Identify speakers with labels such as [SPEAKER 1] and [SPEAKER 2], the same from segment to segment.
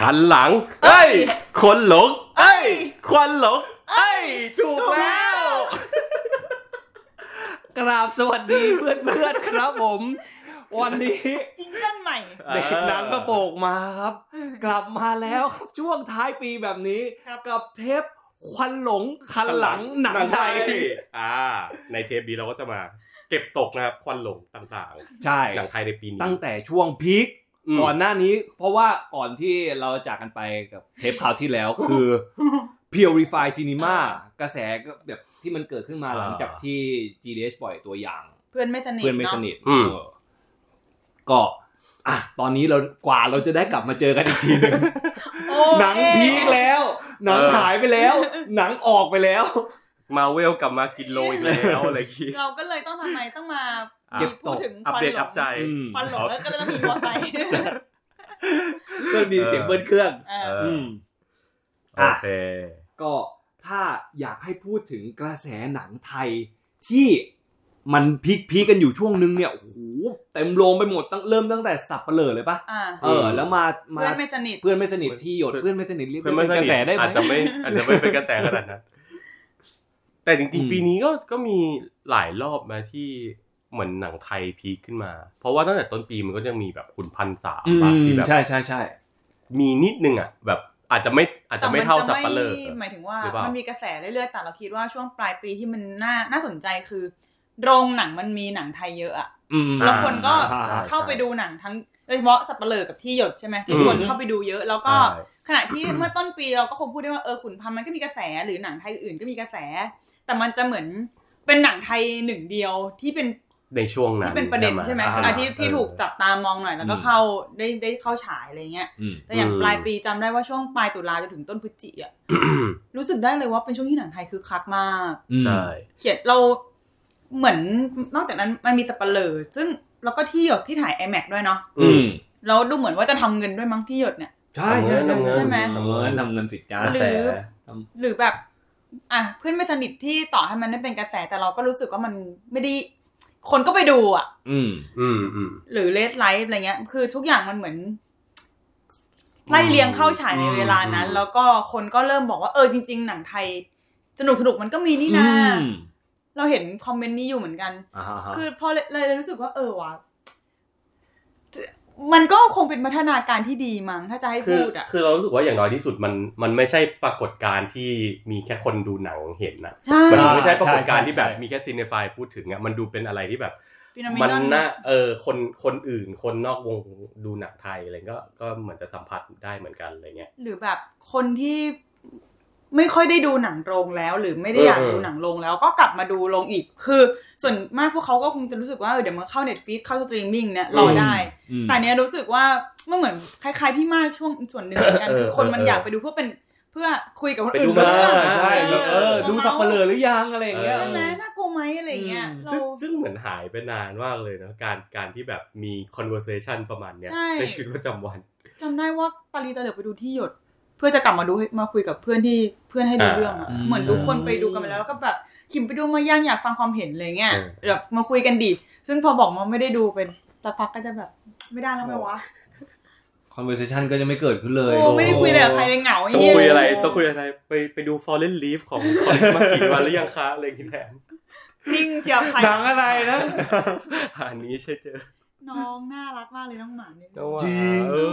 [SPEAKER 1] หันหลัง เอ้ย คนหลง
[SPEAKER 2] เอ้ย
[SPEAKER 1] ควันหลง เอ้ย ถูกแล้ว
[SPEAKER 2] กราบสวัสดีเพื่อนเพื่อนๆครับผม วันนี้
[SPEAKER 3] จิงเกิลใหม่
[SPEAKER 2] เด็กหนังกระโปกมาครับ กลับมาแล้วครับช่วงท้ายปีแบบนี้
[SPEAKER 3] ครับ
[SPEAKER 2] กับเทปควันหลงคันหลังหนังไทย
[SPEAKER 1] อ่า ในเทปนี้เราก็จะมา เก็บตกนะครับ ควันหลงต่าง
[SPEAKER 2] ใช่
[SPEAKER 1] ๆ หนังไทยในปีนี้
[SPEAKER 2] ตั้งแต่ช่วงพีค
[SPEAKER 1] อืม
[SPEAKER 2] ก่อนหน้านี้ เพราะว่าก่อนที่เราจะจากกันไปกับเทปคราวที่ แล้วคือ Purify Cinema กระแสก็แบบที่มันเกิดขึ้นมาหลังจากที่ GDH ปล่อยตัวอย่าง
[SPEAKER 3] เพื่อนไม่สนิท
[SPEAKER 2] เพื่อนไม่
[SPEAKER 3] าะ
[SPEAKER 2] สนิท
[SPEAKER 1] อืม
[SPEAKER 2] เออก็ อ่ะ ตอนนี้เรากว่าเราจะได้กลับมาเจอกันอีกทีหนึ่ง
[SPEAKER 3] โอ้
[SPEAKER 2] หนัง
[SPEAKER 3] เอ๊ะ
[SPEAKER 2] พีคแล้ว หนัง
[SPEAKER 1] เออ
[SPEAKER 2] หายไปแล้ว หนังออกไปแล้ว
[SPEAKER 1] มาเวลกลับมากินโลอีกแล้วอะไรอย่างงี้
[SPEAKER 3] เราก็เลยต้องทำไมต้องมา
[SPEAKER 1] อ่ะ
[SPEAKER 3] มีพูดถึงค
[SPEAKER 1] อัป
[SPEAKER 3] วัน
[SPEAKER 1] เดต
[SPEAKER 3] หล
[SPEAKER 1] อั
[SPEAKER 3] ง
[SPEAKER 1] พใจ
[SPEAKER 2] อืม
[SPEAKER 3] ควันหลงแล้วก็เลยต้องมีมอไซค์
[SPEAKER 2] ก็มีเสียงเบิ้ลเครื่อง
[SPEAKER 3] เออ
[SPEAKER 1] เออ
[SPEAKER 2] อืม
[SPEAKER 1] โอเค
[SPEAKER 2] ก็ถ้าอยากให้พูดถึงกระแสหนังไทยที่มันพีคๆกันอยู่ช่วงนึงเนี่ย โอ้โห เต็มโรงไปหมดตั้งเริ่มตั้งแต่สับเปลือเลยปะ
[SPEAKER 3] อ่ะ
[SPEAKER 2] เออ แล้วมา มา
[SPEAKER 3] เพื่อนไม่สนิท
[SPEAKER 2] เพื่อนไม่สนิทที่หยด เพื่อนไม่สนิทเรียก
[SPEAKER 1] เพื่อน
[SPEAKER 2] ว่า
[SPEAKER 1] ไม่
[SPEAKER 2] เป็น
[SPEAKER 1] ส
[SPEAKER 2] กระ
[SPEAKER 1] นิท
[SPEAKER 2] แสได้ไหม
[SPEAKER 1] อาจจะไม่อาจจะไม่เป็นกระแสขนาดนั้น แต่จริง
[SPEAKER 2] อืม
[SPEAKER 1] ๆ ปีนี้ก็ก็มีหลายรอบนะที่เหมือนหนังไทยพีคขึ้นมา เพราะว่าตั้งแต่ต้นปีมันก็ยังมีแบบคุณพันสาม
[SPEAKER 2] อื
[SPEAKER 1] อะ
[SPEAKER 2] ม
[SPEAKER 1] ที่แบบ
[SPEAKER 2] ใช่ใช่ใช่
[SPEAKER 1] มีนิดนึงอ่ะ แบบอาจจะไม่อาจจะไม่เท่าสับปะเลอ
[SPEAKER 3] หมายถึงว่า
[SPEAKER 1] หรือเปล่ามั
[SPEAKER 3] มันมีกระแสเรื่อยๆแต่เราคิดว่าช่วงปลายปีที่มันน่าน่าสนใจคือ โรงหนังมันมีหนังไทยเยอะอะ
[SPEAKER 2] อืม
[SPEAKER 3] แล้วคนก็
[SPEAKER 2] อ่าใช่
[SPEAKER 3] เข้าไปดูหนังทั้งโดยเฉพาะสับเปลือกับที่หยดใช่ไหมที่
[SPEAKER 1] อืม
[SPEAKER 3] คนเข้าไปดูเยอะ แล้วก็
[SPEAKER 1] ใช่
[SPEAKER 3] ขณะที่ เมื่อต้นปีเราก็คงพูดได้ว่าเออขุนพันธ์มันก็มีกระแสหรือหนังไทยอื่นก็มีกระแส แต่มันจะเหมือนเป็นหนังไทยหนึ่งเดียวที่เป็น
[SPEAKER 1] ในช่วงนั้น
[SPEAKER 3] ที่เป็นประเด็นใช่ไหม
[SPEAKER 1] อ่า
[SPEAKER 3] อ่ะที่ที่ถูกจับตามองหน่อยแล้วก็
[SPEAKER 2] อืม
[SPEAKER 3] เข้าได้ได้เข้าฉายอะไรเงี้ย
[SPEAKER 2] อืม
[SPEAKER 3] แต่อย่างปลายปีจำได้ว่าช่วงปลายตุลาจนถึงต้นพฤศจิกอ่ะรู้สึกได้เลยว่าเป็นช่วงที่หนังไทยคึกคักมาก
[SPEAKER 1] ใช่
[SPEAKER 3] เขียนเราเหมือนนอกจากนั้นมันมีสับเปลือซึ่งแล้วก็ที่หยดที่ถ่าย iMac ด้วยเนาะ
[SPEAKER 2] อืม
[SPEAKER 3] แล้วดูเหมือนว่าจะทำเงินด้วยมั้งที่หยดเนี่ย
[SPEAKER 2] ใช่
[SPEAKER 1] ทำเงินทำเงิน
[SPEAKER 2] ใช่ใช่ไหม
[SPEAKER 1] ทำเงิน
[SPEAKER 2] ทำเงินสิจ้า
[SPEAKER 3] หรือ
[SPEAKER 1] แต่
[SPEAKER 3] หรือแบบอ่ะเพื่อนไม่สนิทที่ต่อให้มันไม่เป็นกระแสแต่เราก็รู้สึกว่ามันไม่ได้คนก็ไปดูอ่ะ
[SPEAKER 2] อืม
[SPEAKER 1] อืมอืม
[SPEAKER 3] หรือเลดไลฟ์อะไรเงี้ย คือทุกอย่างมันเหมือนไล่เลียงเข้าฉายในเวลานั้น
[SPEAKER 1] อืม
[SPEAKER 3] แล้วก็คนก็เริ่มบอกว่าเออจริง ๆ หนังไทย สนุกสนุกมันก็มีนี่
[SPEAKER 2] อื
[SPEAKER 3] นะ
[SPEAKER 2] ม
[SPEAKER 3] เราเห็นคอมเมนต์นี้อยู่เหมือนกัน
[SPEAKER 2] อ่าฮะฮะ
[SPEAKER 3] คือพอเลยเลยรู้สึกว่าเออว่ะมันก็คงเป็นพัฒนาการที่ดีมั้งถ้าจะให้
[SPEAKER 1] คือ
[SPEAKER 3] พูดอ่ะ
[SPEAKER 1] คือเรารู้สึกว่าอย่างน้อยที่สุดมันมันไม่ใช่ปรากฏการณ์ที่มีแค่คนดูหนังเห็นนะ
[SPEAKER 3] ใช่
[SPEAKER 1] มันไม่ใช่ปรากฏการณ์ที่แบบมีแค่ซีเนฟายพูดถึงอะมันดูเป็นอะไรที่แบบ
[SPEAKER 3] พีระมิด
[SPEAKER 1] มัน
[SPEAKER 3] อ
[SPEAKER 1] น่าเออคนคนอื่นคนนอกวงดูหนังไทยอะไรก็ก็เหมือนจะสัมผัสได้เหมือนกันอะไรเงี้ย
[SPEAKER 3] หรือแบบคนที่ไม่ค่อยได้ดูหนังโรงแล้ว หรือไม่ได้
[SPEAKER 1] เออ
[SPEAKER 3] อ
[SPEAKER 1] อ
[SPEAKER 3] ยากดูหนังโรงแล้วก็กลับมาดูโรงอีก คือส่วนมากพวกเขาก็คงจะรู้สึกว่าเออเดี๋ยวมันเข้า Netflix เข้าสตรีมมิ่งเนี่ยรอได้
[SPEAKER 2] อืม
[SPEAKER 3] แต่เนี้ยรู้สึกว่ามันเหมือนคล้าย ๆ พี่มากช่วงส่วนหนึ่งเหมือนกัน
[SPEAKER 1] เออ
[SPEAKER 3] คือคนมัน
[SPEAKER 1] เออ
[SPEAKER 3] อ
[SPEAKER 1] อ
[SPEAKER 3] ยากไปดูเพื่อเป็นเพื่อคุยกับคน
[SPEAKER 2] ไป
[SPEAKER 3] อื่
[SPEAKER 2] ดู
[SPEAKER 3] น
[SPEAKER 2] มา
[SPEAKER 3] เรื่อง
[SPEAKER 2] ใช่แบบเออ ดูสับเปลือหรือยังอะไรอย่างเงี้ย
[SPEAKER 3] ใช่ไหมน่ากลัวไหมอะไรอย่างเงี้ย
[SPEAKER 2] อืม
[SPEAKER 3] เรา
[SPEAKER 1] ซึ่งซึ่งเหมือนหายไปนานมากเลยเนอะการการที่แบบมี conversation ประมาณเนี้ย
[SPEAKER 3] ใช่
[SPEAKER 1] ในชีวิตประจำวัน
[SPEAKER 3] จำได้ว่าปารีตะเหลือบไปดูที่หยด เพื่อจะกลับมาดูให้มาคุยกับเพื่อนที่เพื่อนให้ดู
[SPEAKER 1] อ่า
[SPEAKER 3] เรื่องอะ
[SPEAKER 1] อืม
[SPEAKER 3] เหมือนทุกคนไปดูกันไปแล้วแล้วก็แบบขิมไปดูมาย่างอยากฟังความเห็นอะไรเงี้ย
[SPEAKER 1] เออ
[SPEAKER 3] แบบมาคุยกันดี ซึ่งพอบอกมาไม่ได้ดูเป็นสักพักก็จะแบบไม่ได้แล้วไหมวะ
[SPEAKER 2] conversation ก็จะไม่เกิดขึ้นเลย
[SPEAKER 3] โอ้ไม่ได้คุยเลยกับใครเลยเหงา
[SPEAKER 1] ต้อง
[SPEAKER 3] เหี้
[SPEAKER 1] คุยอะไรต้องคุยอะไรไปไปดู Fallen Leaf ของคนมากี่วันหรือยังคะอะไร อย่างเงี้ย
[SPEAKER 3] นิ่งเจียวใคร
[SPEAKER 2] หนังอะไรนะ
[SPEAKER 1] อันนี้ใช่เจอ
[SPEAKER 3] น้องน่ารักมากเลยน้องหมาเนี่ย
[SPEAKER 1] นะว่า
[SPEAKER 2] จริง
[SPEAKER 1] เออ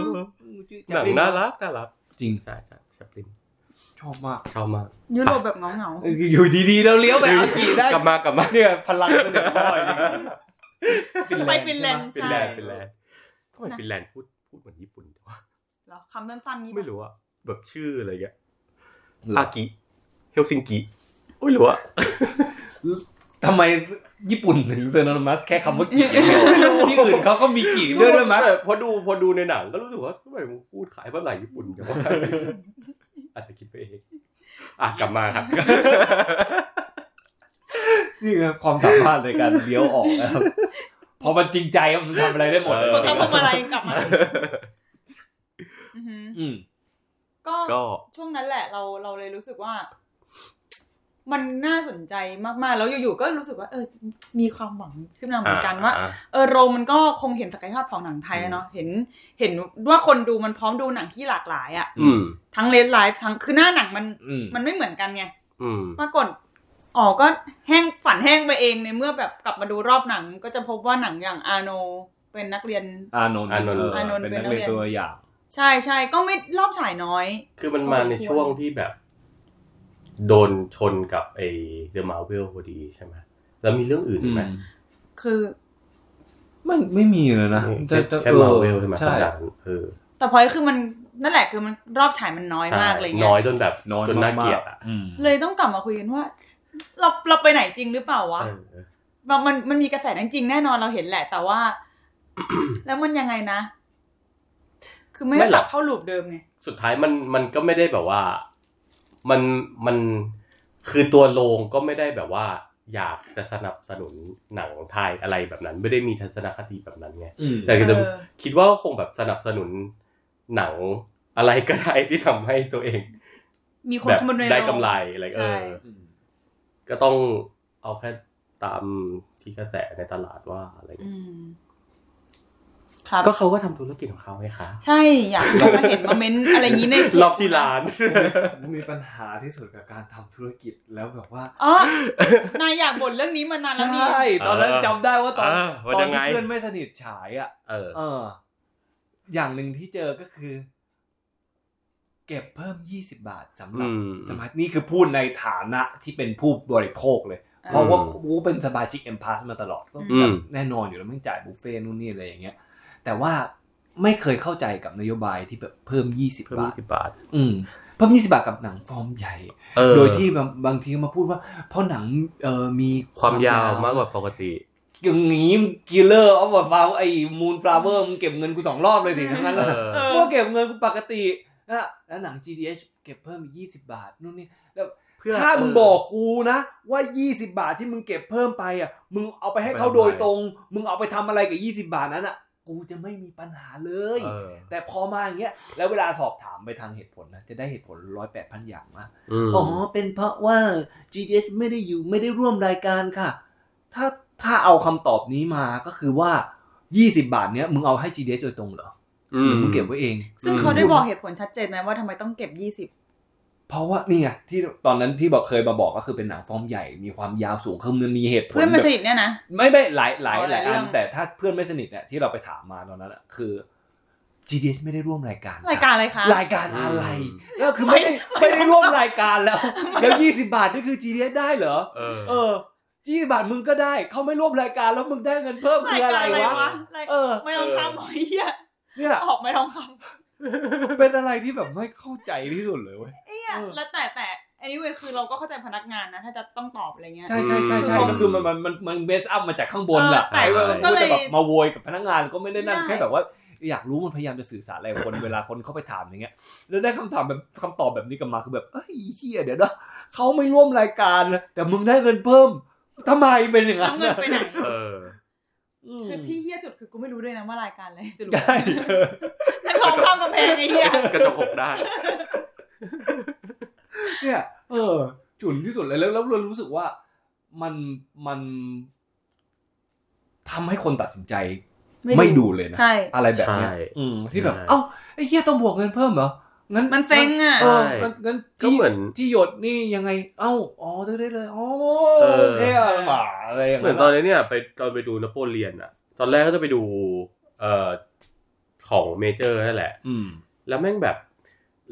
[SPEAKER 1] หนังน่ารักน่ารัก
[SPEAKER 2] จริง
[SPEAKER 1] ใช่ใช่ชอบลิน
[SPEAKER 2] ชอบมาก
[SPEAKER 1] ชอบมาก
[SPEAKER 3] ยุโรปแบบเงาเงา
[SPEAKER 2] อยู่ดีๆเราเลี้ยวไปอากีได้
[SPEAKER 1] กลับมากลับมา
[SPEAKER 2] เนี่ยพลังเสน่ห์พ่อย
[SPEAKER 3] ๆไปฟินแลนด์
[SPEAKER 1] ฟิน
[SPEAKER 3] ใช่
[SPEAKER 1] แลนด์ฟินแลนด์ทำไมฟินแลนด์พูดพูดเหมือนญี่ปุ่นวะ
[SPEAKER 3] แล้วคำสั้นๆนี้
[SPEAKER 1] ไม่รู้อะแบบชื่ออะไรเงี้ย
[SPEAKER 2] หรอ
[SPEAKER 1] อากิ เฮลซิงกิโอ้ยหรือวะ
[SPEAKER 2] ทำไมญี่ปุ่นถึงเซอร์นมัสแค่คำว่ากี่อย่างเดียวที่อื่นเขาก็มีกี่เรื่องด้วยมั้ย
[SPEAKER 1] พอดูพอดูในหนังก็รู้สึกว่าทำไมมึงพูดขายภาษาญี่ปุ่นจังวะอาจจะคิดไปเองอ่ะกลับมาครับ
[SPEAKER 2] นี่คือความสามารถในการเลี้ยวออกนะครับ พอมันจริงใจมันทำอะไรได้หมด
[SPEAKER 1] เออ
[SPEAKER 3] คำพูดอะไรกลับมาอือหือ
[SPEAKER 2] อืม
[SPEAKER 3] ก็
[SPEAKER 1] ก็
[SPEAKER 3] ช่วงนั้นแหละเราเราเลยรู้สึกว่า มันน่าสนใจมากๆ แล้วอยู่ๆก็รู้สึกว่า เออ มีความหวังขึ้นมาเหมือนกันว่า
[SPEAKER 1] อ่
[SPEAKER 3] เออโรมมันก็คงเห็นศักยภาพของหนังไทยอะเนาะเห็นเห็นว่าคนดูมันพร้อมดูหนังที่หลากหลายอ่ะ
[SPEAKER 1] อืม
[SPEAKER 3] ทั้งเลนไลฟ์ทั้งคือหน้าหนังมัน
[SPEAKER 2] อืม
[SPEAKER 3] มันไม่เหมือนกันไง
[SPEAKER 1] อืม
[SPEAKER 3] ปรากฏอ๋อก็แห้งฝันแห้งไปเองในเมื่อแบบกลับมาดูรอบหนัง ก็จะพบว่าหนังอย่างอาโนเป็นนักเรียน
[SPEAKER 2] อานนท์
[SPEAKER 1] อานนท์
[SPEAKER 2] เ
[SPEAKER 3] อานนท์
[SPEAKER 2] เป็น
[SPEAKER 3] เป็น
[SPEAKER 2] นัก
[SPEAKER 3] นัก
[SPEAKER 2] เรีย
[SPEAKER 3] เรีย
[SPEAKER 2] น
[SPEAKER 3] น
[SPEAKER 2] ตัวอย่าง
[SPEAKER 3] ใช่ใช่ก็ไม่รอบฉายน้อย
[SPEAKER 1] คือมันมาในช่วงที่แบบ โดนชนกับไอ้เดอะมาเวลพอดีใช่ไหมแล้วมีเรื่องอื่นอีกไหม
[SPEAKER 3] คือ
[SPEAKER 2] มันไม่มีเลยนะ
[SPEAKER 1] แค่
[SPEAKER 2] จะ
[SPEAKER 1] แค่มาเวลใช่ไหม
[SPEAKER 2] ใช่
[SPEAKER 1] ตำนานเออ
[SPEAKER 3] แต่พอยคือมันนั่นแหละคือมันรอบฉายมันน้อยมากเลย
[SPEAKER 1] ใช่
[SPEAKER 3] เงี้
[SPEAKER 1] น้อย
[SPEAKER 3] ย
[SPEAKER 1] จนแบบ
[SPEAKER 2] น้อย
[SPEAKER 1] จนน่า
[SPEAKER 2] มา
[SPEAKER 1] เกลีย
[SPEAKER 2] ก
[SPEAKER 1] ดอ่ะ
[SPEAKER 2] ๆอืม
[SPEAKER 3] เลยต้องกลับมาคุยกันว่า เราเราไปไหนจริงหรือเปล่าวะ
[SPEAKER 1] เออ
[SPEAKER 3] มันมันมันมีกระแสนั้นจริงแน่นอนเราเห็นแหละ แต่ว่า แล้วมันยังไงนะ คือไม่ได้กลับเข้าลูปเดิมไง
[SPEAKER 1] สุดท้ายมันมันก็ไม่ได้แบบว่า มันมันคือตัวโรงก็ไม่ได้แบบว่า อยากจะสนับสนุนหนังไทยอะไรแบบนั้น ไม่ได้มีทัศนคติแบบนั้นไง
[SPEAKER 2] อืม
[SPEAKER 1] แต่ก็จะ
[SPEAKER 3] เออ
[SPEAKER 1] คิดว่าคงแบบสนับสนุนหนังอะไรก็ได้ที่ทำให้ตัวเอง
[SPEAKER 3] มีคน
[SPEAKER 1] แบบ
[SPEAKER 3] เข้ามาในโง
[SPEAKER 1] ได้กำไรอะไรเอ
[SPEAKER 3] ใช่
[SPEAKER 1] อ ก็ต้องเอาแค่ตามที่กระแสในตลาดว่าอะไร
[SPEAKER 3] อื
[SPEAKER 1] เงี้ย
[SPEAKER 3] มครับ
[SPEAKER 1] ก็เขาก็ทำธุรกิจของเขาไงคะ
[SPEAKER 3] ใช่อยากเรามาเห็นมาเม้นอะไรอย่างนี้ใน
[SPEAKER 1] รอบที่ร้าน
[SPEAKER 4] ผมมีปัญหาที่สุดกับการทำธุรกิจแล้วแบบว่า
[SPEAKER 3] อ๋อนายอยากบ่นเรื่องนี้มานานแล้วนี่
[SPEAKER 2] ใช่ตอนนั้น
[SPEAKER 1] เออ
[SPEAKER 2] จำได้ว่าตอน
[SPEAKER 1] เออว่า
[SPEAKER 2] ตอน
[SPEAKER 1] ยังไง
[SPEAKER 2] ที่เพื่อนไม่สนิทฉายอ่ะ
[SPEAKER 1] เออ
[SPEAKER 2] เออ อย่างหนึ่งที่เจอก็คือ
[SPEAKER 4] เก็บเพิ่ม 20 บาทสำหรับ
[SPEAKER 1] อืม
[SPEAKER 4] สมาชิก
[SPEAKER 2] นี่คือพูดในฐานะที่เป็นผู้บริโภคเลย
[SPEAKER 3] เออ
[SPEAKER 2] เพราะว่ากูเป็นสมาชิกเอ็มพาสมาตลอดก็
[SPEAKER 1] อืม
[SPEAKER 2] แน่นอนอยู่แล้วไม่จ่ายบุฟเฟ่ต์นู่นนี่อะไรอย่างเงี้ย แต่ว่าไม่เคยเข้าใจกับนโยบายที่แบบเพิ่ม 20
[SPEAKER 1] เพิ่ม
[SPEAKER 2] บาท
[SPEAKER 1] สิบบาท
[SPEAKER 2] อืมเพิ่ม 20 บาทกับหนังฟอร์มใหญ่
[SPEAKER 1] เออ
[SPEAKER 2] โดยที่บางบางทีก็มาพูดว่า เพราะหนังเอ่อมี
[SPEAKER 1] ความยาวมากกว่าปกติ
[SPEAKER 2] อย่างนี้กิลเลอร์ออฟฟาวไอ้มูนฟลาเวอร์มึงเก็บเงินกูสองรอบ เลยสิทั้งนั้น
[SPEAKER 1] เอ
[SPEAKER 2] น่ะ
[SPEAKER 1] อ
[SPEAKER 3] เออ
[SPEAKER 2] กูเก็บเงินกูปกตินะแล้วหนัง GDH เก็บเพิ่มอีกยี่สิบาทนู่นนี่แล้ว
[SPEAKER 1] เพื่อ
[SPEAKER 2] ถ้ามึงบอกกูนะว่า 20 บาทที่มึงเก็บเพิ่มไปอ่ะ มึงเอาไปให้เขา
[SPEAKER 1] ไปทำอะไร
[SPEAKER 2] โดยตรง มึงเอาไปทำอะไรกับ 20 บาทนั้นอ่ะ กูจะไม่มีปัญหาเลย
[SPEAKER 1] เออ
[SPEAKER 2] แต่พอมาอย่างเงี้ย แล้วเวลาสอบถามไปทางเหตุผลนะ จะได้เหตุผลร้อยแปดพันอย่างมาก
[SPEAKER 1] อืม
[SPEAKER 2] อ๋อ เป็นเพราะว่า GDS ไม่ได้อยู่ไม่ได้ร่วมรายการค่ะ ถ้าถ้าเอาคำตอบนี้มาก็คือว่า 20 บาทเนี้ยมึงเอาให้ GDS โดยตรงเหรอหรือมึงเก็บไว้เอง
[SPEAKER 3] ซึ่งเขาได้บอกเหตุผลชัดเจนไหมว่าทำไมต้องเก็บยี่สิบ
[SPEAKER 2] เพราะว่านี่ไงที่ตอนนั้นที่บอกเคยมาบอกก็คือเป็นหนังฟอร์มใหญ่มีความยาวสูงคือมันมีเหตุผล
[SPEAKER 3] เพื่อนมัน
[SPEAKER 2] แบบ
[SPEAKER 3] สนิทเนี่ยนะ
[SPEAKER 2] ไม่ไม่หลายหลาย
[SPEAKER 3] อ๋อ
[SPEAKER 2] ห
[SPEAKER 3] หลา
[SPEAKER 2] ลา
[SPEAKER 3] ย ย
[SPEAKER 2] อั
[SPEAKER 3] เรื่
[SPEAKER 2] น
[SPEAKER 3] อง
[SPEAKER 2] แต่ถ้าเพื่อนไม่สนิทเนี่ยที่เราไปถามมาตอนนั้นอะคือ GDS ไม่ได้ร่วมรายการ
[SPEAKER 3] รายการอะไรคะ
[SPEAKER 2] รายการอะไรก็คือไม่ได้ไม่ได้ร่วมรายการแล้ว แล้ว 20 บาทนี่คือ GDS ได้เหรอ
[SPEAKER 1] เออ
[SPEAKER 2] เออ 20 บาทมึงก็ได้ เขาไม่ร่วมรายการแล้วมึงได้เงินเพิ่มคืออะไร
[SPEAKER 3] รายการอะไร
[SPEAKER 2] วะ
[SPEAKER 3] วะราย
[SPEAKER 2] เออ
[SPEAKER 3] ไม่ทองคำหม อเฮีย
[SPEAKER 2] เนี่ย
[SPEAKER 3] ออกไม่ทองคำ
[SPEAKER 2] เป็นอะไรที่แบบไม่เข้าใจที่สุดเลยเว้ย
[SPEAKER 3] เนี่ย
[SPEAKER 2] เออ
[SPEAKER 3] แล้วแต่แต่ anyway คือเราก็เข้าใจพนักงานนะ ถ้าจะต้องตอบอะไรเงี้ย
[SPEAKER 2] ใช่ใช่ใช่ใช่
[SPEAKER 1] อืม
[SPEAKER 2] ก็คือมันมันมันมันเบสอัพมาจากข้างบนแหละ
[SPEAKER 3] เออแต่
[SPEAKER 2] เออ
[SPEAKER 3] ก็เลย
[SPEAKER 2] จะแบบมาโวยกับพนักงานก็ไม่ได้นั่น
[SPEAKER 3] ไม่ได้
[SPEAKER 2] แค่แบบว่า อยากรู้มันพยายามจะสื่อสารอะไรกับคน เวลาคนเข้าไปถามอย่างเงี้ยแล้วได้คำถามแบบคำตอบแบบนี้กลับมาคือแบบเอ้ยเฮียเดี๋ยวนะเขาไม่ร่วมรายการนะแต่มึงได้เงินเพิ่มทำไมเป็นอย่าง
[SPEAKER 3] แล้ว
[SPEAKER 2] นั้
[SPEAKER 3] น เงินไปไหน
[SPEAKER 1] เออ
[SPEAKER 2] อืม
[SPEAKER 3] คือที่เฮี้ยสุดคือกูไม่รู้ด้วยนะว่ารายการอะไรส รุป
[SPEAKER 2] ใช่เออ
[SPEAKER 3] นักทองคำกำแพงไอ้เฮี้ย
[SPEAKER 1] กระจกหกได้าน
[SPEAKER 2] เนี่ยเออ จุนที่สุดเลยแล้วแล้วเรารู้สึกว่ามันมันทำให้คนตัดสินใจไม่ดูเลยนะ
[SPEAKER 3] ใช่
[SPEAKER 2] อะไรแบบเนี้ยอืมที่แบบ เอ้า ไอ้เฮียต้องบวกเงินเพิ่มเหรอ งั้น
[SPEAKER 3] มันเซ็งอ่ะ
[SPEAKER 2] เอองั้นงั้น
[SPEAKER 1] ก็
[SPEAKER 2] ที่
[SPEAKER 1] เหมือน
[SPEAKER 2] ที่หยดนี่ยังไง เอ้า อ๋อได้เลยเลยอ๋อ
[SPEAKER 1] เออ
[SPEAKER 2] โอเคอะหมาอะไรอย่าง
[SPEAKER 1] เหมื
[SPEAKER 2] เงี้
[SPEAKER 1] อยนตอนนี้เนี่ย ไปตอนไปดูนโปเลียนอะตอนแรกก็จะไปดู เอ่อของเมเจอร์นั่นแหละ
[SPEAKER 2] อืม
[SPEAKER 1] แล้วแม่งแบบ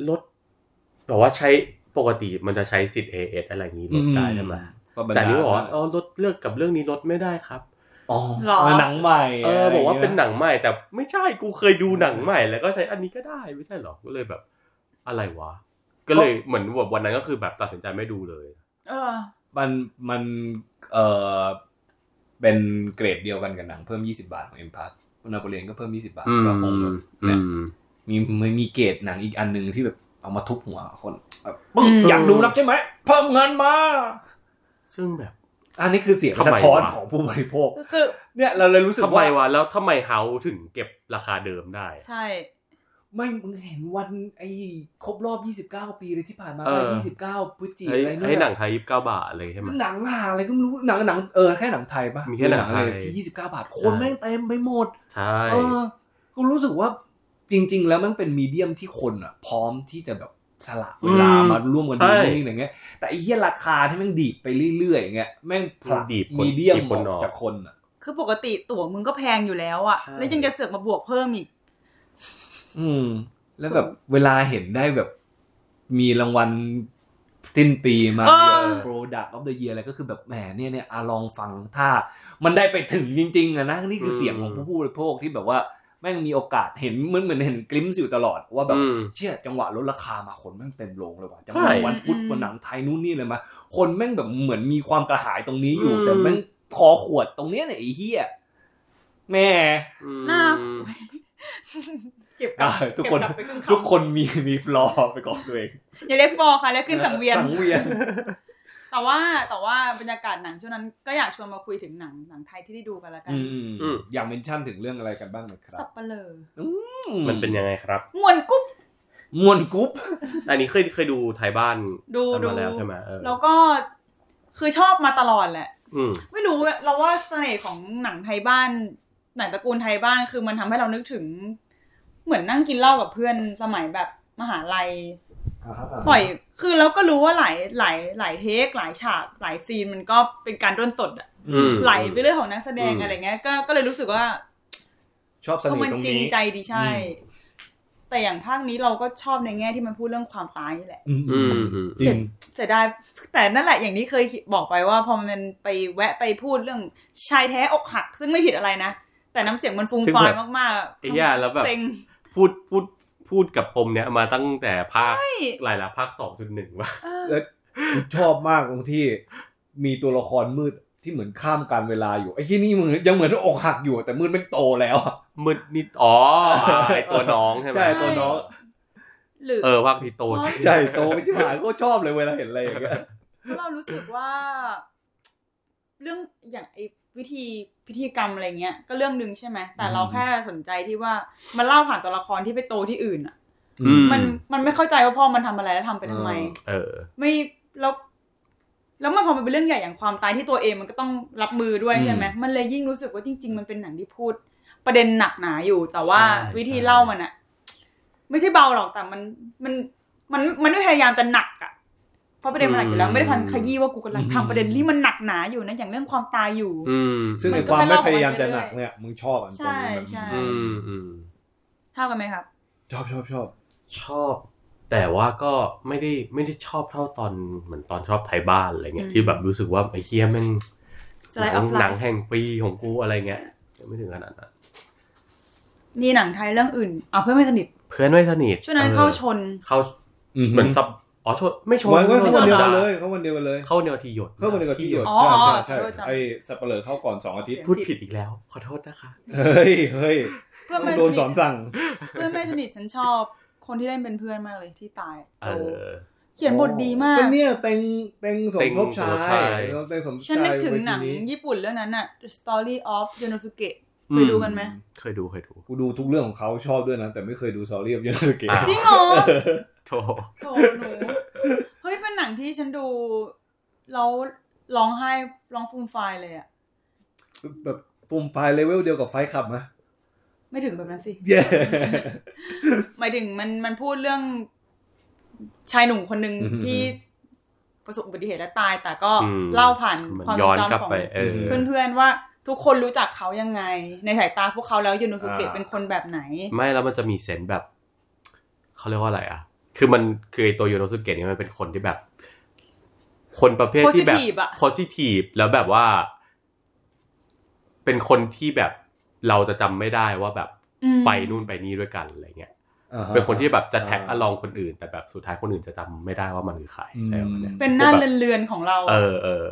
[SPEAKER 1] ลดแบบว่าใช้ปกติมันจะใช้สิทธิ์ AS อะไรอย่างนี้ลดได้ใช่ไหม
[SPEAKER 2] อืม ก็บรรดา
[SPEAKER 1] แต่นี่บอกว่าอ๋อลดเลือกกับเรื่องนี้ลดไม่ได้ครับ
[SPEAKER 2] อ๋อ
[SPEAKER 3] หรอ
[SPEAKER 2] หนังใหม่
[SPEAKER 1] เออบอกว่า
[SPEAKER 2] ะไรย่ย
[SPEAKER 1] เป็นหนังใหม่แต่ไม่ใช่กูเคยดูหนังใหม่ แล้วก็ใช้อันนี้ก็ได้ไม่ใช่หรอก็เลยแบบ อะไรวะ ก็เลยเหมือนแบบวันนั้นก็คือแบบตัดสินใจไม่ดูเลย
[SPEAKER 3] เออ
[SPEAKER 2] มันมันเออเป็นเกรดเดียวกันกับหนังเพิ่ม 20 บาทของเอ็มพาร์นาโปเลียนก็เพิ่ม 20 บาท
[SPEAKER 1] อืม
[SPEAKER 2] ก็คงแบบ
[SPEAKER 1] อื
[SPEAKER 2] เนี่ย
[SPEAKER 1] ม
[SPEAKER 2] มีมีมีเกรดหนังอีกอันหนึ่งที่แบบเอามาทุบหัวคนแบบปึ้ง
[SPEAKER 3] อืม
[SPEAKER 2] อยากดูนักใช่ไหมเพิ่มเงินมา
[SPEAKER 1] ซึ่งแบบ
[SPEAKER 2] อันนี้คือเสียง
[SPEAKER 1] ทำไม
[SPEAKER 2] สะท้อน
[SPEAKER 1] วะ
[SPEAKER 2] ของผู้บริโภค
[SPEAKER 3] ก็คือ
[SPEAKER 2] เนี่ยเราเลยรู้สึก
[SPEAKER 1] ทำไม
[SPEAKER 2] ว่า
[SPEAKER 1] วะแล้วทำไมเฮาถึงเก็บราคาเดิมได้
[SPEAKER 3] ใช่
[SPEAKER 2] ไม่มึงเห็นวันไอ้ครบรอบ 29 ปีเลยที่ผ่านมา
[SPEAKER 1] เออ
[SPEAKER 2] ยี่สิบเก้าพฤศจิกา
[SPEAKER 1] ให้
[SPEAKER 2] ยน
[SPEAKER 1] ให้หนังไทยยีบเก้าบาทเลยใช่ไหม
[SPEAKER 2] หนังหาอะไรก็ไม่รู้หนังหนังเออแค่หนังไทยปะ
[SPEAKER 1] มีแค่หนังไทย
[SPEAKER 2] รืออะไรที่ 29 บาท คนแม่งเต็มไปหมด
[SPEAKER 1] ใช่
[SPEAKER 2] เออกูรู้สึกว่าจริง ๆ แล้วมันเป็นมีเดียมที่คนอ่ะ พร้อมที่จะแบบสละเวลามาร่วมกันดูนู่นนี่อย่างเงี้ยแต่ไอ้เหี้ยราคาที่แม่งดีดไปเรื่อยๆอย่างเงี้ยแม่งผลัก
[SPEAKER 1] ดีบคน
[SPEAKER 2] มีเดียม
[SPEAKER 1] ดีบคน
[SPEAKER 2] อ
[SPEAKER 1] อ
[SPEAKER 2] อ
[SPEAKER 1] อกก
[SPEAKER 2] จากคนอ่ะ
[SPEAKER 3] คือปกติตั๋วมึงก็แพงอยู่แล้วอ่ะ
[SPEAKER 4] ใช่
[SPEAKER 3] แล้วยังจะเสือกมาบวกเพิ่มอีก
[SPEAKER 2] อืม แล้วแบบเวลาเห็นได้แบบ มีรางวัลสิ้นปีมา
[SPEAKER 3] เออ
[SPEAKER 2] โปรดักต์ออฟเดอะเยียอะไรก็คือแบบแหมเนี่ยเนี่ยอะลองฟังถ้า มันได้ไปถึงจริงๆอะนะนี่คือเสียงของผู้ผู้บริโภคที่แบบว่าแม่งมีโอกาสเห็นเหมือนเหมือนเห็นกลิมส์อยู่ตลอดว่าแบบ
[SPEAKER 1] อืม
[SPEAKER 2] เชี่ยจังหวะลดราคามาคนแม่งเต็มโรงเลยว่ะจังห
[SPEAKER 1] ใช่
[SPEAKER 2] วะวันพุธวันหนังไทยนู่นนี่เลยมา คนแม่งแบบเหมือนมีความกระหายตรงนี้อยู่
[SPEAKER 1] อืม
[SPEAKER 2] แต่แม่งคอขวดตรงเนี้ยเนี่ยไอ้เหี้ยแม่
[SPEAKER 1] อืม
[SPEAKER 3] หน้า เก็บกลับ
[SPEAKER 2] อ่าทุกคน
[SPEAKER 3] เบลับไปรึ่งำ
[SPEAKER 2] ทุกคนมีมีฟลอร์ไปก่อนตัวเอง
[SPEAKER 3] อย่าเรียกฟอร์ค่ะแล้วขึ้นสังเวียน
[SPEAKER 2] สังเวียน
[SPEAKER 3] แต่ว่าแต่ว่าบรรยากาศหนังช่วงนั้นก็อยากชวนมาคุยถึงหนังหนังไทยที่ได้ดูกันละกัน
[SPEAKER 2] อืม
[SPEAKER 1] อืม
[SPEAKER 2] อยากเมนชั่นถึงเรื่องอะไรกันบ้างไหมครั
[SPEAKER 3] สั
[SPEAKER 2] บบ
[SPEAKER 3] เปะเลอ
[SPEAKER 1] มันเป็นยังไงครับ
[SPEAKER 3] มวนกุ๊บ
[SPEAKER 2] มวนกรุ๊ป
[SPEAKER 1] อันนี้เคยเคยดูไทยบ้าน
[SPEAKER 3] ดู
[SPEAKER 1] กัน
[SPEAKER 3] ดู
[SPEAKER 1] มาแล้วใช่ไหมเออ
[SPEAKER 3] แล้วก็คือชอบมาตลอดแหละ
[SPEAKER 1] อืม
[SPEAKER 3] ไม่รู้อะเราว่าเสน่ห์ของหนังไทยบ้าน หนังตระกูลไทยบ้านคือมันทำให้เรานึกถึง เหมือนนั่งกินเหล้ากับเพื่อนสมัยแบบมหาลัย ปล่อย คือเราก็รู้ว่าหลายหลายหลายเทคหลายฉากหลายซีนมันก็เป็นการด้นสดอะ
[SPEAKER 1] อืม
[SPEAKER 3] ไหลไปเรื่องของนักแสดง
[SPEAKER 1] อืม
[SPEAKER 3] อะไรเงี้ยก็ก็เลยรู้สึกว่า
[SPEAKER 2] ชอบเส
[SPEAKER 3] เออ
[SPEAKER 2] น่
[SPEAKER 3] มัน
[SPEAKER 2] ห์ตรง
[SPEAKER 3] จริง
[SPEAKER 2] นี้
[SPEAKER 3] ใจดีใช่
[SPEAKER 2] อื
[SPEAKER 3] แต่อย่างภาคนี้เราก็ชอบในแง่ที่มันพูดเรื่องความตายนี่แหละ
[SPEAKER 2] อืม
[SPEAKER 1] อืมอืม
[SPEAKER 2] จริง
[SPEAKER 3] เสียดายแต่นั่นแหละอย่างที่เคยบอกไปว่าพอมันไปแวะไปพูดเรื่องชายแท้อกหัก ซึ่งไม่ผิดอะไรนะ แต่น้ำเสียงมันฟูม
[SPEAKER 1] ซึ่ง
[SPEAKER 3] ฟาย
[SPEAKER 1] แบบ
[SPEAKER 3] มากๆ
[SPEAKER 1] ไอ้ย่าแล้วแบบ
[SPEAKER 3] เซ็ง
[SPEAKER 1] พูดพูดพูดกับผมเนี่ยมาตั้งแต่ภาคหลายละภาคสองจุดหนึ่งว่ะ
[SPEAKER 3] เออ
[SPEAKER 2] แล้วชอบมากตรงที่มีตัวละครมืดที่เหมือนข้ามการเวลาอยู่ไอ้ที่นี่มึงยังเหมือนอกหักอยู่แต่มืดไม่งโตแล้ว อะ
[SPEAKER 1] มืดนิดอ๋ออ่าไอตัวน้องใช่ไหม
[SPEAKER 2] ใช่ตัวน้อง
[SPEAKER 3] หรือ
[SPEAKER 1] เออภาคที่โต
[SPEAKER 3] อ๋อ
[SPEAKER 2] ใช่โตไม่ใช่หมายก็ชอบเลยเวลาเห็นอะไรอย่างเงี้ย
[SPEAKER 3] เรารู้สึกว่า เรื่องอย่างไอ้วิธีพิธีกรรมอะไรเงี้ย ก็เรื่องหนึ่งใช่ไหมแต่เราแค่สนใจที่ว่ามันเล่าผ่านตัวละครที่ไปโตที่อื่นอ่ะ
[SPEAKER 1] อืม
[SPEAKER 3] มันมันไม่เข้าใจว่าพ่อมันทำอะไรและทำไปทำไม
[SPEAKER 1] เออ
[SPEAKER 3] ไม่แล้วแล้วมันพอมันเป็นเรื่องใหญ่อย่างความตายที่ตัวเองมันก็ต้องรับมือด้วยใช่ไหมมันเลยยิ่งรู้สึกว่าจริง ๆ มันเป็นหนังที่พูด ประเด็นหนักหนาอยู่ แต่ว่า
[SPEAKER 1] ใช่
[SPEAKER 3] วิธีเล่ามันอะไม่ใช่เบาหรอกแต่มันมันมันมันไม่พยายามจะหนักอะเพราะประเด็นมันหนักอยู่แล้วไม่ได้พันขยี้ว่ากูกำลังทำประเด็นที่มันหนักหนาอยู่นะอย่างเรื่องความตายอยู่
[SPEAKER 1] อืม
[SPEAKER 2] ซึ่งในความไม่พยายามจะหนักเนี่ยมึงชอบอันตรงนี้แบบ
[SPEAKER 3] ใช่ใช่
[SPEAKER 1] อืมอืม
[SPEAKER 3] เท่ากันไหมครับ
[SPEAKER 2] ชอบชอบชอบ
[SPEAKER 1] ชอบ แต่ว่าก็ไม่ได้ไม่ได้ชอบเท่าตอนเหมือนตอนชอบไทยบ้านอะไรเงี้ย
[SPEAKER 3] อืม
[SPEAKER 1] ที่แบบรู้สึกว่าไอ้เฮียแม่ง
[SPEAKER 3] สไลด์ออฟไล
[SPEAKER 1] หนัง
[SPEAKER 3] น์
[SPEAKER 1] แห่งปีของกูอะไรเงี้ยยังไม่ถึงขนาดนั้น
[SPEAKER 3] มีหนังไทยเรื่องอื่นอ่ะเพื่อนไม่สนิท
[SPEAKER 1] เพื่อนไม่สนิท
[SPEAKER 3] ช่วงนั้น
[SPEAKER 1] ออ
[SPEAKER 3] เข้าชน
[SPEAKER 1] เข้าเห
[SPEAKER 2] เห
[SPEAKER 1] มื
[SPEAKER 2] มื
[SPEAKER 1] อ
[SPEAKER 2] อน น
[SPEAKER 1] สับอ๋อชนไม่ชน
[SPEAKER 2] วันว่า
[SPEAKER 1] โด
[SPEAKER 2] เขา
[SPEAKER 1] น
[SPEAKER 2] คนเดียว
[SPEAKER 1] ด่า
[SPEAKER 2] เลยเขาคนเดียวเลย
[SPEAKER 1] เข้าแนวทีหยด
[SPEAKER 2] เขาคนเดียวกับที่หยด
[SPEAKER 3] อ๋อข
[SPEAKER 2] ใช่ใช่ใช่
[SPEAKER 3] อโทษจ้ะ
[SPEAKER 2] ไอ้สับเปลือเข้าก่อนสองอาทิตย์
[SPEAKER 1] พูดผิดอีกแล้ว ขอโทษนะคะ
[SPEAKER 2] เฮ้ยเฮ้ย
[SPEAKER 3] เพื่อนไม่
[SPEAKER 2] โด
[SPEAKER 3] ส
[SPEAKER 2] น
[SPEAKER 3] นิ
[SPEAKER 2] ส
[SPEAKER 3] ท
[SPEAKER 2] อนสั่ง
[SPEAKER 3] เพื่อนไม่สนิทฉันชอบ คนที่เล่นเป็นเพื่อนมากเลยที่ตาย
[SPEAKER 1] เอ
[SPEAKER 3] โจ
[SPEAKER 1] อ
[SPEAKER 3] เขียนบทดีมาก
[SPEAKER 2] ก็เนี่ยเต็งเต็งสมทบชา
[SPEAKER 1] เต็งสมทบชาย ย
[SPEAKER 2] เต็งสมทบชาย
[SPEAKER 3] ฉันนึกถึงหนัง
[SPEAKER 2] เวที
[SPEAKER 3] ญี่ปุ่นเรื่องนั้นน่ะ The Story of Yonosuke
[SPEAKER 1] อื
[SPEAKER 3] เค
[SPEAKER 1] ม
[SPEAKER 3] ยดูกันไหม
[SPEAKER 1] เคยดูเคยดู
[SPEAKER 2] กูดูทุกเรื่องของเขาชอบด้วยนะ แต่ไม่เคยดูซอรี่กับยูนสเกะ
[SPEAKER 1] อ้าว
[SPEAKER 3] จริงเหร อ
[SPEAKER 1] โถ
[SPEAKER 3] โถหนู เฮ้ย เป็นหนังที่ฉันดูแล้วร้องไห้ร้องฟูมไฟายเลยอะ
[SPEAKER 2] แบบฟูมไฟล์เลเวลเดียวกับไฟขับนะ
[SPEAKER 3] ไม่ถึงแบบนั้นสิ
[SPEAKER 2] เย้
[SPEAKER 3] หมายถึงมันมันพูดเรื่องชายหนุ่มคนหนึ่งที่ประสบอุบัติเหตุและตาย แต่ก็
[SPEAKER 1] อืม
[SPEAKER 3] เล่าผ่าน
[SPEAKER 1] มัน
[SPEAKER 3] ความทร
[SPEAKER 1] ย้
[SPEAKER 3] ง
[SPEAKER 1] อนกลับ
[SPEAKER 3] จำของ
[SPEAKER 1] ไป เออ
[SPEAKER 3] เพื่อนๆว่าทุกคนรู้จักเขายังไง ในสายตาพวกเขาแล้วยูโนสุเกะเป็นคนแบบไหน
[SPEAKER 1] ไม่แล้วมันจะมีเซนส์แบบ เขาเรียกว่าอะไรอ่ะ คือมันคือไอ้ตัวโยโนสุเกะเนี่ยมันเป็นคนที่แบบ คนประเภทที่แบบ
[SPEAKER 3] Positive อะ
[SPEAKER 1] positive แล้วแบบว่า เป็นคนที่แบบเราจะจำไม่ได้ว่าแบบ
[SPEAKER 3] อืม
[SPEAKER 1] ไปนู่นไปนี่ด้วยกันอะไรเงี้ย เป็นคนที่แบบจะแท็กอลองคนอื่น แต่แบบสุดท้ายคนอื่นจะจำไม่ได้ว่ามันคือใครอะไรแบบเนี้ย
[SPEAKER 3] เป็นหน้าเลือนๆของเรา
[SPEAKER 1] เออเออ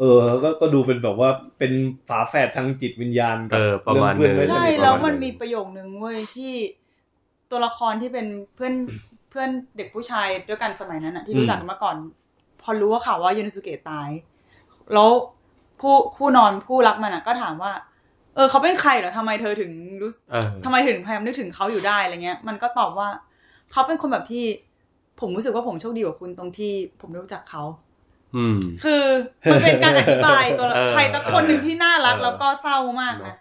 [SPEAKER 2] เออก็ก็ดูเป็นแบบว่าเป็นฝาแฝดทางจิตวิญญาณกับ
[SPEAKER 1] เออประมาณ
[SPEAKER 2] เพื่อน
[SPEAKER 1] นึง
[SPEAKER 2] ด้วย
[SPEAKER 3] ใช่
[SPEAKER 2] สนิท
[SPEAKER 1] ประมาณ
[SPEAKER 3] แล้วมันมีประโยคนึงเว้ยที่ตัวละครที่เป็นเพื่อน เพื่อนเด็กผู้ชายด้วยกันสมัยนั้นอะที่รู้จักกันมาก่อน พอรู้ว่าข่าวว่ายูนิสุเกะตาย แล้วคู่คู่นอนคู่รักมันอะก็ถามว่า เออเขาเป็นใครเหรอทำไมเธอถึงรู้
[SPEAKER 1] เออ
[SPEAKER 3] ทำไมถึงพยายามนึกถึงเขาอยู่ได้อะไรเงี้ย มันก็ตอบว่า เขาเป็นคนแบบที่ ผมรู้สึกว่าผมโชคดีกว่าคุณตรงที่ผมได้รู้จักเขา
[SPEAKER 1] อืม
[SPEAKER 3] คือมันเป็นการอธิบายตัวละ
[SPEAKER 1] เออ
[SPEAKER 3] ใครสักคนหนึ่งที่น่ารัก
[SPEAKER 1] เออ
[SPEAKER 3] แล้วก็เศร้ามาก
[SPEAKER 1] เน
[SPEAKER 3] นะ
[SPEAKER 1] อะ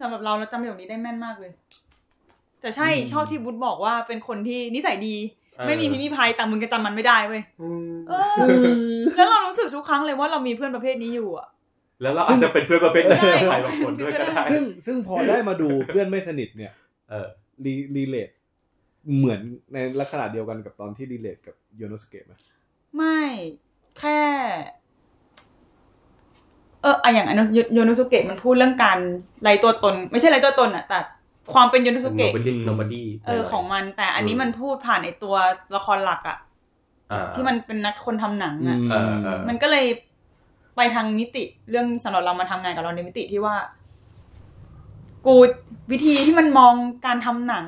[SPEAKER 3] สำหรับเราเราจำประโยคนี้ได้แม่นมากเลยแต่ใช่ชอบที่วุฒบอกว่าเป็นคนที่นิสัยดี ไม่มีพิมพ์ริพายแต่มึงก็จำมันไม่ได้เว้ย
[SPEAKER 1] อืม
[SPEAKER 3] เออแล้วเรารู้สึกทุกครั้งเลยว่าเรามีเพื่อนประเภทนี้อยู่อ่ะ
[SPEAKER 1] แล้วเราอาจจะเป็นเพื่อนประเภทนั้น
[SPEAKER 3] ใช่
[SPEAKER 1] ใครบางคนด้วยก็ได้
[SPEAKER 5] ซึ่ง
[SPEAKER 2] ซึ่งพอได้มาดูเพื่อนไม่สนิทเนี่ย
[SPEAKER 1] เออ
[SPEAKER 2] รีรีเลทเหมือนในลักษณะเดียวกันกับตอนที่รีเลทกับโยโนสเกะไหม
[SPEAKER 3] ไม่แค่ เอออะอย่างอนุโยโยนุสุเกะมันพูดเรื่องการไรตัวตน ไม่ใช่ไรตัวตนอะแต่ความเป็นโยนุสุเกะ
[SPEAKER 1] nobody nobody
[SPEAKER 3] เออของมัน แต่อันนี้มันพูดผ่านไอตัวละครหลักอะ
[SPEAKER 1] อ่า
[SPEAKER 3] ที่มันเป็นนักคนทำหนังอะ
[SPEAKER 1] เออเออ
[SPEAKER 3] มันก็เลยไปทางมิติเรื่องสำหรับเรามาทำงานกับเราในมิติที่ว่า กูวิธีที่มันมองการทำหนัง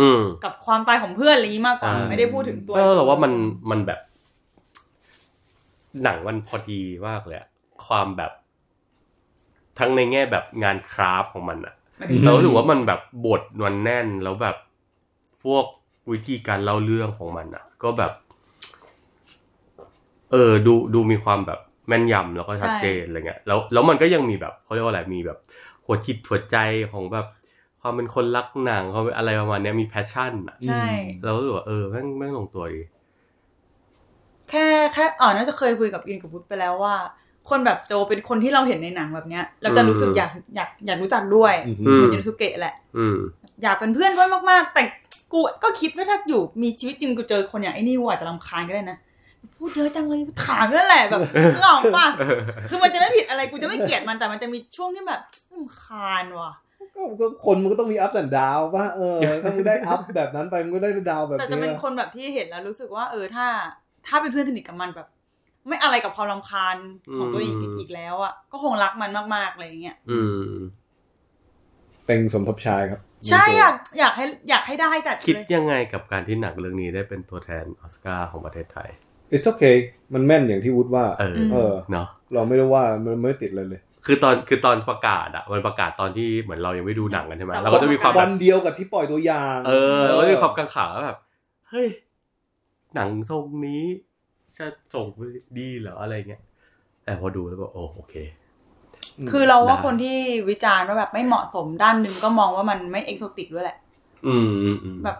[SPEAKER 1] อืม
[SPEAKER 3] กับความตายของเพื่อนอะไรอย่างนี้มากกว่า
[SPEAKER 1] อ่า
[SPEAKER 3] ไม่ได้พูดถึงตัว
[SPEAKER 1] เออเราว่ามันมันแบบ หนังมันพอดีมากเลยอะความแบบ ทั้งในแง่แบบงานคราฟของมันอะ เรารู้สึกว่ามันแบบบทมันแน่นแล้วแบบพวกวิธีการเล่าเรื่องของมันอ่ะ ก็แบบ เออ ดูดูมีความแบบแม่นยำแล้วก็ชัดเจนอะไรเงี้ยแล้วแล้วมันก็ยังมีแบบเขาเรียกว่าอะไรมีแบบ หัวจิตหัวใจของแบบ ความเป็นคนรักหนังความเป็นอะไรประมาณเนี้ยมีแพชชั่นอ่ะ
[SPEAKER 3] ใช่
[SPEAKER 1] เรารู้สึกว่าเออแม่งแม่งลงตัวดี
[SPEAKER 3] แค่แค่อ๋อน่าจะเคยคุยกับอินกับวุฒไปแล้วว่า คนแบบโจเป็นคนที่เราเห็นในหนังแบบเนี้ย เราจะรู้สึก
[SPEAKER 1] อืม
[SPEAKER 3] อยากอยากอยากรู้จักด้วย
[SPEAKER 2] อืม
[SPEAKER 1] อืม
[SPEAKER 3] เป็นยูสุเกะแหละ
[SPEAKER 1] อืม
[SPEAKER 3] อยากเป็นเพื่อนด้วยมาก ๆ แต่กูก็คิดว่าถ้าอยู่มีชีวิตจริงกูเจอคนอย่างไอ้นี่กูอาจจะรำคาญก็ได้นะพูดเยอะจังเลยถามนั่นแหละแบบหลอกป่ะคือมันจะไม่ผิดอะไรกูจะไม่เกลียดมันแต่มันจะมีช่วงที่แบบรำคาญว่ะ
[SPEAKER 2] ก็ก็คนมันก็ต้องมีอัพ and ดาวว่าเออถ้ามึงได้อัพแบบนั้นไปมึงก็ได้ดาวแบบ
[SPEAKER 3] แต่
[SPEAKER 2] นี้
[SPEAKER 3] จะเป็นคนแบบที่เห็นแล้วรู้สึกว่า เออถ้า ถ้าเป็นเพื่อนสนิทกับมันแบบ ไม่อะไรกับความรำคาญของตัวเองอีก
[SPEAKER 1] อืม
[SPEAKER 3] อีกแล้วอ่ะก็คงรักมันมากๆอะไรอย่างเงี้ย
[SPEAKER 1] อืม
[SPEAKER 2] เต็งสมทบชายครับ
[SPEAKER 3] ใช่อยากอยากให้อยากให้ได้จัด
[SPEAKER 1] คิด
[SPEAKER 3] เลย
[SPEAKER 1] ยังไงกับการที่หนังเรื่องนี้ได้เป็นตัวแทนออสการ์ของประเทศไทย
[SPEAKER 2] เอ s โอเค มันแม่นอย่างที่วุฒว่า
[SPEAKER 1] เออ
[SPEAKER 2] เออ
[SPEAKER 1] เนาะ
[SPEAKER 2] เราไม่ได้ว่ามันไม่ติดเลยเลย
[SPEAKER 1] คือตอนคือตอนประกาศอะมันประกาศตอนที่เหมือนเรายังไม่ดูหนังกันใช่ไหมเราก็จะมีความแบ
[SPEAKER 2] วั
[SPEAKER 1] บ
[SPEAKER 2] นเดียวกับที่ปล่อยตัวอย่าง
[SPEAKER 1] เออเราก็จะมีความกังขาว่าแบบเฮ้ยหนังทรงนี้ จะส่งไปดีเหรออะไรเงี้ยแต่พอดูแล้วก็โอ้โอเค
[SPEAKER 2] ม
[SPEAKER 3] คือเราว่า
[SPEAKER 1] ได้
[SPEAKER 3] คนที่วิจารณ์ว่าแบบไม่เหมาะสมด้านหนึ่งก็มองว่ามันไม่เอกโซติกด้วยแหละ
[SPEAKER 1] อืมอืมอืม
[SPEAKER 3] แบบ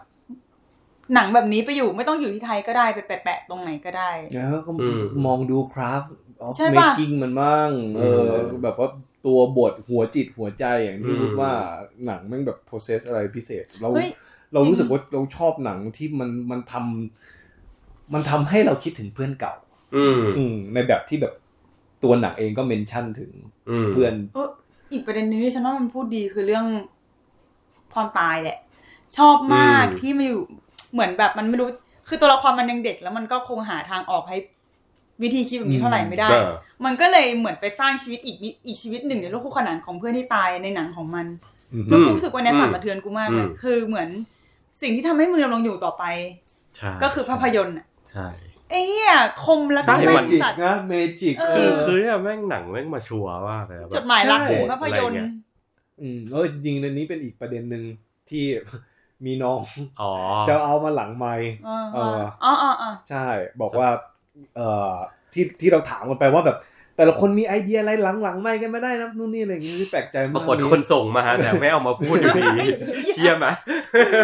[SPEAKER 3] หนังแบบนี้ไปอยู่ไม่ต้องอยู่ที่ไทยก็ได้ไปแปะๆตรงไหนก็ได้
[SPEAKER 2] แล้วก็
[SPEAKER 1] อืม
[SPEAKER 2] มองดูคราฟออฟ
[SPEAKER 3] ใช่
[SPEAKER 2] เม
[SPEAKER 3] ปะ
[SPEAKER 2] คกิ้งมันบ้างเอออ
[SPEAKER 1] ม
[SPEAKER 2] แบบว่าตัวบทหัวจิตหัวใจอย่างที่
[SPEAKER 1] อืม
[SPEAKER 2] พูดว่าหนังแมันแบบโปรเซสอะไรพิเศษ เรา
[SPEAKER 3] เฮ้ย
[SPEAKER 2] เรา
[SPEAKER 3] จริง
[SPEAKER 2] รู้สึกว่าเราชอบหนังที่มันมันทำมันทำให้เราคิดถึงเพื่อนเก่า
[SPEAKER 1] อืม
[SPEAKER 2] อืมในแบบที่แบบตัวหนังเองก็เมนชั่นถึง
[SPEAKER 1] อืม
[SPEAKER 2] เพื่อน
[SPEAKER 3] เอออีกประเด็นหนึงที่ฉันว่ามันพูดดีคือเรื่องความตายแหละ ชอบมากที่มาอยู่เหมือนแบบมันไม่รู้ คือตัวละครมันยังเด็ก แล้วมันก็คงหาทางออกให้วิธีคิดแบบนี้เท่าไหร่ไม่ได้
[SPEAKER 1] เออ
[SPEAKER 3] มันก็เลยเหมือนไปสร้างชีวิตอีกนิอีกชีวิตหนึ่งในโลกคู่ขนานของเพื่อนที่ตายในหนังของมัน แล้วกูรู้สึกว่าเนี่ยสั่นสะเทือนกูมากเลยคือเหมือนสิ่งที่ทำให้มือดำรงอยู่ต่อไป
[SPEAKER 1] ใช่
[SPEAKER 3] ก็คือภาพยนตร์อะ
[SPEAKER 1] ใช่
[SPEAKER 3] ไอ้เหี้ยคมแล้วก็
[SPEAKER 2] เม
[SPEAKER 3] แม่น
[SPEAKER 2] จิก
[SPEAKER 3] สัตว์
[SPEAKER 2] นะเมจิก
[SPEAKER 3] เอ
[SPEAKER 1] คือ
[SPEAKER 2] เ
[SPEAKER 1] คือเนี่ยแม่งหนังแม่งมาชัวร์มากเลยอะแบบ
[SPEAKER 3] จดหมายรัก
[SPEAKER 2] ใช่
[SPEAKER 3] ของภาพยนต
[SPEAKER 1] อะไรเงี้ย
[SPEAKER 3] ร์
[SPEAKER 2] อืมเออจริงๆอันนี้เป็นอีกประเด็นหนึ่งที่ มีน้อง
[SPEAKER 1] อ๋อ
[SPEAKER 2] จะเอามาหลังไมค์
[SPEAKER 3] เออ
[SPEAKER 2] เออ
[SPEAKER 3] เอ๋อเออเออ
[SPEAKER 2] ใช่ บอกว่าเอ่อที่ที่เราถามกันไปว่าแบบ แต่ละคนมีไอเดียอะไรหลังๆไม่กันไม่ได้นะนู่นนี่อะไรอย่างเงี้ยที่แปลกใจมาร
[SPEAKER 1] ปาก กฏคนส่งมาแต่ไม่เอามาพูดอยู่ ดีเยี่ยมไหม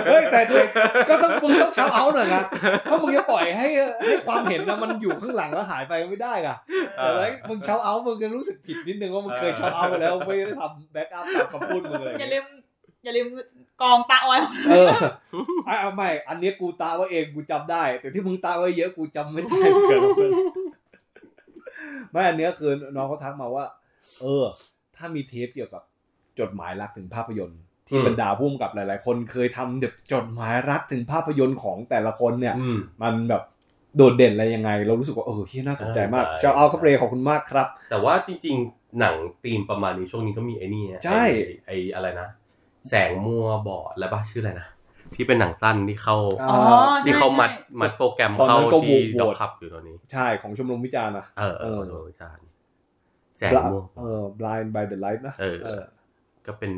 [SPEAKER 2] เฮ้ยแต่ด้วยก็ต้องมึงต้องเช้าเอาหน่อยนะเพราะมึงจะปล่อยให้ให้ความเห็นนะมันอยู่ข้างหลังแล้วหายไปไม่ได้อะแต่แล้วมึงเช้าเอามึงจะรู้สึกผิดนิดนึงว่ามึงเคยเช้าเอาไปแล้วไม่ได้ทำแบ็กอัพตามคำพูดมึงเลย
[SPEAKER 3] อย่าลืมอย่าลืมกองตาออยของ
[SPEAKER 2] เออเอาเอา ไม่ อันเนี้ยกูตาไว้เองกูจำได้ แต่ที่มึงตาไว้เยอะกูจำไม่ได้เหมือนกัน ไม่อันเนี้ยคือน้องเขาทักมาว่า เออ ถ้ามีเทปเกี่ยวกับจดหมายรักถึงภาพยนตร์ ที่
[SPEAKER 1] อืม
[SPEAKER 2] บรรดาผู้กำกับหลาย ๆ คนเคยทำแบบจดหมายรักถึงภาพยนตร์ของแต่ละคนเนี่ย
[SPEAKER 1] อืม
[SPEAKER 2] มันแบบโดดเด่นอะไรยังไง เรารู้สึกว่าเออเฮียน่าสนใจมาก
[SPEAKER 1] ใช่
[SPEAKER 2] ชาวเอาครับเรย์ขอบคุณมากครับ
[SPEAKER 1] แต่ว่าจริงๆ หนังธีมประมาณนี้ช่วงนี้ก็มีไอ้นี่ฮะ
[SPEAKER 2] ใช่
[SPEAKER 1] ไอ้ไอ้อะไรนะ แสงมัวบอดแล้วบ้าชื่ออะไรนะ ที่เป็นหนังสั้นที่เข้า
[SPEAKER 2] อ่า
[SPEAKER 3] อ๋อใช่
[SPEAKER 1] ที่เขามัด
[SPEAKER 3] ใช่
[SPEAKER 1] มัดโปรแกรม
[SPEAKER 2] ตอน
[SPEAKER 1] เข้า
[SPEAKER 2] นั้นก็
[SPEAKER 1] ที่
[SPEAKER 2] โหวต
[SPEAKER 1] ด็อกคับอยู่ตอนนี้
[SPEAKER 2] ใช่ของชมรมวิจารณ์นะ
[SPEAKER 1] เออเออข
[SPEAKER 2] เออ
[SPEAKER 1] อโทษอาจารย์แสงมัว
[SPEAKER 2] เออ blind by the light นะ
[SPEAKER 1] เออ
[SPEAKER 2] เออ
[SPEAKER 1] ก็เป็น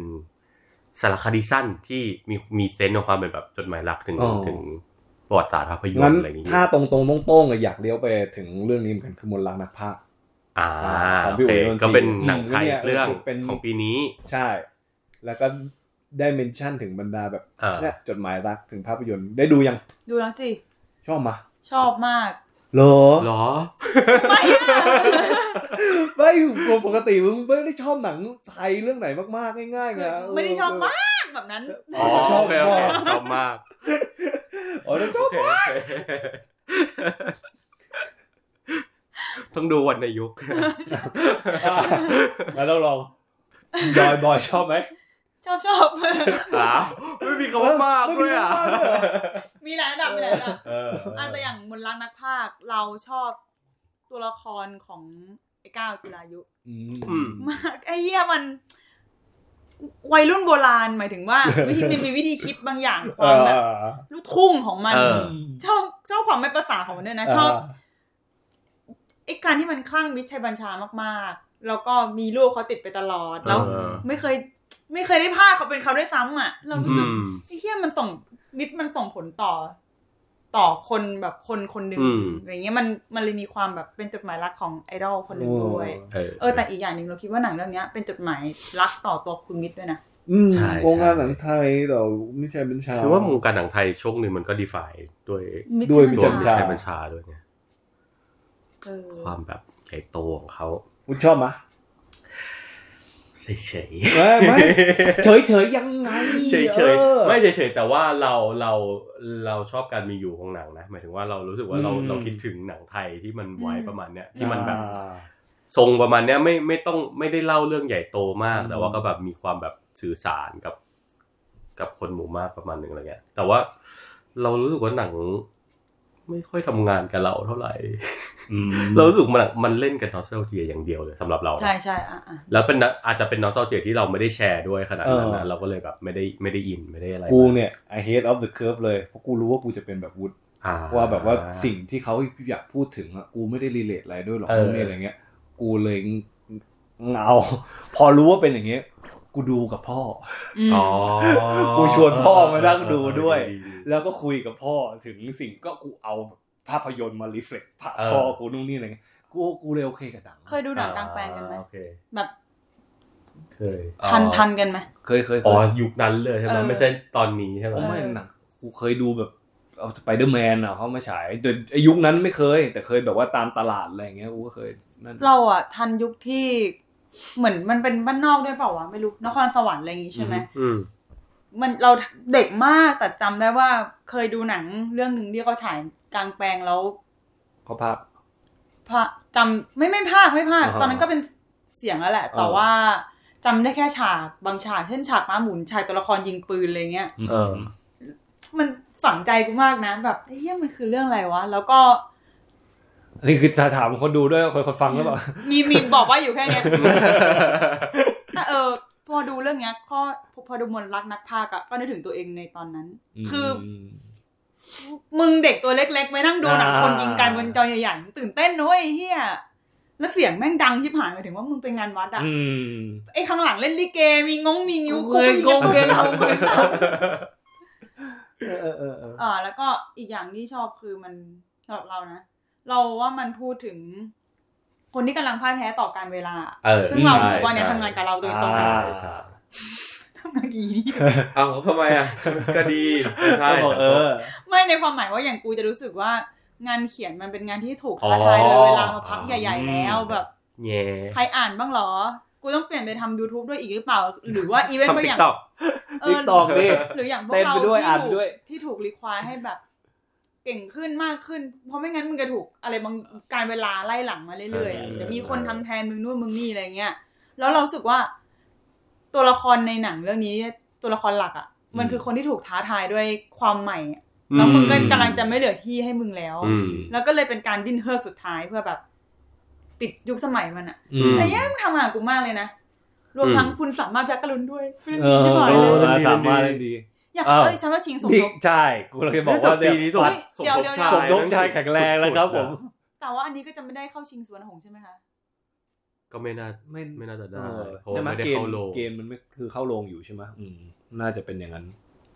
[SPEAKER 1] สารคดีสั้นที่มีมีเซนส์ของความเป็นแบบจดหมายรักถึง
[SPEAKER 2] อ๋อ
[SPEAKER 1] ถึงประวัติศาสตร์ภาพยนต
[SPEAKER 2] งั้น
[SPEAKER 1] ร์อะไรอย่างงี้
[SPEAKER 2] ถ้าตรงๆโต้งๆอะอยากเลี้ยวไปถึงเรื่องนี้เหมือนกันคือมนต์รักนักพากย์
[SPEAKER 1] อ่า
[SPEAKER 2] ของ
[SPEAKER 1] โอ
[SPEAKER 2] พี่
[SPEAKER 1] เค
[SPEAKER 2] อุ๋ยนนท์ศรี
[SPEAKER 1] ก็เป็นหนังไทย
[SPEAKER 2] อืมเนี่ย
[SPEAKER 1] เรื่อง
[SPEAKER 2] เป็น
[SPEAKER 1] ของปีนี้
[SPEAKER 2] ใช่ แล้วก็ได้เมนชั่นถึงบรรดาแบบ
[SPEAKER 1] อ่า
[SPEAKER 2] เนี่ยจดหมายรักถึงภาพยนตร์ได้ดูยัง
[SPEAKER 3] ดูแล้วสิ
[SPEAKER 2] ชอบมา
[SPEAKER 3] ชอบมาก
[SPEAKER 2] เหรอ
[SPEAKER 1] หรอ
[SPEAKER 3] ไม่อะ
[SPEAKER 2] ไม่ผมปกติมึงไม่ได้ชอบหนังไทยเรื่องไหนมากๆง่ายๆ
[SPEAKER 3] คือ
[SPEAKER 2] นะ
[SPEAKER 3] ไม่ได้ชอบมากแบบนั้น
[SPEAKER 1] อ๋อโอเคโอเคชอบมาก
[SPEAKER 2] อ๋อแล้วชอบ
[SPEAKER 1] โอเค ต้องดูวันในยุค
[SPEAKER 2] แล้วเราลองบอยบอยชอบไหม
[SPEAKER 3] ชอบชอบ
[SPEAKER 1] อ้าวไม่มีคำว่ามากด้วยอ่ะ
[SPEAKER 3] มีหลายระดับมีหลายระดับ
[SPEAKER 1] เออ
[SPEAKER 3] อ่ะแต่อย่างมนต์รักนักภาคเราชอบตัวละครของไอ้ก้าวจิรายุ
[SPEAKER 2] อื
[SPEAKER 1] อืม
[SPEAKER 2] ม
[SPEAKER 3] มากไอ้เหี้ยมัน วัยรุ่นโบราณหมายถึงว่า วิธีมันมีวิธีคิดบางอย่างค
[SPEAKER 2] เอ
[SPEAKER 3] วาม
[SPEAKER 2] อ
[SPEAKER 3] แบบลูกทุ่งของมัน
[SPEAKER 1] เออ
[SPEAKER 3] ชอบชอบความไม่ประสาของมันด้วยนะ ชอบไอ้การที่มันคลั่งมิตรชัยบัญชามากๆ แล้วก็มีลูกเขาติดไปตลอดแล้ว
[SPEAKER 1] เออ
[SPEAKER 3] ไม่เคย ไม่เคยได้ภาคเขาเป็นเขาได้วยซ้ำอ่ะ เรารู้
[SPEAKER 1] อื
[SPEAKER 3] สึก
[SPEAKER 1] ม
[SPEAKER 3] ไอ้เหี้ยมันส่งมิตรมันส่งผลต่อ ต่อคนแบบคนคนหนึ่ง
[SPEAKER 1] อืม
[SPEAKER 3] อะไรเงี้ยมันมันเลยมีความแบบเป็นจดหมายรักของไอดอลคนหนึ่งด้วย
[SPEAKER 1] เออ
[SPEAKER 3] เออแต่อีกอย่างหนึ่งเราคิดว่าหนังเรื่องเนี้ยเป็นจดหมายรักต่อตัวคุณมิตรด้วยนะ
[SPEAKER 2] อืม
[SPEAKER 1] ใช่
[SPEAKER 2] วงการหนังไทยต่อไม่ใช่เป็นชาว
[SPEAKER 1] คือว่าวงการหนังไทยช่วงหนึ่งมันก็ดีฝ่ายด้วย
[SPEAKER 3] มิตร
[SPEAKER 2] ด้วย
[SPEAKER 1] ตัวมิตร
[SPEAKER 3] ชัยบัญชา
[SPEAKER 1] ชัยบัญชาด้วยไง
[SPEAKER 3] เออ
[SPEAKER 1] ความแบบใหญ่โตของเขา
[SPEAKER 2] คุณชอบมะ
[SPEAKER 1] เฉย
[SPEAKER 2] ไม่ ไม่
[SPEAKER 1] ๆ
[SPEAKER 2] เฉยเฉยๆยังไง
[SPEAKER 1] เฉยเฉย
[SPEAKER 2] ออ
[SPEAKER 1] ๆไม่เฉยเฉยๆแต่ว่าเราเราเราชอบการมีอยู่ของหนังนะหมายถึงว่าเรารู้สึกว่าเรา
[SPEAKER 2] อืม
[SPEAKER 1] เราคิดถึงหนังไทยที่มันไว้ประมาณเนี้ยที่มันแบบ
[SPEAKER 2] อ่า
[SPEAKER 1] ทรงประมาณเนี้ยไม่ไม่ต้องไม่ได้เล่าเรื่องใหญ่โตมาก
[SPEAKER 2] อืม
[SPEAKER 1] แต่ว่าก็แบบมีความแบบสื่อสารกับ กับคนหมู่มากประมาณหนึ่งอะไรเงี้ยแต่ว่าเรารู้สึกว่าหนัง ไม่ค่อยทำงานกับเราเท่าไหร่
[SPEAKER 2] อืม
[SPEAKER 1] เรารู้สึกมันมันเล่นกันนอสเซลเทียอย่างเดียวเลยสำหรับเรา
[SPEAKER 3] ใช่ใช่อ่ะอ่ะ
[SPEAKER 1] แล้วเป็นนะอาจจะเป็นนอสเซลเทียที่เราไม่ได้แชร์ด้วยขนาดนั้นนะ
[SPEAKER 2] เออ
[SPEAKER 1] เราก็เลยแบบไม่ได้ไม่ได้อินไม่ได้อะไร
[SPEAKER 2] กูเนี่ย I hate of the curve เลยเพราะกูรู้ว่ากูจะเป็นแบบวุฒ
[SPEAKER 1] อ่
[SPEAKER 2] ว่าแบบว่าสิ่งที่เขาอยากพูดถึงอะกูไม่ได้รีเลทอะไรด้วยหรอก
[SPEAKER 1] เออ
[SPEAKER 2] พวกนี้อะไรเงี้ย กูเลยเงา พอรู้ว่าเป็นอย่างเงี้ย กูดูกับพ่อ
[SPEAKER 3] ม
[SPEAKER 1] อ๋อ
[SPEAKER 2] กูชวนพ่อมานั่งดูด้วย
[SPEAKER 1] เออดี
[SPEAKER 2] แล้วก็คุยกับพ่อถึงสิ่งก็กูเอาภาพยนตร์มารีเฟล็กพ
[SPEAKER 1] เออ
[SPEAKER 2] พ่อกูนู่นนี่อะไรเงี้ยกูกูเลยโอเคกับหนัง
[SPEAKER 3] เคยดูหนังกลางแปลงกันไหม
[SPEAKER 1] อ่าโอเค
[SPEAKER 3] แบบ
[SPEAKER 1] เคย
[SPEAKER 3] ทันทันกันไหม
[SPEAKER 2] เคยเคย
[SPEAKER 1] อ๋อยุคนั้นเลยใช่ไหม
[SPEAKER 3] เออ
[SPEAKER 1] ไม่ใช่ตอนนี้ใช่ไหม
[SPEAKER 2] ผมไม่
[SPEAKER 3] เออ
[SPEAKER 2] หนังกูเคยดูแบบเอาสไปเดอร์แมนอ่ะเขามาฉายแต่ไอ้ยุคนั้นไม่เคย แต่เคยแบบว่าตามตลาดอะไรอย่างเงี้ยกูก็เคยนั่น
[SPEAKER 3] เราอ่ะทันยุคที่เหมือนมันเป็นบ้านนอกด้วยเปล่าวะไม่รู้นครสวรรค์อะไรอย่างงี้ใช่ไหม
[SPEAKER 1] อืม
[SPEAKER 3] มันเราเด็กมากแต่จำได้ว่าเคยดูหนังเรื่องหนึ่งที่เขาฉายกลางแปลงแล้ว
[SPEAKER 2] เขาภาพ
[SPEAKER 3] พระจำไม่ไม่ภาคไม่ภาค
[SPEAKER 2] อ่าฮะ
[SPEAKER 3] ตอนนั้นก็เป็นเสียงแล้วแหละ แต่
[SPEAKER 2] อ่า
[SPEAKER 3] ว่าจำได้แค่ฉากบางฉากเช่นฉากม้าหมุนฉากตัวละครยิงปืนอะไรเงี้ย
[SPEAKER 1] เออ
[SPEAKER 3] มันฝังใจกูมากนะ แบบเฮียมันคือเรื่องอะไรวะ แล้วก็
[SPEAKER 2] อันนี้คือจะถามคนดูด้วยคนคนฟังหรือเปล่า
[SPEAKER 3] มีมีบอกว่าอยู่แค่เนี้ย แต่เออพอดูเรื่องเนี้ยก็พอพอดูมนต์รักนักพากย์อะก็นึกถึงตัวเองในตอนนั้น คือ มึงเด็กตัวเล็กๆไปนั่งดูหนัง
[SPEAKER 2] อ่า
[SPEAKER 3] คนยิงกันบนจอใหญ่ๆตื่นเต้นนะเว้ยไอ้เฮียแล้วเสียงแม่งดังชิบหายหมายถึงว่ามึงเป็นงานวัดอะ
[SPEAKER 2] อืม
[SPEAKER 3] ไอ้ข้างหลังเล่นลิเกมีงงมี
[SPEAKER 2] อ
[SPEAKER 3] งิ้ว
[SPEAKER 2] ยู่
[SPEAKER 3] กูก็ยิงกัน
[SPEAKER 2] เก
[SPEAKER 3] ตุ้ม
[SPEAKER 2] น
[SPEAKER 3] ตาม
[SPEAKER 2] เออเออเออ
[SPEAKER 3] เออแล้วก็อีกอย่างที่ชอบคือมันสำหรับเรานะเราว่ามันพูดถึง คนที่กำลังพ่ายแพ้ต่อการเวลา
[SPEAKER 1] เออ
[SPEAKER 3] ซึ่งเรา
[SPEAKER 1] ใช่
[SPEAKER 3] รู้สึกว่าเนี่ย
[SPEAKER 1] ใช่
[SPEAKER 3] ทำงานกับเราโดยตรง
[SPEAKER 1] อ่า
[SPEAKER 3] ทำงานกี่นี่
[SPEAKER 1] เอาทำไมอ่ะ ก็ดีใช่
[SPEAKER 2] ใช่บอกเออ
[SPEAKER 3] ไม่ในความหมายว่าอย่างกูจะรู้สึกว่างานเขียนมันเป็นงานที่ถูก
[SPEAKER 1] อ๋อ
[SPEAKER 3] ท้าทายเลยเวลามาพักใหญ่ๆแล้วแบบ
[SPEAKER 1] แง่
[SPEAKER 3] ใครอ่านบ้างเหรอ กูต้องเปลี่ยนไปทำ YouTube ด้วยอีกหรือเปล่า หรือว่าอีเวนต์
[SPEAKER 1] ทำ
[SPEAKER 3] บาง
[SPEAKER 1] ติ๊
[SPEAKER 3] อก ย่าง
[SPEAKER 1] ต็อก
[SPEAKER 3] เออ
[SPEAKER 2] TikTok ดิ
[SPEAKER 3] หรืออย่างพวก
[SPEAKER 2] เต้น
[SPEAKER 3] เรา
[SPEAKER 2] ไปด้วย
[SPEAKER 3] ที่
[SPEAKER 2] อ่าน
[SPEAKER 3] ถู
[SPEAKER 2] ไป
[SPEAKER 3] ก
[SPEAKER 2] ด้วย
[SPEAKER 3] ที่ถูกรีควายให้แบบ เก่งขึ้นมากขึ้น เพราะไม่งั้นมึงจะถูกอะไรบางการเวลาไล่หลังมาเรื่อยๆอะ
[SPEAKER 1] เออ
[SPEAKER 3] เดี๋ยวมีคนทำแทนมึงนู่นมึงนี่อะไรเงี้ย แล้วเรารู้สึกว่า ตัวละครในหนังเรื่องนี้ตัวละครหลักอ่ะ มันคือคนที่ถูกท้าทายด้วยความใหม่อะแล้วมึงก็กำลังจะไม่เหลือที่ให้มึงแล้ว
[SPEAKER 1] อืม
[SPEAKER 3] แล้วก็เลยเป็นการดิ้นเฮิร์กสุดท้ายเพื่อแบบ ติดยุคสมัยมันอ่ะ
[SPEAKER 2] อืม
[SPEAKER 3] ไอ้เนี้ยมันทำงานกูมากเลยนะ รวม
[SPEAKER 1] อืม
[SPEAKER 3] ทั้งคุณสามารถยักกระลุนด้วยเพื่อน
[SPEAKER 2] เอ
[SPEAKER 3] ดี
[SPEAKER 2] อ
[SPEAKER 3] ที่บอก
[SPEAKER 2] เอ
[SPEAKER 3] เล
[SPEAKER 2] อย สามารถเล่นดี
[SPEAKER 3] อยาก
[SPEAKER 2] เออ
[SPEAKER 3] เอ้ยฉันว่าชิงสม
[SPEAKER 2] นี่
[SPEAKER 3] ทบ
[SPEAKER 2] ใช่กูเลยบอกว่า
[SPEAKER 1] ปีนี้สม
[SPEAKER 2] ปัด
[SPEAKER 1] สม
[SPEAKER 3] เดี๋ยว
[SPEAKER 1] ทบ
[SPEAKER 3] เดี๋ยว
[SPEAKER 1] ชาย
[SPEAKER 2] สมทบชายแข็งแรงแล้วครับผม
[SPEAKER 3] แต่ว่าอันนี้ก็จะไม่ได้เข้าชิงสวนหงส์ใช่ไหมคะ
[SPEAKER 1] ก็ไม่น่า
[SPEAKER 2] ไม่
[SPEAKER 1] ไม่น่าจะได้
[SPEAKER 2] เออ
[SPEAKER 1] เพราะว่าไม่ได้
[SPEAKER 2] เกม
[SPEAKER 1] เข้าโรง
[SPEAKER 2] เกมมันไม่คือเข้าโรงอยู่ใช่ไหมอืมน่าจะเป็นอย่างนั้น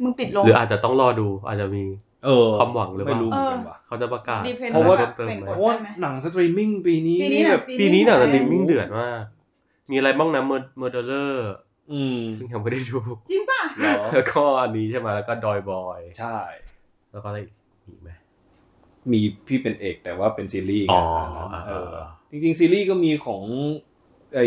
[SPEAKER 3] มึงปิดลง
[SPEAKER 1] หรืออาจจะต้องรอดูอาจจะมี
[SPEAKER 2] เออ
[SPEAKER 1] ความหวังหรือเปล่า
[SPEAKER 2] ไม่รู้เหมือนกันว่ะ
[SPEAKER 1] เขาจะประกาศ
[SPEAKER 3] Depend
[SPEAKER 2] เพราะว่า
[SPEAKER 1] เพิ่มเติมไหม
[SPEAKER 3] เป็น
[SPEAKER 2] เพ
[SPEAKER 3] กฎ
[SPEAKER 2] ราะว่าหนังสตรีมมิ่งปีนี้
[SPEAKER 3] ปีนี้
[SPEAKER 2] นี่แบบ
[SPEAKER 1] ปีนี้หนังสตรีมมิ่ง
[SPEAKER 3] เดื
[SPEAKER 1] เดือดมาก มีอะไรบ้างนะเมอร์เดอร์
[SPEAKER 2] อืม
[SPEAKER 1] ซึ่งยังไม่ได้ดู
[SPEAKER 3] จริงป่ะ
[SPEAKER 2] เหรอ
[SPEAKER 1] แล้วก็อันนี้ใช่ไหมแล้วก็ดอยบอย
[SPEAKER 2] ใช่
[SPEAKER 1] แล้วก็อะไรอีกมีไหม
[SPEAKER 2] มีพี่เป็นเอกแต่ว่าเป็นซีรีส์ไง
[SPEAKER 1] อ๋อ
[SPEAKER 2] อันนั้น
[SPEAKER 1] เอ
[SPEAKER 2] เอ
[SPEAKER 1] อ
[SPEAKER 2] อ จริงๆ ซีรีส์ก็มีของไอ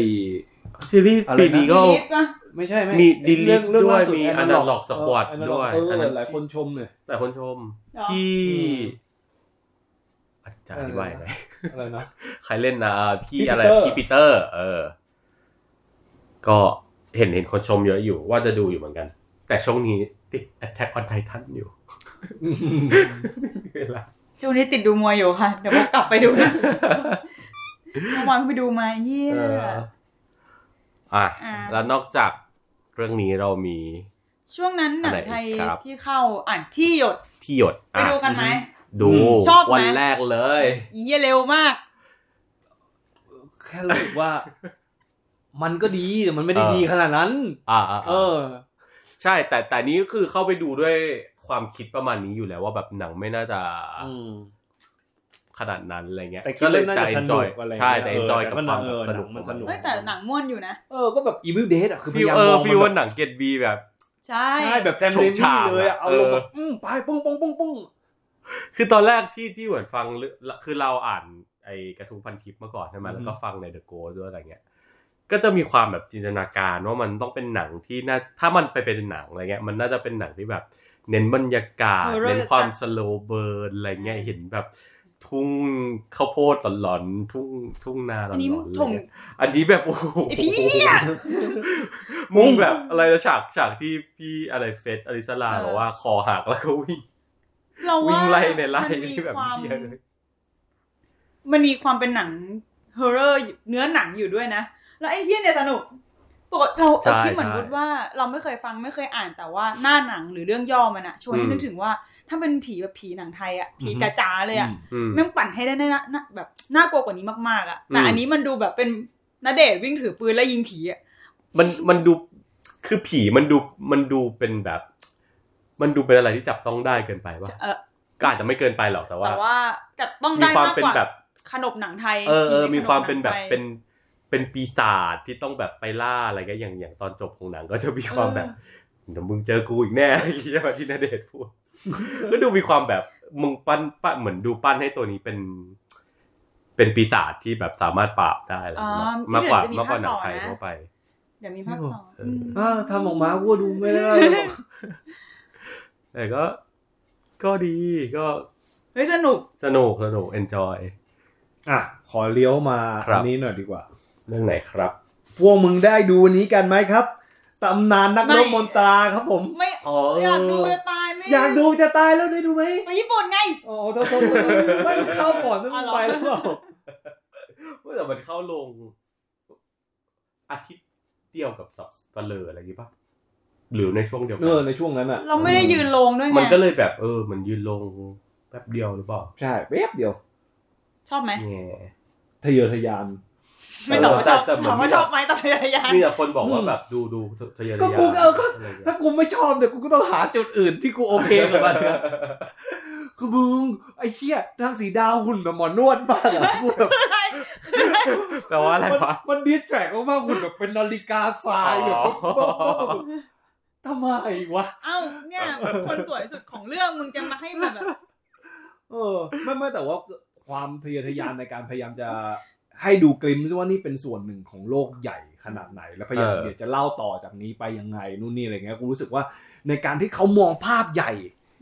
[SPEAKER 1] ซีรีส์
[SPEAKER 2] อะไรนะ
[SPEAKER 1] ปีนี้ก็
[SPEAKER 3] Believe ป่ะ
[SPEAKER 2] ไม่ใช่ไม่
[SPEAKER 1] มี
[SPEAKER 2] ไอ้
[SPEAKER 1] Delete
[SPEAKER 2] เรื่องเรื่อง
[SPEAKER 1] ด้วย
[SPEAKER 2] ล่าสุด
[SPEAKER 1] มี
[SPEAKER 2] Analog
[SPEAKER 1] Analog Squad
[SPEAKER 2] เออ Analog
[SPEAKER 1] ด้วย
[SPEAKER 2] เออ
[SPEAKER 1] อันนั้น
[SPEAKER 2] หลายคนชมเลย
[SPEAKER 1] แต่คนชม
[SPEAKER 3] หรอ
[SPEAKER 1] ที่อาจารย์
[SPEAKER 2] เอ
[SPEAKER 1] อ
[SPEAKER 2] ออ
[SPEAKER 1] ธิบายไหม
[SPEAKER 2] อะไรนะ
[SPEAKER 1] ใครเล่นนะพี่
[SPEAKER 2] พี่
[SPEAKER 1] อะไร
[SPEAKER 2] Peter
[SPEAKER 1] พี่ปีเตอร์ เออ ก็เห็นเห็นคนชมเยอะอยู่ว่าจะดูอยู่เหมือนกัน แต่ช่วงนี้ติด Attack on Titan อยู่ เวลา
[SPEAKER 3] ช่วงนี้ติดดูมวยอยู่ค่ะ เดี๋ยวพวกกลับไปดูนะเมื่อวานไปดูมาเยี่ย
[SPEAKER 1] เอออ่ะ
[SPEAKER 3] อ่ะ
[SPEAKER 1] แล้วนอกจากเรื่องนี้เรามี
[SPEAKER 3] ช่วงนั้นหนัง
[SPEAKER 1] อะไรอีก
[SPEAKER 3] ไทย
[SPEAKER 1] ครับ
[SPEAKER 3] ที่เข้าอ่านที่หยด
[SPEAKER 1] ที่หยด
[SPEAKER 3] ไปดูกันไหม
[SPEAKER 1] ดู
[SPEAKER 2] อืม
[SPEAKER 3] ชอบไหม
[SPEAKER 1] วันแรกเลย
[SPEAKER 3] เยี่ยเร็วมาก
[SPEAKER 2] แค่รู้สึกว่า มันก็ดีแต่มันไม่ได้
[SPEAKER 1] เออ
[SPEAKER 2] ดีขนาดนั้น
[SPEAKER 1] อ่าอ่า
[SPEAKER 2] เออ
[SPEAKER 1] ใช่ แต่แต่นี้คือเข้าไปดูด้วยความคิดประมาณนี้อยู่แล้วว่าแบบหนังไม่น่าจะ
[SPEAKER 2] อืม
[SPEAKER 1] ขนาดนั้นอะไรเงี้ย
[SPEAKER 2] แต่คิด
[SPEAKER 1] ก็เลย
[SPEAKER 2] ว่าน่า
[SPEAKER 1] แต่
[SPEAKER 2] จะสนุก
[SPEAKER 1] enjoy
[SPEAKER 2] อะไรเงี้ย
[SPEAKER 1] ใช่แต่
[SPEAKER 2] เออ
[SPEAKER 1] enjoy
[SPEAKER 2] แต่
[SPEAKER 1] กับ
[SPEAKER 2] มัน
[SPEAKER 1] ความ
[SPEAKER 2] เออ
[SPEAKER 1] สนุก
[SPEAKER 2] หนังมันสนุก
[SPEAKER 3] เฮ้ยแต่หนังม่วนอยู่นะ
[SPEAKER 2] เออก็แบบ Evil Dead อ่ะ คือพ
[SPEAKER 1] ฟิล
[SPEAKER 2] ยายาม
[SPEAKER 1] เอ
[SPEAKER 2] ม
[SPEAKER 1] อ
[SPEAKER 2] อง
[SPEAKER 1] ฟิล
[SPEAKER 2] มั
[SPEAKER 1] ว่าน
[SPEAKER 2] แบบ
[SPEAKER 1] หนังเกตบีแบบ
[SPEAKER 3] ใช่
[SPEAKER 2] ใช่แบบแซม
[SPEAKER 1] ชง
[SPEAKER 2] เรมี่
[SPEAKER 1] ฉาก
[SPEAKER 2] เลยอะ
[SPEAKER 1] อะ
[SPEAKER 2] เอาล
[SPEAKER 1] เออ
[SPEAKER 2] งแบบอืมไปปุ้งปุ้งปุ้งปุ้ง
[SPEAKER 1] คือตอนแรกที่ที่เหมือนฟังเรื่องคือเราอ่านไอ้กระทู้พันทิปมาก่อนใช่ไหมแล้วก็ฟังในเดอะโกด้วยอะไรเงี้ย ก็จะมีความแบบจินตนาการว่ามันต้องเป็นหนังที่น่าถ้ามันไปเป็นหนังอะไรเงี้ย มันน่าจะเป็นหนังที่แบบ เน้นบรรยากาศ
[SPEAKER 3] Horror
[SPEAKER 1] เน้นความสโลเบิร์นอะไรเงี้ยเห็นแบบทุ่งข้าวโพดหลอนๆทุ่งทุ่งนาหลอ
[SPEAKER 3] อันนี้
[SPEAKER 1] นๆ
[SPEAKER 3] ถ
[SPEAKER 1] อะไร
[SPEAKER 3] ง
[SPEAKER 1] เงี้ยอันนี้แบบโอ้โห
[SPEAKER 3] ไอ้เหี้ย
[SPEAKER 1] มุงแบบอะไรนะฉากฉากที่พี่อะไรเฟสอลิซาลาบอกว่าคอหักแล้วก็วิ่ง
[SPEAKER 3] เราว่า
[SPEAKER 1] วิ่งไล่ในไล่
[SPEAKER 3] มันมี
[SPEAKER 1] ที่แบบ
[SPEAKER 3] ความ
[SPEAKER 1] เหี้ยเลย
[SPEAKER 3] มันมีความเป็นหนังฮอร์เรอร์เนื้อหนังอยู่ด้วยนะ แล้วไอ้เฮี้ยเนี่ยสนุกปกติเรา
[SPEAKER 1] ใช่
[SPEAKER 3] เราคิดเหมือน
[SPEAKER 1] ใช่
[SPEAKER 3] วุฒว่าเราไม่เคยฟังไม่เคยอ่านแต่ว่าหน้าหนังหรือเรื่องย่อมันอะชวนให้
[SPEAKER 1] อืม
[SPEAKER 3] นึกถึงว่า ถ้าเป็นผีแบบผีหนังไทยอะผีจ๋าๆเลยอะ
[SPEAKER 2] อืม
[SPEAKER 1] อืม
[SPEAKER 3] แม่งปั่นให้ได้นะนะแบบน่ากลัวกว่านี้มากๆอะแต่
[SPEAKER 1] อืม
[SPEAKER 3] อันนี้มันดูแบบเป็นนาเดชน์วิ่งถือปืนแล้วยิงผีอะ
[SPEAKER 1] มันมันดูคือผีมันดูมันดูเป็นแบบ มันดูเป็นอะไรที่จับต้องได้เกินไปว่า
[SPEAKER 3] เออ
[SPEAKER 1] ก็อาจจะไม่เกินไปหรอกแต่ว่า
[SPEAKER 3] แต่ว่าแต่ต้อง
[SPEAKER 1] มี
[SPEAKER 3] ได้
[SPEAKER 1] ความ
[SPEAKER 3] มาก
[SPEAKER 1] เป็น
[SPEAKER 3] กว่า
[SPEAKER 1] แบบ
[SPEAKER 3] ขนบหนังไทย
[SPEAKER 1] เออเออ
[SPEAKER 3] ผี
[SPEAKER 1] มี
[SPEAKER 3] ใขบหงไทย
[SPEAKER 1] ความเป็นแบบเป็นเป็นปีศาจที่ต้องแบบไปล่าอะไรก็อย่างอย่างตอนจบของหนังก็จะมีความแบบเดี๋ยวมึงเจอกูอีกแน่ อะไรอย่างเงี้ยที่นเดชน์พู ด ก็ดูมีความแบบมึงปั้นปั้นเหมือนดูปั้นให้ตัวนี้เป็น เป็นปีศาจที่แบบสามารถปราบได้อะไรอย่างเงี้ยมากกว่ามากกว่าหนังไทยทั่วไป
[SPEAKER 3] เดี๋ยวมีภาคสอง
[SPEAKER 1] เอออื
[SPEAKER 3] ม
[SPEAKER 2] อ่าทำออกมากูก็ดูไม่ได้หรอก
[SPEAKER 1] แต่ก็ก็ดีก็
[SPEAKER 3] เฮ้ยสนุก
[SPEAKER 1] สนุกสนุก enjoy
[SPEAKER 2] อ่ะ ขอเลี้ยวมา
[SPEAKER 1] ครับ
[SPEAKER 2] อันนี้หน่อยดีกว่า
[SPEAKER 1] เรื่องไหนครับ
[SPEAKER 2] พวกมึงได้ดูวันนี้กันไหมครับตำนานนักรบ
[SPEAKER 3] ไม่
[SPEAKER 2] มนตราครับผม
[SPEAKER 3] ไม่
[SPEAKER 1] อ๋อเออ
[SPEAKER 3] อ
[SPEAKER 1] อ
[SPEAKER 3] ยากดูจะตายไม่
[SPEAKER 2] อยากดูจะตายแล้วได้ดูไหม
[SPEAKER 3] ไปญี่ปุ่นไง
[SPEAKER 2] อ๋อโทษโทษโทษไม่เข้าก่อนต้อง
[SPEAKER 3] อ๋อเหรอ
[SPEAKER 2] ไปแล้วเปล่า
[SPEAKER 1] ว่าแต่มันเข้าลง อาทิตย์เดียวกับสับปะเลออะไรอย่างงี้ป่ะ หรือในช่วงเดียวกั
[SPEAKER 2] เออในช่วงนั้นอ่ะ
[SPEAKER 3] เราไม่ได้ยืนลงด้วยไง
[SPEAKER 1] มันก็เลยแบบเออมันยืนลงแป๊บเดียวหรือเปล่า
[SPEAKER 2] ใช่แป๊บเดียว
[SPEAKER 3] ชอบไหม
[SPEAKER 1] แง่
[SPEAKER 2] ทะเยอทะยาน
[SPEAKER 3] ไม่ตอบว่าชอบ
[SPEAKER 1] แต่เหมื
[SPEAKER 3] ถาน มว่าชอบไหมตอบพยายาม
[SPEAKER 1] มีแต่คนบอกว่า
[SPEAKER 2] อืม
[SPEAKER 1] แบบดูดูทะเยอทะยาน
[SPEAKER 2] ก็กูก็เออก็
[SPEAKER 1] ะไรย่างเงี้ย
[SPEAKER 2] ถ้ากูไม่ชอบเนี่ยกูก็ต้องหาจุดอื่นที่กูโอเคกับมันนะคือมึงไอ้เหี้ยทางสีดาวหุ่นแบบหมอนวดมากอะกูแบบ
[SPEAKER 1] แปลว่าอะไร
[SPEAKER 2] มัน
[SPEAKER 1] วะ
[SPEAKER 2] มันดิสแทรกมากๆหุ่นแบบเป็นนาฬิกาทราย แบบ
[SPEAKER 1] อ๋อ
[SPEAKER 2] ทำไมวะ
[SPEAKER 3] เอ้าเนี่ยคนสวยสุดของเรื่องมึงจะมาให้มันแบบ
[SPEAKER 2] เออไม่ไม่แต่ว่าความทะเยอทะยานในการพยายามจะให้ดูกลิมซ์ว่านี่เป็นส่วนหนึ่งของโลกใหญ่ขนาดไหน แล้วพยายาม
[SPEAKER 1] เออ
[SPEAKER 2] เดี๋ยวจะเล่าต่อจากนี้ไปยังไงนู่นนี่อะไรเงี้ยกูรู้สึกว่าในการที่เขามองภาพใหญ่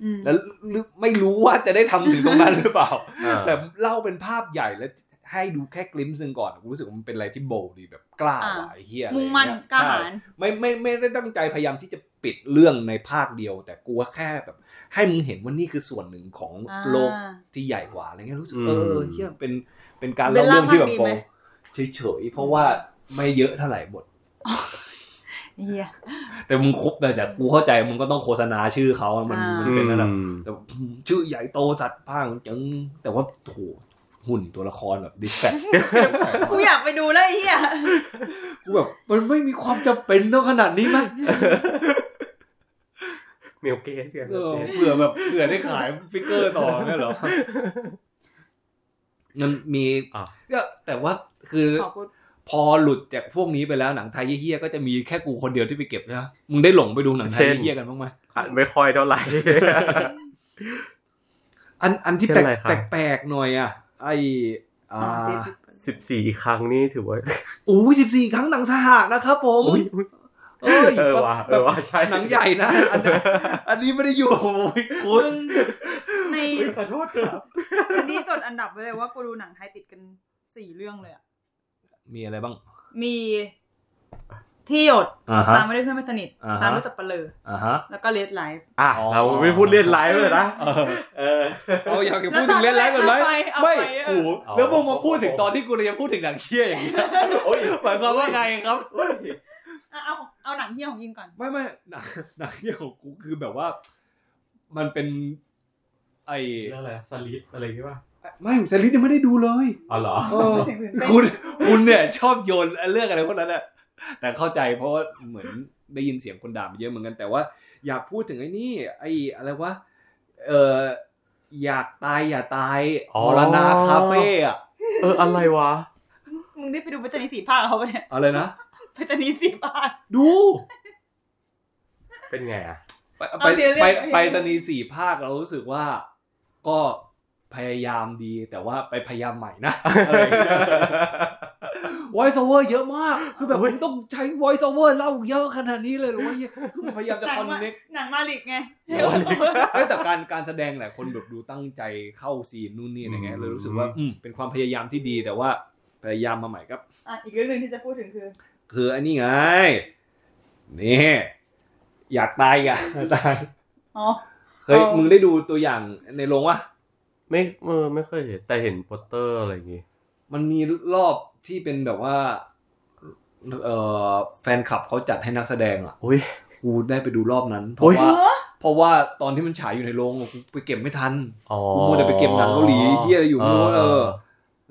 [SPEAKER 3] อืม
[SPEAKER 2] แล้วลึกไม่รู้ว่าจะได้ทำถึงตรงนั้นหรือเปล่า
[SPEAKER 1] อ่า
[SPEAKER 2] แต่เล่าเป็นภาพใหญ่แล้วให้ดูแค่กลิมซ์หนึ่งก่อนกูรู้สึกว่ามันเป็นอะไรที่โบลดีแบบกล้าว่ะไอ้เฮียอะไร
[SPEAKER 3] มุ่ง
[SPEAKER 2] เย
[SPEAKER 3] มั่นกล้าหาญ
[SPEAKER 2] ใช่ ไม่ไม่ไม่ได้ตั้งใจพยายามที่จะปิดเรื่องในภาคเดียว แต่กูว่าแค่แบบ ให้มึงเห็นว่านี่คือส่วนหนึ่งของ
[SPEAKER 3] อ่า
[SPEAKER 2] โลกที่ใหญ่กว่าอะไรเงี้ยรู้สึกเออเฮียเป็นเป็นการ
[SPEAKER 3] เบ
[SPEAKER 2] เล่า
[SPEAKER 3] ลล่า
[SPEAKER 2] เรื่องที่
[SPEAKER 3] ภาคดี
[SPEAKER 2] แบบโป
[SPEAKER 3] ไหม
[SPEAKER 2] เฉยๆเพราะว่าไม่เยอะเท่าไหร่บท
[SPEAKER 3] เฮีย
[SPEAKER 2] แต่มึงครบแต่แต่กูเข้าใจมึงก็ต้องโฆษณาชื่อเขาอะมันมันเป็นระดับ
[SPEAKER 1] อืม
[SPEAKER 2] แต่ชื่อใหญ่โตสัตว์ภาคจังแต่ว่าโถโห หุ่นตัวละครแบบดิสแฟก
[SPEAKER 3] กูอยากไปดูแล้วไอ้เหี้ย
[SPEAKER 2] กูแบบมันไม่มีความจำเป็นต้องขนาดนี้ไหม
[SPEAKER 1] เมลเกสเสียง
[SPEAKER 2] เอ
[SPEAKER 1] เมล
[SPEAKER 2] อ
[SPEAKER 1] เกส
[SPEAKER 2] เผื่อแบบเผื่อได้ขายฟิกเกอร์ต่อเนี่ยเหรอมันมี
[SPEAKER 1] อ่ะ
[SPEAKER 2] เนี่ยแต่ว่าคือ
[SPEAKER 3] ขอบคุณ
[SPEAKER 2] พอหลุดจากพวกนี้ไปแล้วหนังไทยเฮี้ยๆก็จะมีแค่กูคนเดียวที่ไปเก็บใช่ไหมมึงได้หลงไปดูหนังไทยเฮี้ยๆกันบ้างไหม
[SPEAKER 1] อ่านไม่ค่อยเท่าไหร่
[SPEAKER 2] อันอันที่
[SPEAKER 1] เช่
[SPEAKER 2] แปล
[SPEAKER 1] นอะไรครับ
[SPEAKER 2] กแปลกๆหน่อยอ่ะ ไออ่า
[SPEAKER 1] สิบสี่ครั้งนี่ถือว่า
[SPEAKER 2] อู้สิบสี่ครั้งหนังสหะนะครับผม
[SPEAKER 1] อุ๊ย
[SPEAKER 2] เอ้ย
[SPEAKER 1] เออว่ะเออว่ะใช่
[SPEAKER 2] หนังใหญ่นะอันอันนี้ไม่ได้อยู่โอ้ยคุณ
[SPEAKER 3] ใน
[SPEAKER 1] อุ๊ยขอโทษครับ
[SPEAKER 3] อันนี้จดอันดับไว้เลยว่ากูดูหนังไทยติดกันสี่เรื่องเลยอะ
[SPEAKER 2] มีอะไรบ้าง
[SPEAKER 3] มีที่หยด
[SPEAKER 2] อ่าฮะ
[SPEAKER 3] ตามไม่ได้เพื่อนไม่สนิท
[SPEAKER 2] อ่าฮะ
[SPEAKER 3] ตามด้วยสับปะเลอ
[SPEAKER 2] อ่าฮะ
[SPEAKER 3] แล้วก็เลดไลฟ์
[SPEAKER 1] อ่ะ
[SPEAKER 2] อ๋อ
[SPEAKER 1] เราไม่พูดเล่นไลฟ์เลยนะ
[SPEAKER 2] เออ
[SPEAKER 1] เออ
[SPEAKER 2] เอาอยากจะพูดถึงเล่นไลฟ์กันไหม
[SPEAKER 3] เอาไปเอาไป
[SPEAKER 2] ไม่
[SPEAKER 3] เออ
[SPEAKER 2] โอ้โหแล้วมึงมาพูดถึงตอนที่กูเลยจะพูดถึงหนังเฮี้ยอย่างเงี้ย
[SPEAKER 1] โอ้ย
[SPEAKER 2] หมายความว่าไงครับ
[SPEAKER 1] โอ้ย
[SPEAKER 3] เอาเอาของเอาหนังเฮี้ยของยิงก่อน
[SPEAKER 2] ไม่ไม่หนังหนังเรื่องของกูคือแบบว่า มันเป็น ไอ
[SPEAKER 1] เรื่องอะไรสลิดอะไรอย่างงี้ป่ะ
[SPEAKER 2] ไม่สลิดยังไม่ได้ดูเลย
[SPEAKER 1] อ๋อเหรอ
[SPEAKER 2] เออคุณคุณเนี่ย ชอบโยนเรื่องอะไรพวกนั้นแหละแต่เข้าใจเพราะว่าเหมือนได้ยินเสียงคนด่ามาเยอะเหมือนกันแต่ว่า อยากพูดถึงไอ้นี่ ไอ้อะไรวะเอออยากตายอย่าตาย
[SPEAKER 1] อ๋อ
[SPEAKER 2] มรณะคาเฟ่อะ
[SPEAKER 1] เอออะไรวะ
[SPEAKER 3] มึงได้ไปดูไปตานีสีภาคเขาปะเนี่ย
[SPEAKER 2] อะไรนะ
[SPEAKER 3] ไปตานีสีภาค
[SPEAKER 2] ดู
[SPEAKER 1] เป็นไงอ่ะ
[SPEAKER 2] ไปไป
[SPEAKER 3] เอาเดี๋ยวเรียก
[SPEAKER 2] ไป
[SPEAKER 3] เอาเดี๋ยว
[SPEAKER 2] ไปสนีย์สี่ภาคเรารู้สึกว่าก็พยายามดีแต่ว่าไปพยายามใหม่นะ ไวซ์โอเวอร์เยอะมาก คือแบบ
[SPEAKER 1] เฮ้ย
[SPEAKER 2] มึงต้องใช้ไวซ์โอเวอร์เล่าเยอะขนาดนี้เลยเหรอวะเนี่ยคือมันพยายามจะ
[SPEAKER 3] หนั
[SPEAKER 2] คอง น
[SPEAKER 3] มา
[SPEAKER 2] เน็ก
[SPEAKER 3] หนังมาลิกไง
[SPEAKER 2] แต่การการแสดงแหละคนแบบดูตั้งใจเข้าซีนนู่นนี่อะไรเงี้ยเลยรู้สึกว่าอืมเป็นความพยายามที่ดีแต่ว่าพยายามมาใหม่ครับ
[SPEAKER 3] อ่ะอีกเรื่องหนึ่งที่จะพูดถึงคือ
[SPEAKER 2] คืออันนี้ไงนี่อยากตายอ่ะ ตาย
[SPEAKER 3] อ๋อ
[SPEAKER 2] เคย
[SPEAKER 3] เอามึ
[SPEAKER 2] มึงได้ดูตัวอย่างในโรงวะ
[SPEAKER 1] ไม่เออไม่เคยเห็นแต่เห็นโปสเตอร์อะไรอย่างงี้
[SPEAKER 2] มันมีรอบที่เป็นแบบว่า เอ่อแฟนคลับเขาจัดให้นักแสดงอ่ะ
[SPEAKER 1] อุ้ย
[SPEAKER 2] กูได้ไปดูรอบนั้น เพ
[SPEAKER 1] โอ้ย
[SPEAKER 2] ราะว่า เพราะว่าตอนที่มันฉายอยู่ในโรงอะกูไปเก็บไม่ทัน
[SPEAKER 1] อ๋อ
[SPEAKER 2] กูมัวแต่ไปเก็บหนังเกาหลีเฮียอะไรอยู่ไม่รู้เออ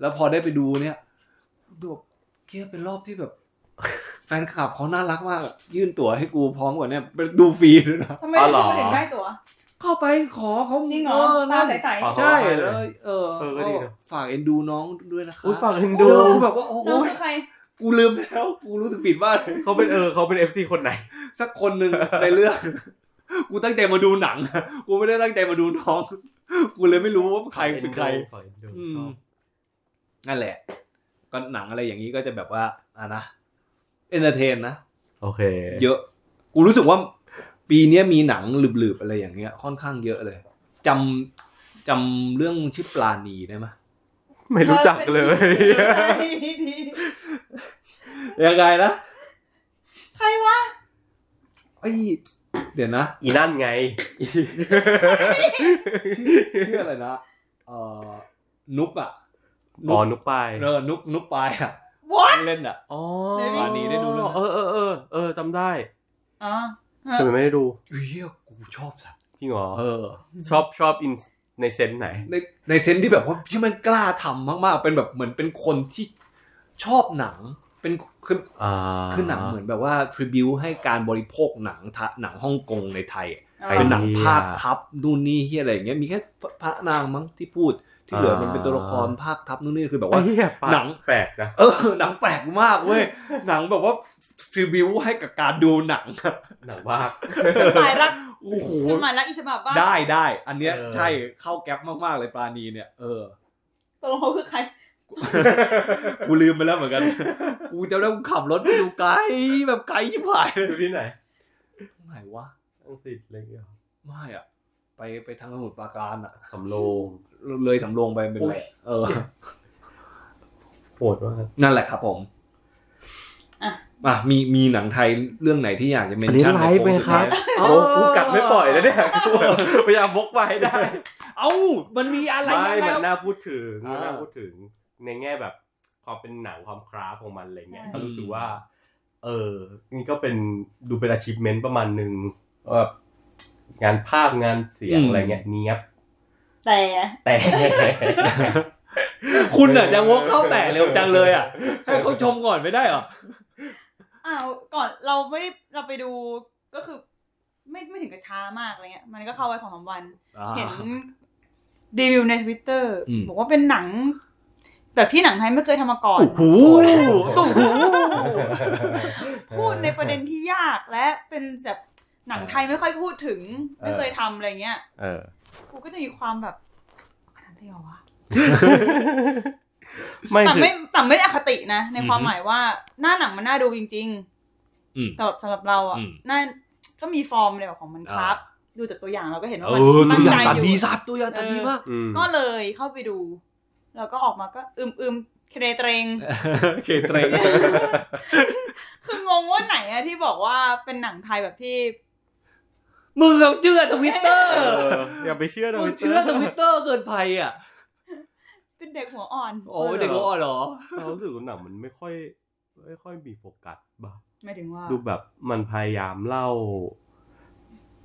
[SPEAKER 2] แล้วพอได้ไปดูเนี่ยแบบเกียเป็นรอบที่แบบ แฟนคลับเขาน่ารักมากอะยื่นตั๋วให้กูพร้อมกว่าเนี่ยไปดูฟรีด้วยนะ
[SPEAKER 3] ทำไมถึงถึงได้ตั๋ว
[SPEAKER 2] เข้าไปขอเขา
[SPEAKER 3] จริงเหรอตา
[SPEAKER 2] นั่น
[SPEAKER 3] ใสๆ
[SPEAKER 2] ใช่แล้วเออ
[SPEAKER 1] เออก็ดีนะ
[SPEAKER 2] ฝากเอ็นดูน้องด้วยนะคะ
[SPEAKER 1] อุ้ยฝั่งฮินดู
[SPEAKER 2] เออกูแบบว่าโอ้โห
[SPEAKER 3] น้องคือใคร
[SPEAKER 2] กูลืมแล้ว กูรู้สึกผิดมากเลย
[SPEAKER 1] เขาเป็นเออเขาเป็นเอฟซีคนไหน
[SPEAKER 2] สักคนหนึ่ง ในเรื่อง กูตั้งใจมาดูหนัง กูไม่ได้ตั้งใจมาดูน้อง กูเลยไม่รู้ว่าใครเป็นใคร
[SPEAKER 1] ฝั่งฮินดู
[SPEAKER 2] อื
[SPEAKER 1] ช
[SPEAKER 2] ม
[SPEAKER 1] อบ
[SPEAKER 2] นั่นแหละ ก็หนังอะไรอย่างนี้ก็จะแบบว่าอ่ะนะเอนเตอร์เทนนะ
[SPEAKER 1] โอเค
[SPEAKER 2] เยอะ กูรู้สึกว่า ปีเนี้ยมีหนังหลืบๆอะไรอย่างเงี้ย ค่อนข้างเยอะเลยจำจำเรื่องชื่อปลาณีได้ไหมย
[SPEAKER 1] ไม่รู้จักเลย
[SPEAKER 2] ยังไงนะ
[SPEAKER 3] ใครวะ
[SPEAKER 2] ไอ้เดี๋ยวนะ
[SPEAKER 1] อีนั่นไง
[SPEAKER 2] ชื่อชื่ออะไรนะ เอ่อ นุกอะ
[SPEAKER 1] อ๋อนุกไป
[SPEAKER 2] เออนุกนุกปลายอะ
[SPEAKER 3] วอ
[SPEAKER 2] เล่นอะ
[SPEAKER 1] อ๋อ
[SPEAKER 3] วานีได้ดูเรื่อง
[SPEAKER 1] เออเออเออเออจำได้
[SPEAKER 3] อ๋อ
[SPEAKER 1] แต่ไม่ได้ดู
[SPEAKER 2] เฮียกูชอบสัตว์
[SPEAKER 1] จริงเหรอ
[SPEAKER 2] เออ
[SPEAKER 1] ชอบชอบอินในเซนส์ไหน
[SPEAKER 2] ในในเซนส์ที่แบบว่าที่มันกล้าทำมากๆ เป็นแบบเหมือนเป็นคนที่ชอบหนัง เป็นคือ
[SPEAKER 1] อ่า
[SPEAKER 2] คือหนังเหมือนแบบว่าทริบิวให้การบริโภคหนังทะหนังฮ่องกงในไทยอะเป็นหนังภาคทับนู่นนี่เฮียอะไรอย่างเงี้ยมีแค่พระนางมั้งที่พูดที่เหลือมันเป็นตัวละครภาคทับนู่นนี่คือแบบ
[SPEAKER 1] ไอ้
[SPEAKER 2] ว่า
[SPEAKER 1] เหี้ยปะ
[SPEAKER 2] หนัง
[SPEAKER 1] แปลกนะ
[SPEAKER 2] เออหนังแปลกมากเว้ย หนังแบบว่าทริบิวให้กับการดูหนังอะ
[SPEAKER 1] หนังมาก
[SPEAKER 3] จดหมายรัก
[SPEAKER 2] โอ้โห
[SPEAKER 3] จดหมายรักอิฉบับบ้า
[SPEAKER 2] ได้ได้ อันเนี้ย
[SPEAKER 1] เออ
[SPEAKER 2] ใช่เข้าแก๊ปมากๆเลยปราณีเนี่ย เออ
[SPEAKER 3] ตกลงเขาคือใคร
[SPEAKER 2] กูลืมไปแล้วเหมือน กัน กูจำได้กูขับรถไปดูไกลแบบไกลชิบหายเลย
[SPEAKER 1] ดูที่ไหน
[SPEAKER 2] ตรงไหนวะ
[SPEAKER 1] อังกฤษอะไรอย่างเงี้ย
[SPEAKER 2] ไม่อะไปไปทางสมุทรปราการอะ
[SPEAKER 1] สำโรง
[SPEAKER 2] เลยสำโรงไปเป็น
[SPEAKER 1] โอ้
[SPEAKER 2] ไร
[SPEAKER 1] ย
[SPEAKER 2] เออ
[SPEAKER 1] โหดมาก
[SPEAKER 2] นั่นแหละครับผม
[SPEAKER 3] อ่ะ
[SPEAKER 2] อ่ะมีมีหนังไทยเรื่องไหนที่อยากจะเมน
[SPEAKER 1] อันนี้
[SPEAKER 2] ชั่น
[SPEAKER 1] ไลฟ์ไหมครับ
[SPEAKER 2] ในโพสต์
[SPEAKER 1] โอ้กูกัดไม่ปล่อยแล้วเนี่ย กูแบบพยายามบกไปให้ได้
[SPEAKER 2] เอ้ามันมีอะไร
[SPEAKER 1] ไม่
[SPEAKER 2] ยังง
[SPEAKER 1] มัน
[SPEAKER 2] วะ
[SPEAKER 1] น่าพูดถึงมัน
[SPEAKER 2] อ่า
[SPEAKER 1] น่าพูดถึงในแง่แบบความเป็นหนังความคราฟของมันอะไรเงี้ย
[SPEAKER 3] ใช่
[SPEAKER 1] ก็รู้สึกว่า เออนี่ก็เป็นดูเป็น achievement ประมาณหนึ่งว่างานภาพงานเสียง
[SPEAKER 2] อืม
[SPEAKER 1] อะไรเงี้ยเนี้ยบ
[SPEAKER 3] แต่
[SPEAKER 1] แต่
[SPEAKER 2] คุณอ่ะยังวกเข้าแต่เร็วจังเลยอ่ะ ให้เขาชมก่อนไม่ได้เหรอ
[SPEAKER 3] อ้าวก่อนเราไม่ได้เราไปดูก็คือ ไม่ไม่ถึงกับช้ามากอะไรเงี้ย มันก็เข้าไปสองสามวัน เห็นรีวิวในทวิตเตอร์
[SPEAKER 2] อืม
[SPEAKER 3] บอกว่าเป็นหนัง แบบที่หนังไทยไม่เคยทำมาก่อน
[SPEAKER 2] โอ้โหตุ้งหู
[SPEAKER 3] พูดในประเด็นที่ยากและเป็นแบบหนังไทยไม่ค่อยพูดถึง ไม่เคยทำอะไรเงี้ย
[SPEAKER 1] เออ
[SPEAKER 3] กูก็จะมีความแบบขนาดนี้เหรอวะ
[SPEAKER 1] ไม่
[SPEAKER 3] แต่
[SPEAKER 1] คือ
[SPEAKER 3] ไม่แต่ไม่ได้อคตินะ ใน
[SPEAKER 2] อือฮึ
[SPEAKER 3] ความหมายว่าหน้าหนังมันน่าดูจริง
[SPEAKER 2] อืม
[SPEAKER 3] ๆแต่สำหรับเราอ่ะ
[SPEAKER 2] อืม
[SPEAKER 3] น่าก็มีฟอร์มอะไรของมันครับ ดูจากตัวอย่างเราก็เห็นว่า
[SPEAKER 2] เอ
[SPEAKER 3] มัน
[SPEAKER 2] อ
[SPEAKER 3] มัน
[SPEAKER 2] ตัวอย่า
[SPEAKER 3] ใจ
[SPEAKER 2] งตัด
[SPEAKER 3] อยู่
[SPEAKER 2] ดีสัตว์ตัวอย่างตัดดีมาก
[SPEAKER 1] อืม
[SPEAKER 3] ก็เลยเข้าไปดู แล้วก็ออกมาก็อึมอึมๆเคเรเตรง
[SPEAKER 2] โอเคเตรง
[SPEAKER 3] คืองงว่าไหนอะที่บอกว่าเป็นหนังไทยแบบที่
[SPEAKER 2] มึงเอาเชื่อทวิตเตอร์
[SPEAKER 1] เอออย่าไปเชื่อนะ
[SPEAKER 2] มึง
[SPEAKER 1] วิตต
[SPEAKER 2] เชื่อทวิตเตอร์เกินไปอ่ะ
[SPEAKER 3] เป็นเด็กหัวอ่อน
[SPEAKER 2] โอ้ยเด็กก็อ่อนเหรอ
[SPEAKER 1] เรารู้สึกว่าหนังมันไม่ค่อยไม่ค่อยมีโฟกัสบ้าง
[SPEAKER 3] หมายถึงว่า
[SPEAKER 1] ดูแบบมันพยายามเล่า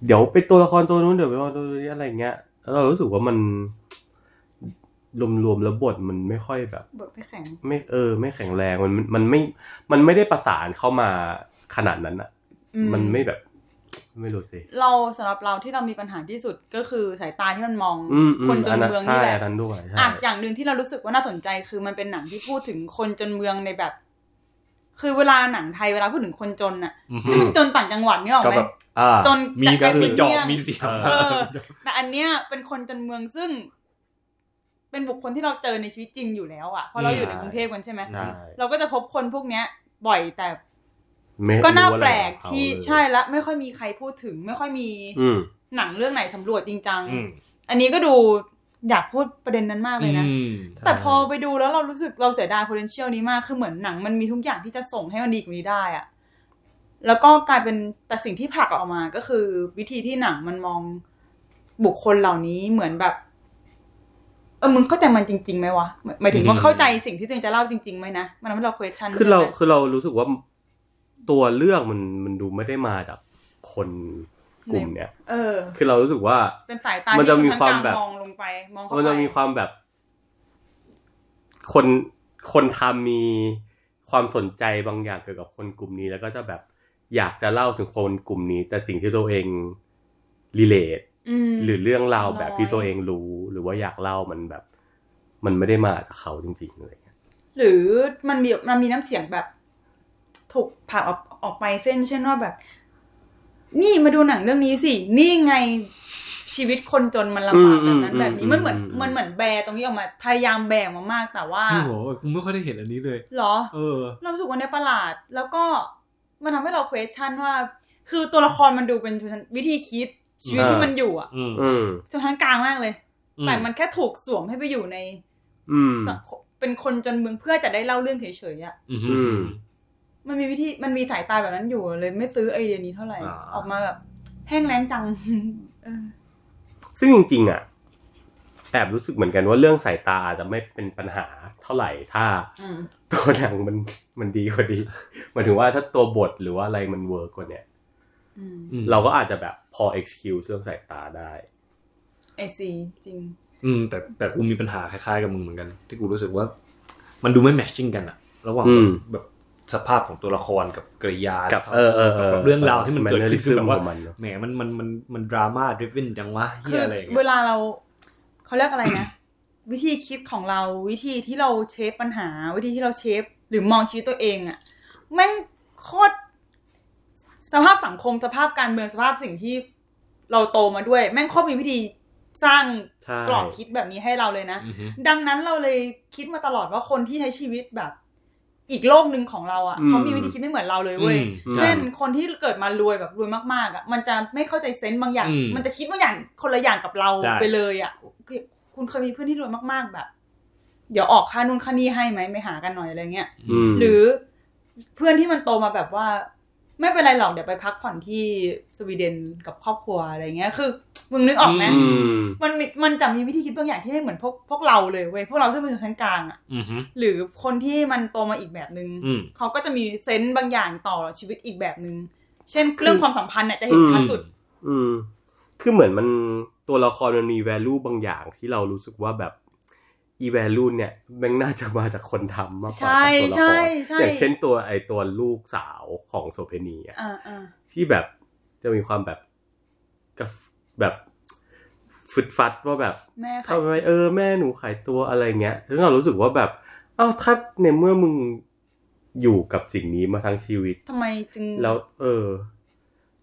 [SPEAKER 1] เดี๋ยวเป็นตัวละครตัวนู้นเดี๋ยวเป็นตัวละครตัวนี้อะไรเงี้ยแล้วเรารู้สึกว่ามัน รวมๆแล้วบทมันไม่ค่อยแบบ
[SPEAKER 3] บทไม่แข็ง
[SPEAKER 1] ไม่เออ ไม่แข็งแรงมันมันมันไม่ มันไม่ได้ประสานเข้ามาขนาดนั้นอะ
[SPEAKER 3] อื
[SPEAKER 1] มันไม่แบบ ไม่รู้สิ
[SPEAKER 3] เราสำหรับเราที่เรามีปัญหาที่สุดก็คือสายตาที่มันมอง
[SPEAKER 1] อืมอืม
[SPEAKER 3] คนจ
[SPEAKER 1] อั
[SPEAKER 3] น
[SPEAKER 1] นนั้น
[SPEAKER 3] เมือง
[SPEAKER 1] ใช่
[SPEAKER 3] นี่แหละ
[SPEAKER 1] อันนั้นด้วยใช่
[SPEAKER 3] อ่ะอย่างหนึ่งที่เรารู้สึกว่าน่าสนใจคือมันเป็นหนังที่พูดถึงคนจนเมืองในแบบ คือเวลาหนังไทยเวลาพูดถึงคนจนน่ะที่มันจนต่างจังหวัดนี่ออก
[SPEAKER 1] ก็
[SPEAKER 3] ไหม
[SPEAKER 1] แบบอ่า
[SPEAKER 3] จน
[SPEAKER 2] มี
[SPEAKER 3] จาก
[SPEAKER 2] กระ
[SPEAKER 3] เส้น
[SPEAKER 2] สื
[SPEAKER 3] ถึ
[SPEAKER 2] อง เจาะ
[SPEAKER 3] เที่ยง
[SPEAKER 2] มีเสียง
[SPEAKER 1] เอ
[SPEAKER 3] เออแต่อันเนี้ยเป็นคนจนเมืองซึ่ง เป็นบุคคลที่เราเจอในชีวิตจริงอยู่แล้วอะเพราะเรา
[SPEAKER 2] อืม
[SPEAKER 3] อยู่ในกรุงเทพกันใช่ไหม
[SPEAKER 1] ใช่
[SPEAKER 3] เราก็จะพบคนพวกเนี้ย บ่อยแต่
[SPEAKER 1] ไม่
[SPEAKER 3] ก็น่า
[SPEAKER 1] รู้อะ
[SPEAKER 3] แป
[SPEAKER 1] ไร
[SPEAKER 3] ล
[SPEAKER 1] ของ
[SPEAKER 3] ก
[SPEAKER 1] เขา
[SPEAKER 3] ที่
[SPEAKER 1] เลย
[SPEAKER 3] ใช่ละไม่ค่อยมีใครพูดถึง ไม่ค่อยมี
[SPEAKER 1] อืม
[SPEAKER 3] หนังเรื่องไหนสำรวจจริงจัง
[SPEAKER 2] อืม
[SPEAKER 3] อันนี้ก็ดูอยากพูดประเด็นนั้นมากเลยนะ
[SPEAKER 2] อืม
[SPEAKER 3] แต่พอไปดูแล้วเรารู้สึกเราเสียดาย potential นี้มาก คือเหมือนหนังมันมีทุกอย่างที่จะส่งให้มันดีกว่านี้ได้อะแล้วก็กลายเป็นแต่สิ่งที่ผลักออกมาก็คือ วิธีที่หนังมันมองบุคคลเหล่านี้เหมือนแบบเออมึงเข้าใจมันจริงๆไหมวะหมายหมายถึงว่า
[SPEAKER 2] อืม
[SPEAKER 3] เข้าใจสิ่งที่ตัวเองจะเล่าจริงๆไหมนะมันทำให้เรา question
[SPEAKER 1] คือเรา
[SPEAKER 3] ใช่ไหม
[SPEAKER 1] คือเรารู้สึกว่าตัวเรื่องมันมันดูไม่ได้มาจากคนกลุ่มเนี้ย
[SPEAKER 3] เออ
[SPEAKER 1] คือเรารู้สึกว่า
[SPEAKER 3] เป็นสายตา
[SPEAKER 1] มันจะมี
[SPEAKER 3] ที่
[SPEAKER 1] ความ
[SPEAKER 3] ทั้งกล
[SPEAKER 1] แบบ
[SPEAKER 3] งมองลงไปมองเข้าไป
[SPEAKER 1] มันจะมีความแบบ คนคนทำมีความสนใจบางอย่างเกี่ยวกับคนกลุ่มนี้ แล้วก็จะแบบอยากจะเล่าถึงคนกลุ่มนี้ แต่สิ่งที่ตัวเองรีเลท
[SPEAKER 3] อืม
[SPEAKER 1] หรือเรื่องราว
[SPEAKER 3] น้อย
[SPEAKER 1] แบบที่ตัวเองรู้ หรือว่าอยากเล่ามันแบบ มันไม่ได้มาจากเขาจริงๆอะไรเงี้ย
[SPEAKER 3] หรือมันมีมันมีน้ำเสียงแบบ ถูกผลักออกออกไปเส้น เช่นว่าแบบ นี่มาดูหนังเรื่องนี้สิ นี่ไงชีวิตคนจนมันลำบากแบบนั้นแบบนี้มันเหมือนมันเหมือนแบร์ตรงนี้ออกมาพยายามแบร์มามากแต่ว่า
[SPEAKER 2] จริงเหรอกูไม่ค่อยได้เห็นอันนี้เลย
[SPEAKER 3] เหรอ
[SPEAKER 2] เออ
[SPEAKER 3] เรารู้สึกว่าในประหลาด แล้วก็มันทำให้เรา question ว่า คือตัวละครมันดูเป็นวิธีคิด ชีวิตที่มันอยู่อะ
[SPEAKER 2] อืม
[SPEAKER 1] อืม
[SPEAKER 3] จนทั้งกลางมากเลย แต่มันแค่ถูกสวมให้ไปอยู่ใน
[SPEAKER 1] อืม
[SPEAKER 3] สังคมเป็นคนจนเมืองเพื่อจะได้เล่าเรื่องเฉยๆอะ
[SPEAKER 2] อืม
[SPEAKER 3] มันมีวิธีมันมีสายตาแบบนั้นอยู่เลยไม่ซื้อไอเดียนี้เท่าไหร่
[SPEAKER 2] อ่า
[SPEAKER 3] ออกมาแบบแห้งแล้งจัง เออ
[SPEAKER 1] ซึ่งจริงๆอ่ะแอบรู้สึกเหมือนกันว่าเรื่องสายตาอาจจะไม่เป็นปัญหาเท่าไหร่ถ้า
[SPEAKER 3] อืม
[SPEAKER 1] ตัวหนังมันมันดีกว่านี้ หมายถึงว่าถ้าตัวบทหรือว่าอะไรมันเวิร์กกว่าเนี้ย
[SPEAKER 3] อืม
[SPEAKER 2] อืม
[SPEAKER 1] เราก็อาจจะแบบพอ excuse เรื่องสายตาได้
[SPEAKER 3] ไอซีจริง
[SPEAKER 2] อืมแต่แต่กูมีปัญหาคล้ายๆกับมึงเหมือนกัน ที่กูรู้สึกว่า มันดูไม่แมทชิ่งกันอะระหว่าง
[SPEAKER 1] อืม
[SPEAKER 2] แบบสภาพของตัวละครกับกริยา
[SPEAKER 1] กั
[SPEAKER 2] กับ
[SPEAKER 1] เออเออเออ
[SPEAKER 2] เรื่องราวที่มันเกิดขึ้นคือแบบว่า
[SPEAKER 1] ของมันเนอะ
[SPEAKER 2] แหมมันมันมันมันดราม่าดริฟเวนจังวะเฮี
[SPEAKER 3] คื
[SPEAKER 2] ย
[SPEAKER 3] อ
[SPEAKER 2] อะไรอย่าง
[SPEAKER 3] เว
[SPEAKER 2] เงี้ย
[SPEAKER 3] ลาเราเขาเรียกอะไรนะ วิธีคิดของเราวิธีที่เราเชฟปัญหา วิธีที่เราเชฟหรือมองชีวิตตัวเองอะแม่งโคตรสภาพสังคมสภาพการเมืองสภาพสิ่งที่เราโตมาด้วย แม่งโคตรมีวิธีสร้าง
[SPEAKER 1] ใช่
[SPEAKER 3] กรอบคิดแบบนี้ให้เราเลยนะ
[SPEAKER 2] อือฮึ
[SPEAKER 3] ดังนั้นเราเลยคิดมาตลอดว่าคนที่ใช้ชีวิตแบบอีกโลกหนึ่งของเราอะ่ะ
[SPEAKER 1] อืม
[SPEAKER 3] เขามีวิธีคิดไม่เหมือนเราเลยเว้ย
[SPEAKER 2] อืม
[SPEAKER 1] ม
[SPEAKER 3] เช่นคนที่เกิดมารวยแบบรวยมากๆอะ่ะมันจะไม่เข้าใจเซนต์บางอย่าง
[SPEAKER 2] อืม
[SPEAKER 3] มันจะคิดบางอย่างคนละอย่างกับเรา
[SPEAKER 2] ใช่
[SPEAKER 3] ไปเลยอะ่ะคือคุณเคยมีเพื่อนที่รวยมากๆแบบ เดี๋ยวออกค่านู่นค่านี่ให้ไหมไม่หากันหน่อยอะไรเงี้ย
[SPEAKER 1] อืม
[SPEAKER 3] หรือเพื่อนที่มันโตมาแบบว่า ไม่เป็นไรหรอกเดี๋ยวไปพักผ่อนที่สวีเดนกับครอบครัวอะไรเงี้ย คือมึงนึกออกไหม
[SPEAKER 1] อืม
[SPEAKER 3] มันมีมันจะมีวิธีคิดบางอย่างที่ไม่เหมือนพวกพวกเราเลยเว้ยพวกเราซึ่งเป็นชนชั้นกลางอะ
[SPEAKER 2] อือฮึ
[SPEAKER 3] หรือคนที่มันโตมาอีกแบบนึง
[SPEAKER 2] อืม
[SPEAKER 3] เขาก็จะมีเซนส์บางอย่างต่อชีวิตอีกแบบนึง เช่นเรื่องความสัมพันธ์เนี่ยจะเห็นชัดสุด
[SPEAKER 1] อืม คือเหมือนมันตัวละครมันมี value บางอย่างที่เรารู้สึกว่าแบบ อีแวลูนเนี่ยแม่งน่าจะมาจากคนทำมากกว่า
[SPEAKER 3] ใช่
[SPEAKER 1] จากตัวละค
[SPEAKER 3] ใช่
[SPEAKER 1] ร
[SPEAKER 3] ใช่
[SPEAKER 1] อย่างเช่นตัวไอตัวลูกสาวของโสเพณีอะ
[SPEAKER 3] อ่าอ่า
[SPEAKER 1] ที่แบบจะมีความแบบกระฟแบบฟึดฟัดว่าแบบ
[SPEAKER 3] แม่ค่ะ
[SPEAKER 1] ทำไมเออแม่หนูขายตัวอะไรเงี้ยซึ่งเรารู้สึกว่าแบบ เอ้าถ้าในเมื่อมึงอยู่กับสิ่งนี้มาทั้งชีวิต
[SPEAKER 3] ทำไมจึง
[SPEAKER 1] แล้วเออ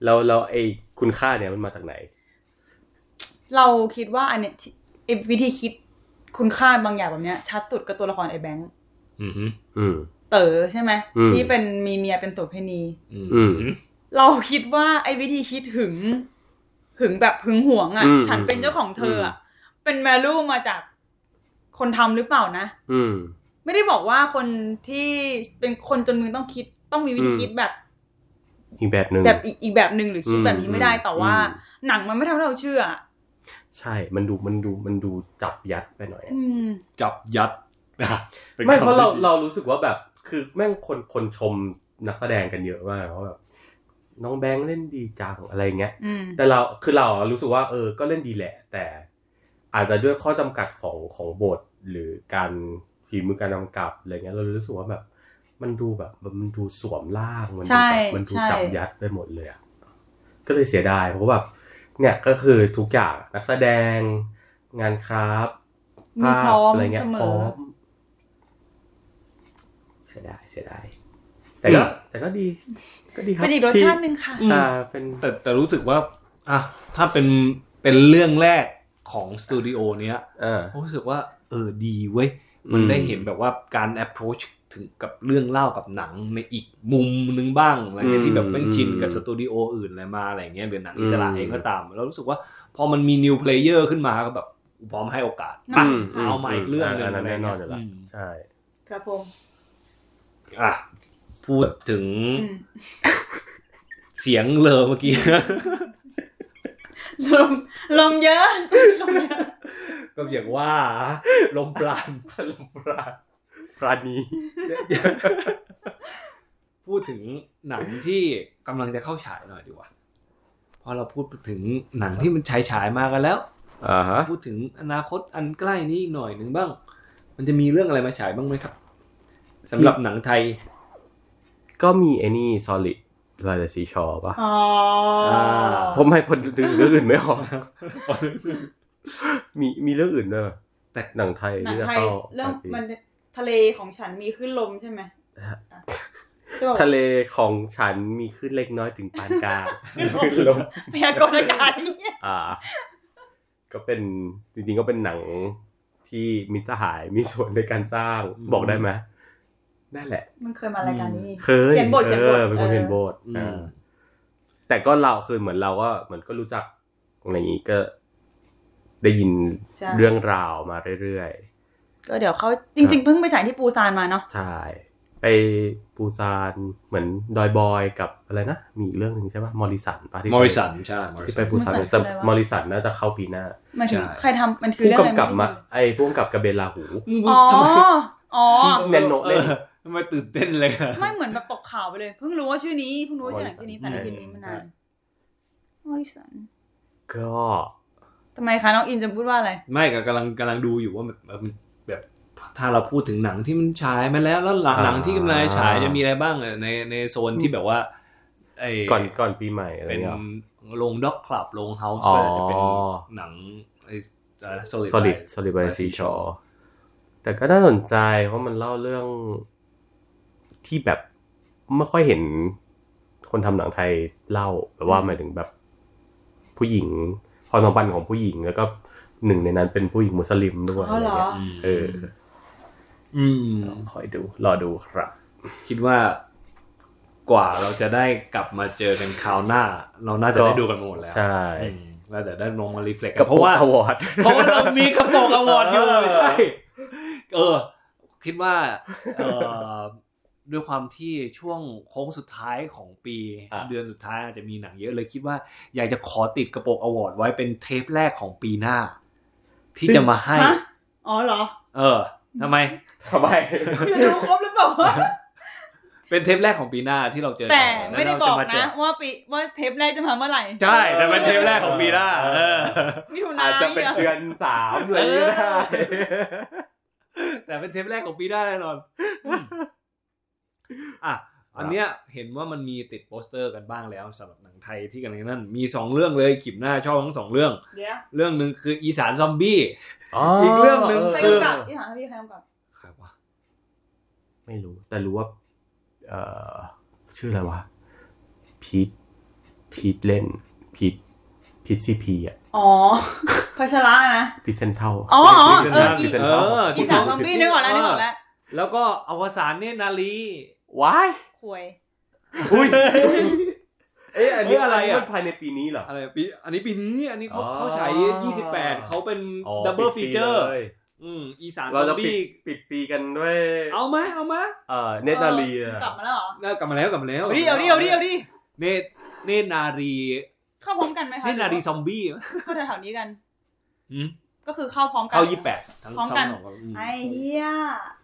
[SPEAKER 1] เราเราไอคุณค่าเนี่ยมันมาจากไหน
[SPEAKER 3] เราคิดว่าอันเนี้ยที่ไอ้วิธีคิดคุณค่าบางอย่างแบบเนี้ย ชัดสุดก็ตัวละครไอ้แบงค์
[SPEAKER 2] อืม
[SPEAKER 1] อืม
[SPEAKER 3] เต๋อใช่ไหม
[SPEAKER 1] อืม
[SPEAKER 3] ที่เป็นมีเมียเป็นโสเภณี
[SPEAKER 2] อืม
[SPEAKER 3] เราคิดว่าไอ้วิธีคิดหึง หึงแบบหึงหวง
[SPEAKER 1] อื
[SPEAKER 3] อะ่ะ
[SPEAKER 1] ม
[SPEAKER 3] ฉันเป็นเจ้าของเธออ่ะ เป็นแวลูมาจากคนทำหรือเปล่านะ
[SPEAKER 1] อืม
[SPEAKER 3] ไม่ได้บอกว่าคนที่เป็นคนจนมึงต้องคิด ต้องมีวิธี
[SPEAKER 1] อืม
[SPEAKER 3] คิดแบบ
[SPEAKER 1] อีกแบบหนึ่ง
[SPEAKER 3] แบบอีกอีกแบบหนึ่งหรือคิด
[SPEAKER 1] อืม
[SPEAKER 3] แบบนี้ไม่ได้แต่ว่า
[SPEAKER 1] อื
[SPEAKER 3] หนังมันไม่ทำให้เราเชื่ออะ
[SPEAKER 1] ใช่ มันดูมันดูมันดูจับยัดไปหน่อยอะ
[SPEAKER 3] อืม
[SPEAKER 2] จับยัด นะป็น
[SPEAKER 1] ไม่
[SPEAKER 2] คำ
[SPEAKER 1] เพราะเรา
[SPEAKER 2] ที่ดี
[SPEAKER 1] เรารู้สึกว่าแบบ คือแม่งคนคนชมนักแสดงกันเยอะมากว่าแบบน้องแบงค์เล่นดีจังอะไรเงี้ย
[SPEAKER 3] อืม
[SPEAKER 1] แต่เราคือเราอะรู้สึกว่าเออ ก็เล่นดีแหละ แต่อาจจะด้วยข้อจำกัดของของบทหรือการฝีมือการกำกับอะไรเงี้ย เรารู้สึกว่าแบบ มันดูแบบมันดูสวมร่างมันดู
[SPEAKER 3] ใช่
[SPEAKER 1] แบบมันดู
[SPEAKER 3] ใช่
[SPEAKER 1] จับยัดไปหมดเลยอะก็เลยเสียดายเพราะแบบเนี่ยก็คือทุกอย่างนักแสดง งานคราฟต์
[SPEAKER 3] มี
[SPEAKER 1] ภา
[SPEAKER 3] พร้อ
[SPEAKER 1] พ
[SPEAKER 3] ม
[SPEAKER 1] อะไร
[SPEAKER 3] เส
[SPEAKER 1] เงี้ย
[SPEAKER 3] ม
[SPEAKER 1] พร้
[SPEAKER 3] อ
[SPEAKER 1] อมเสียดายเสียดายแต่ก็แต่ก็ดี ก็ดีครับ
[SPEAKER 3] เป็นอีกรส
[SPEAKER 1] ที่
[SPEAKER 3] ชาติหนึ่งค่ะ
[SPEAKER 1] อ่าเป็น
[SPEAKER 2] แต่แต่รู้สึกว่าอ่ะถ้าเป็นเป็นเรื่องแรกของสตูดิโอเนี้ย
[SPEAKER 1] เออ
[SPEAKER 2] ผมรู้สึกว่า เออดีเว้ย มัน
[SPEAKER 1] อืม
[SPEAKER 2] ได้เห็นแบบว่าการ approach ถึงกับเรื่องเล่ากับหนังในอีกมุมนึงบ้างอะไรเงี้ยที่แบบแม่งชินกับสตูดิโออื่นอะไรมาอะไรเงี้ยหรือหนังอิสระเองก็ตาม แล้วรู้สึกว่าพอมันมี new player ขึ้นมาก็แบบพร้อมให้โอกาสอ่ะ
[SPEAKER 1] อืม
[SPEAKER 2] เอามาอีกเรื่องหนึง
[SPEAKER 1] อันนั้น
[SPEAKER 2] อะไร
[SPEAKER 1] แน่นอนอ
[SPEAKER 2] เงี้ย
[SPEAKER 1] ยู่แล้ว
[SPEAKER 2] อืม
[SPEAKER 1] ใช่
[SPEAKER 3] ครับผม
[SPEAKER 2] อ่ะพูดถึง
[SPEAKER 3] อืม
[SPEAKER 2] เสียงเลอเมื่อกี้
[SPEAKER 3] ลมลมเยอะลมเยอะ
[SPEAKER 2] ก็อย่างว่า ลมปราณ
[SPEAKER 1] ปราปราณี
[SPEAKER 2] พูดถึงหนังที่กำลังจะเข้าฉายหน่อยดีกว่าเพอเราพูดถึงหนังที่มันฉายฉายๆมากันแล้ว
[SPEAKER 1] อ่าฮะ
[SPEAKER 2] พูดถึงอนาคตอันใกล้นี้หน่อยหนึ่งบ้าง มันจะมีเรื่องอะไรมาฉายบ้างไหมครับสำหรับหนังไท ย
[SPEAKER 1] ก็มีไอ้นี่ solid ลายสีชอปะ
[SPEAKER 3] อ๋อ
[SPEAKER 2] อ่า
[SPEAKER 1] ผมให้พอดึงเรื่องอื่นไม่ออกมีมีเรื่องอื่นด้วย
[SPEAKER 2] แต่
[SPEAKER 1] แต่หนังไทย
[SPEAKER 3] หนัง
[SPEAKER 1] ที่จะ
[SPEAKER 3] ไทย
[SPEAKER 1] เข้า
[SPEAKER 3] เรื่อง
[SPEAKER 1] ปลายปี
[SPEAKER 3] มันทะเลของฉันมีขึ้นลมใช่ไหมใช่ป
[SPEAKER 1] ทะเลของฉันมีขึ้นเล็กน้อยถึงปานกลางขึ้นลม
[SPEAKER 3] พยากรณ์อากาศ เนี่ย
[SPEAKER 1] อ่า ก็เป็นจริงๆก็เป็นหนังที่มิตรสหายมีส่วนในการสร้าง
[SPEAKER 2] อืม
[SPEAKER 1] บอกได้ไหมนั่นแหละ
[SPEAKER 3] มันเคยมารายการนี้
[SPEAKER 1] เคย
[SPEAKER 3] เขียนบท
[SPEAKER 1] เอ
[SPEAKER 3] เขียนบท
[SPEAKER 1] อเป็นคนเขียนบท
[SPEAKER 2] อืม
[SPEAKER 1] อ่า แต่ก็เราคือเหมือนเราก็เหมือนก็รู้จักอะไรอย่างนี้ก็ได้ยิน
[SPEAKER 3] ใช่
[SPEAKER 1] เรื่องราวมาเรื่อย
[SPEAKER 3] ก็เดี๋ยวเขาจริง ๆ เพิ่งไปฉายที่ปูซานมาเนาะ
[SPEAKER 1] ๆ ใช่ ไปปูซานเหมือนดอยบอยกับอะไรนะ มีอีกเรื่องหนึ่งใช่ป่ะมอริสันป่ะที่ไป
[SPEAKER 2] มอริสันใช่
[SPEAKER 1] ที่ไปปูซานแต่มอริสันน่าจะเข้าปีหน้า
[SPEAKER 3] หมายถึง
[SPEAKER 2] ใช่
[SPEAKER 3] ใครทำมันคือ
[SPEAKER 1] ผู้
[SPEAKER 3] เรื่องอะไร
[SPEAKER 1] กำกับมาไอ้ผู้กำกับกาเบลาหู
[SPEAKER 3] อ๋อ อ๋อ
[SPEAKER 1] แนนโนเล่น
[SPEAKER 2] ทำไมตื่นเต้นเลยอะ
[SPEAKER 3] ไม่เหมือนแบบตกข่าวไปเลย เพิ่งรู้ว่าชื่อนี้ เพิ่งรู้ว่าชื่อหนังชื่อนี้แต่ได้ยินนี้มานานมอริสัน
[SPEAKER 1] ก็
[SPEAKER 3] ทำไมคะน้องอินจะพูดว่าอะไร
[SPEAKER 2] ไม่ก็กำลังกำลังดูอยู่ว่าแบบแบบแบบถ้าเราพูดถึงหนังที่มันฉายมาแล้วแล้วหลังหนังที่กำลังฉายจะมีอะไรบ้างอะในในโซนที่แบบว่าไอ้
[SPEAKER 1] ก่อนก่อนปีใหม่อะไร
[SPEAKER 2] เป็น
[SPEAKER 1] เงี้ย
[SPEAKER 2] โรงด็อกคลับโรงเฮาส์
[SPEAKER 1] อ๋อ
[SPEAKER 2] จะเป็นหนังไอ้โซลิด
[SPEAKER 1] solid solid by sea shore แต่ก็น่าสนใจเพราะมันเล่าเรื่องที่แบบไม่ค่อยเห็นคนทำหนังไทยเล่าแบบว่าหมายถึงแบบผู้หญิงความสัมพันธ์ของผู้หญิง แล้วก็หนึ่งในนั้นเป็นผู้หญิงมุสลิมด้วย
[SPEAKER 3] อ๋อ
[SPEAKER 1] อะไร
[SPEAKER 3] เหรอ
[SPEAKER 1] เงี้ยเออ
[SPEAKER 2] อืม
[SPEAKER 1] คอยดู รอดูครับ
[SPEAKER 2] คิดว่ากว่าเราจะได้กลับมาเจอกันคราวหน้า เราน่าจะได้ดูกันหมดแล้ว
[SPEAKER 1] ใช่
[SPEAKER 2] อืมแล้วแต่ได้ลงมารีเฟล็ก
[SPEAKER 1] กับ
[SPEAKER 2] เพราะว่า
[SPEAKER 1] อวอร์ด
[SPEAKER 2] เพราะว่าเรามีกระโปรงอวอร์ดอยู่
[SPEAKER 1] เออ
[SPEAKER 2] ใช่ เออ คิดว่าเออด้วยความที่ช่วงโค้งสุดท้ายของปี เดือนสุดท้ายอาจจะมีหนังเยอะเลยคิดว่าอยากจะขอติดกระโปรงอวอร์ดไว้เป็นเทปแรกของปีหน้า ที่จะมาให้
[SPEAKER 3] ฮะ อ๋อเหรอ
[SPEAKER 2] เออทำไม
[SPEAKER 1] ทำไม
[SPEAKER 3] จะดูครบหรือเปล่าวะ
[SPEAKER 2] เป็นเทปแรกของปีหน้าที่เราเจอกัน
[SPEAKER 3] แต่ไม่ได้
[SPEAKER 2] ล้ว
[SPEAKER 3] บอ
[SPEAKER 2] เรา
[SPEAKER 3] ก
[SPEAKER 2] จาเจ
[SPEAKER 3] นะ ว่าปีว่าเทปแรกจะมาเมื่อไหร่
[SPEAKER 2] ใช่แต่เป็นเทปแรกของปีหน้า เออ
[SPEAKER 3] มิถุนา
[SPEAKER 1] อาจจะเป็น
[SPEAKER 3] ยหร
[SPEAKER 1] เดือนสามอะไรก็ได้
[SPEAKER 2] แต่เป็นเทปแรกของปีหน้าแน่นอนอ่ะอันเนี้ยเห็นว่ามันมีติดโปสเตอร์กันบ้างแล้วสำหรับหนังไทยที่กำลังนั่นมีสองเรื่องเลยขิมหน้าชอบทั้งสองเรื่อง
[SPEAKER 3] เดี๋ยว
[SPEAKER 2] เรื่องหนึ่งคืออีสานซอมบี้
[SPEAKER 1] อี
[SPEAKER 2] กเรื่องหนึ่ง
[SPEAKER 3] ใคร
[SPEAKER 2] เออ
[SPEAKER 3] กำกับที่หาพี่ใครกำกับ
[SPEAKER 2] ใครวะ
[SPEAKER 1] ไม่รู้ แต่รู้ว่า เอ่อ ชื่ออะไรวะ พีท พีทเล่น พีท พีทซีพีอ่ะ
[SPEAKER 3] อ๋อ พัชระนะ
[SPEAKER 1] พีทเซนเทล
[SPEAKER 3] อ๋ออ๋อเออ
[SPEAKER 1] ที่
[SPEAKER 3] อี
[SPEAKER 1] ป็น เออ
[SPEAKER 3] อีสานซอมบี้นึกออกแล้วนึกออกแล้ว
[SPEAKER 2] แล้วก็อวสานเนตรนาลี
[SPEAKER 1] ว้าย
[SPEAKER 3] ควย
[SPEAKER 1] อุ้ย
[SPEAKER 2] เอ๊ะอันนี้อะไรอ่ะ
[SPEAKER 1] มันภายในปีนี้เหรอ
[SPEAKER 2] อะไรปีอันนี้ปีนี้อันนี้เขา
[SPEAKER 1] อ๋อ
[SPEAKER 2] เขาฉาย 28 เขาเป็น
[SPEAKER 1] อ๋อ
[SPEAKER 2] ดับเบิล
[SPEAKER 1] ปิ
[SPEAKER 2] ฟี
[SPEAKER 1] ปี
[SPEAKER 2] เจอร์
[SPEAKER 1] ลย
[SPEAKER 2] อืมอีสานซ
[SPEAKER 1] เรา
[SPEAKER 2] อ
[SPEAKER 1] จะ
[SPEAKER 2] ม
[SPEAKER 1] ปิด
[SPEAKER 2] บี้
[SPEAKER 1] ปิดปีกันด้วย
[SPEAKER 2] เอามาเอามา
[SPEAKER 1] เอ่อ เนตรนาลีอะ
[SPEAKER 3] กลับมาแล้วเหรอ
[SPEAKER 2] น่ากลับมาแล้วกลับมาแล้ว
[SPEAKER 3] เอาดิเอาดิเอาดิเอาดิ
[SPEAKER 2] เนตรเนตรนารี
[SPEAKER 3] เข้าพร้อมกันไหมคะ
[SPEAKER 2] เนตรนารีซอมบี้มั้ย
[SPEAKER 3] ก็แถวๆนี้กัน
[SPEAKER 2] อืม
[SPEAKER 3] ก็คือเข้าพร้อมกัน
[SPEAKER 2] เข้า 28 ทั้ง
[SPEAKER 3] พร้อมกัน
[SPEAKER 2] ทั้งสงม
[SPEAKER 3] ไอ้เหี้ย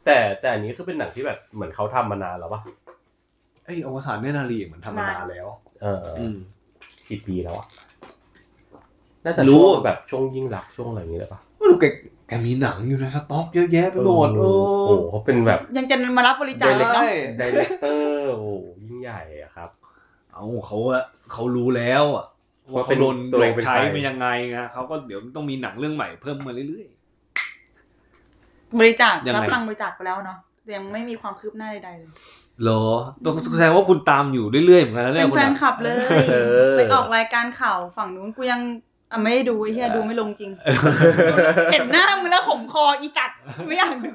[SPEAKER 1] แต่แต่อันนี้คือเป็นหนังที่แบบเหมือนเขาทำมานานแล้วปะ
[SPEAKER 2] เอ้ยอวสานเนตรนารีเหมือนทำมานานแล้ว
[SPEAKER 1] เออ
[SPEAKER 2] อืม
[SPEAKER 1] กี่ปีแล้วอะน่าจะ
[SPEAKER 2] รู้
[SPEAKER 1] รู้แบบช่วงยิ่งรักช่วงอะไรอย่างนี้เลยปะ
[SPEAKER 2] ไม่รู้แกแกมีหนังอยู่ในสต็อกเยอะแยะไปหมด
[SPEAKER 1] เอ
[SPEAKER 2] เอ
[SPEAKER 1] อ
[SPEAKER 2] อ
[SPEAKER 1] โอ้โหเขาเป็นแบบ
[SPEAKER 3] ยังจะมารับบริจาค
[SPEAKER 2] ได้
[SPEAKER 3] อีกเนาะ
[SPEAKER 2] เลย
[SPEAKER 1] ดีเลกเตอร์โอ้ยิ่งใหญ่อะครับ
[SPEAKER 2] เอาเขาอะเขารู้แล้วอะว่า
[SPEAKER 1] ว่า
[SPEAKER 2] เขาโดน
[SPEAKER 1] เป็นตัว
[SPEAKER 2] หล
[SPEAKER 1] เอง
[SPEAKER 2] อก
[SPEAKER 1] เป็นใคร
[SPEAKER 2] ใช้มายังไงไงเขาก็เดี๋ยวต้องมีหนังเรื่องใหม่เพิ่มมาเรื่อย
[SPEAKER 3] บริจาค
[SPEAKER 2] ยังไง
[SPEAKER 3] รับตังค์บริจาคไปแล้วเนาะแต่ยังไม่มีความคืบหน้าใดๆเลย
[SPEAKER 2] ๆเหรอต้องแสดงว่าคุณตามอยู่เรื่อยๆเหมือนกันแล้วเนี่
[SPEAKER 3] เป็น
[SPEAKER 2] ยคุณ
[SPEAKER 3] แฟน
[SPEAKER 2] อะ
[SPEAKER 3] คลับเลย
[SPEAKER 1] เออ
[SPEAKER 3] ไปออกรายการข่าวฝั่งนู้นกูยังอ่ะไม่ได้ดูไอ้เหี้ยดูไม่ลงจริง เห็นหน้ามึงแล้วขมคออีกัดไม่อยากดู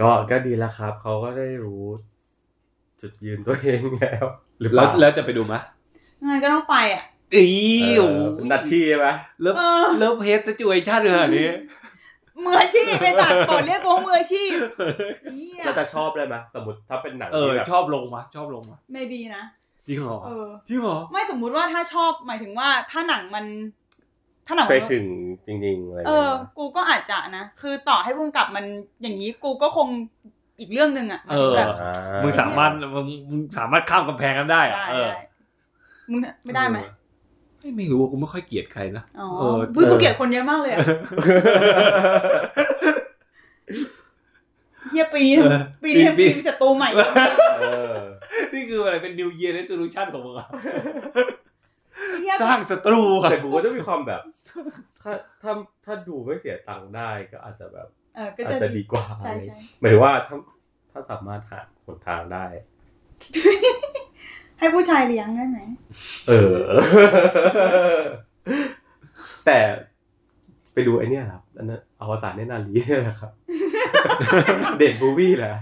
[SPEAKER 1] ก็ก็ดีแล้วครับ เขาก็ได้รู้ จุดยืนตัวเองแล้วหรือเป
[SPEAKER 2] แล้
[SPEAKER 1] ล่าว
[SPEAKER 2] แล้วจะไปดูไหม
[SPEAKER 3] ยังไงก็ต้องไปอ่ะ
[SPEAKER 2] อี
[SPEAKER 1] เอ
[SPEAKER 2] โอ้
[SPEAKER 1] อเป็นหนัดที่ใช่ไหม
[SPEAKER 2] เลิฟ
[SPEAKER 3] เออ
[SPEAKER 2] เลิฟเฮสจะจุยชาติเลยอันนี้
[SPEAKER 3] มืออาชีพไปตัดโปรดเรียกกูว่ามืออาชีพเหี้ย
[SPEAKER 1] เราจะชอบเลยไหมสมมติถ้าเป็นหนัง
[SPEAKER 2] เออ
[SPEAKER 1] ที่แบบ
[SPEAKER 2] ชอบลงมาชอบลงมา
[SPEAKER 3] ไม่ดีนะ
[SPEAKER 2] จริงเหรอ
[SPEAKER 3] เออ
[SPEAKER 2] จริงเหรอ
[SPEAKER 3] ไม่สมมุติว่าถ้าชอบหมายถึงว่าถ้าหนังมัน ถ้าหนัง
[SPEAKER 1] ไป
[SPEAKER 3] มัน
[SPEAKER 1] ถึงจริงๆอะไร
[SPEAKER 3] เอ
[SPEAKER 1] เงี้
[SPEAKER 3] อ
[SPEAKER 1] ย
[SPEAKER 3] กูก็อาจจะนะ คือต่อให้พุ่งกลับมันอย่างนี้กูก็คงอีกเรื่องหนึ่งอ่ะหมายถึงแบบ
[SPEAKER 1] อ่า
[SPEAKER 2] มึงสามารถมึงมึงสามารถข้ามกำแพงกันได้อะ
[SPEAKER 3] ได้
[SPEAKER 2] เออ
[SPEAKER 3] ได้มึงไม่ได้ไหม
[SPEAKER 2] เออไม่รู้อะกูไม่ค่อยเกลียดใครนะ
[SPEAKER 3] อ๋อ
[SPEAKER 2] เออ
[SPEAKER 3] เฮ้ยกูเกลียดคนเยอะมากเลยอะเฮียปีนี้ทั้งปีนี้ทั้งปีมีศัตรูใหม่
[SPEAKER 1] เออ
[SPEAKER 2] นี่คืออะไรเป็น New Year Resolution ของมึง อะ
[SPEAKER 3] เหี้ย
[SPEAKER 2] สร้างศัตรูอะ
[SPEAKER 1] แต่กูก็จะมีความแบบ ถ้าถ้าถ้าดูไม่เสียตังค์ได้ก็อาจจะแบบ
[SPEAKER 3] เออก็
[SPEAKER 1] อาจ
[SPEAKER 3] จะ
[SPEAKER 1] จะดีกว่า
[SPEAKER 3] ใช่ใช่
[SPEAKER 1] หมายถึงว่าถ้าถ้าสามารถหาหนทางได้
[SPEAKER 3] ให้ผู้ชายเลี้ยงได้ไหม
[SPEAKER 1] เออ แต่ไปดูไอเนี้ยครับอันนั้นอวตารเนตรนาลีเนี่ยแหละครับ เด่นบูวี่แหละ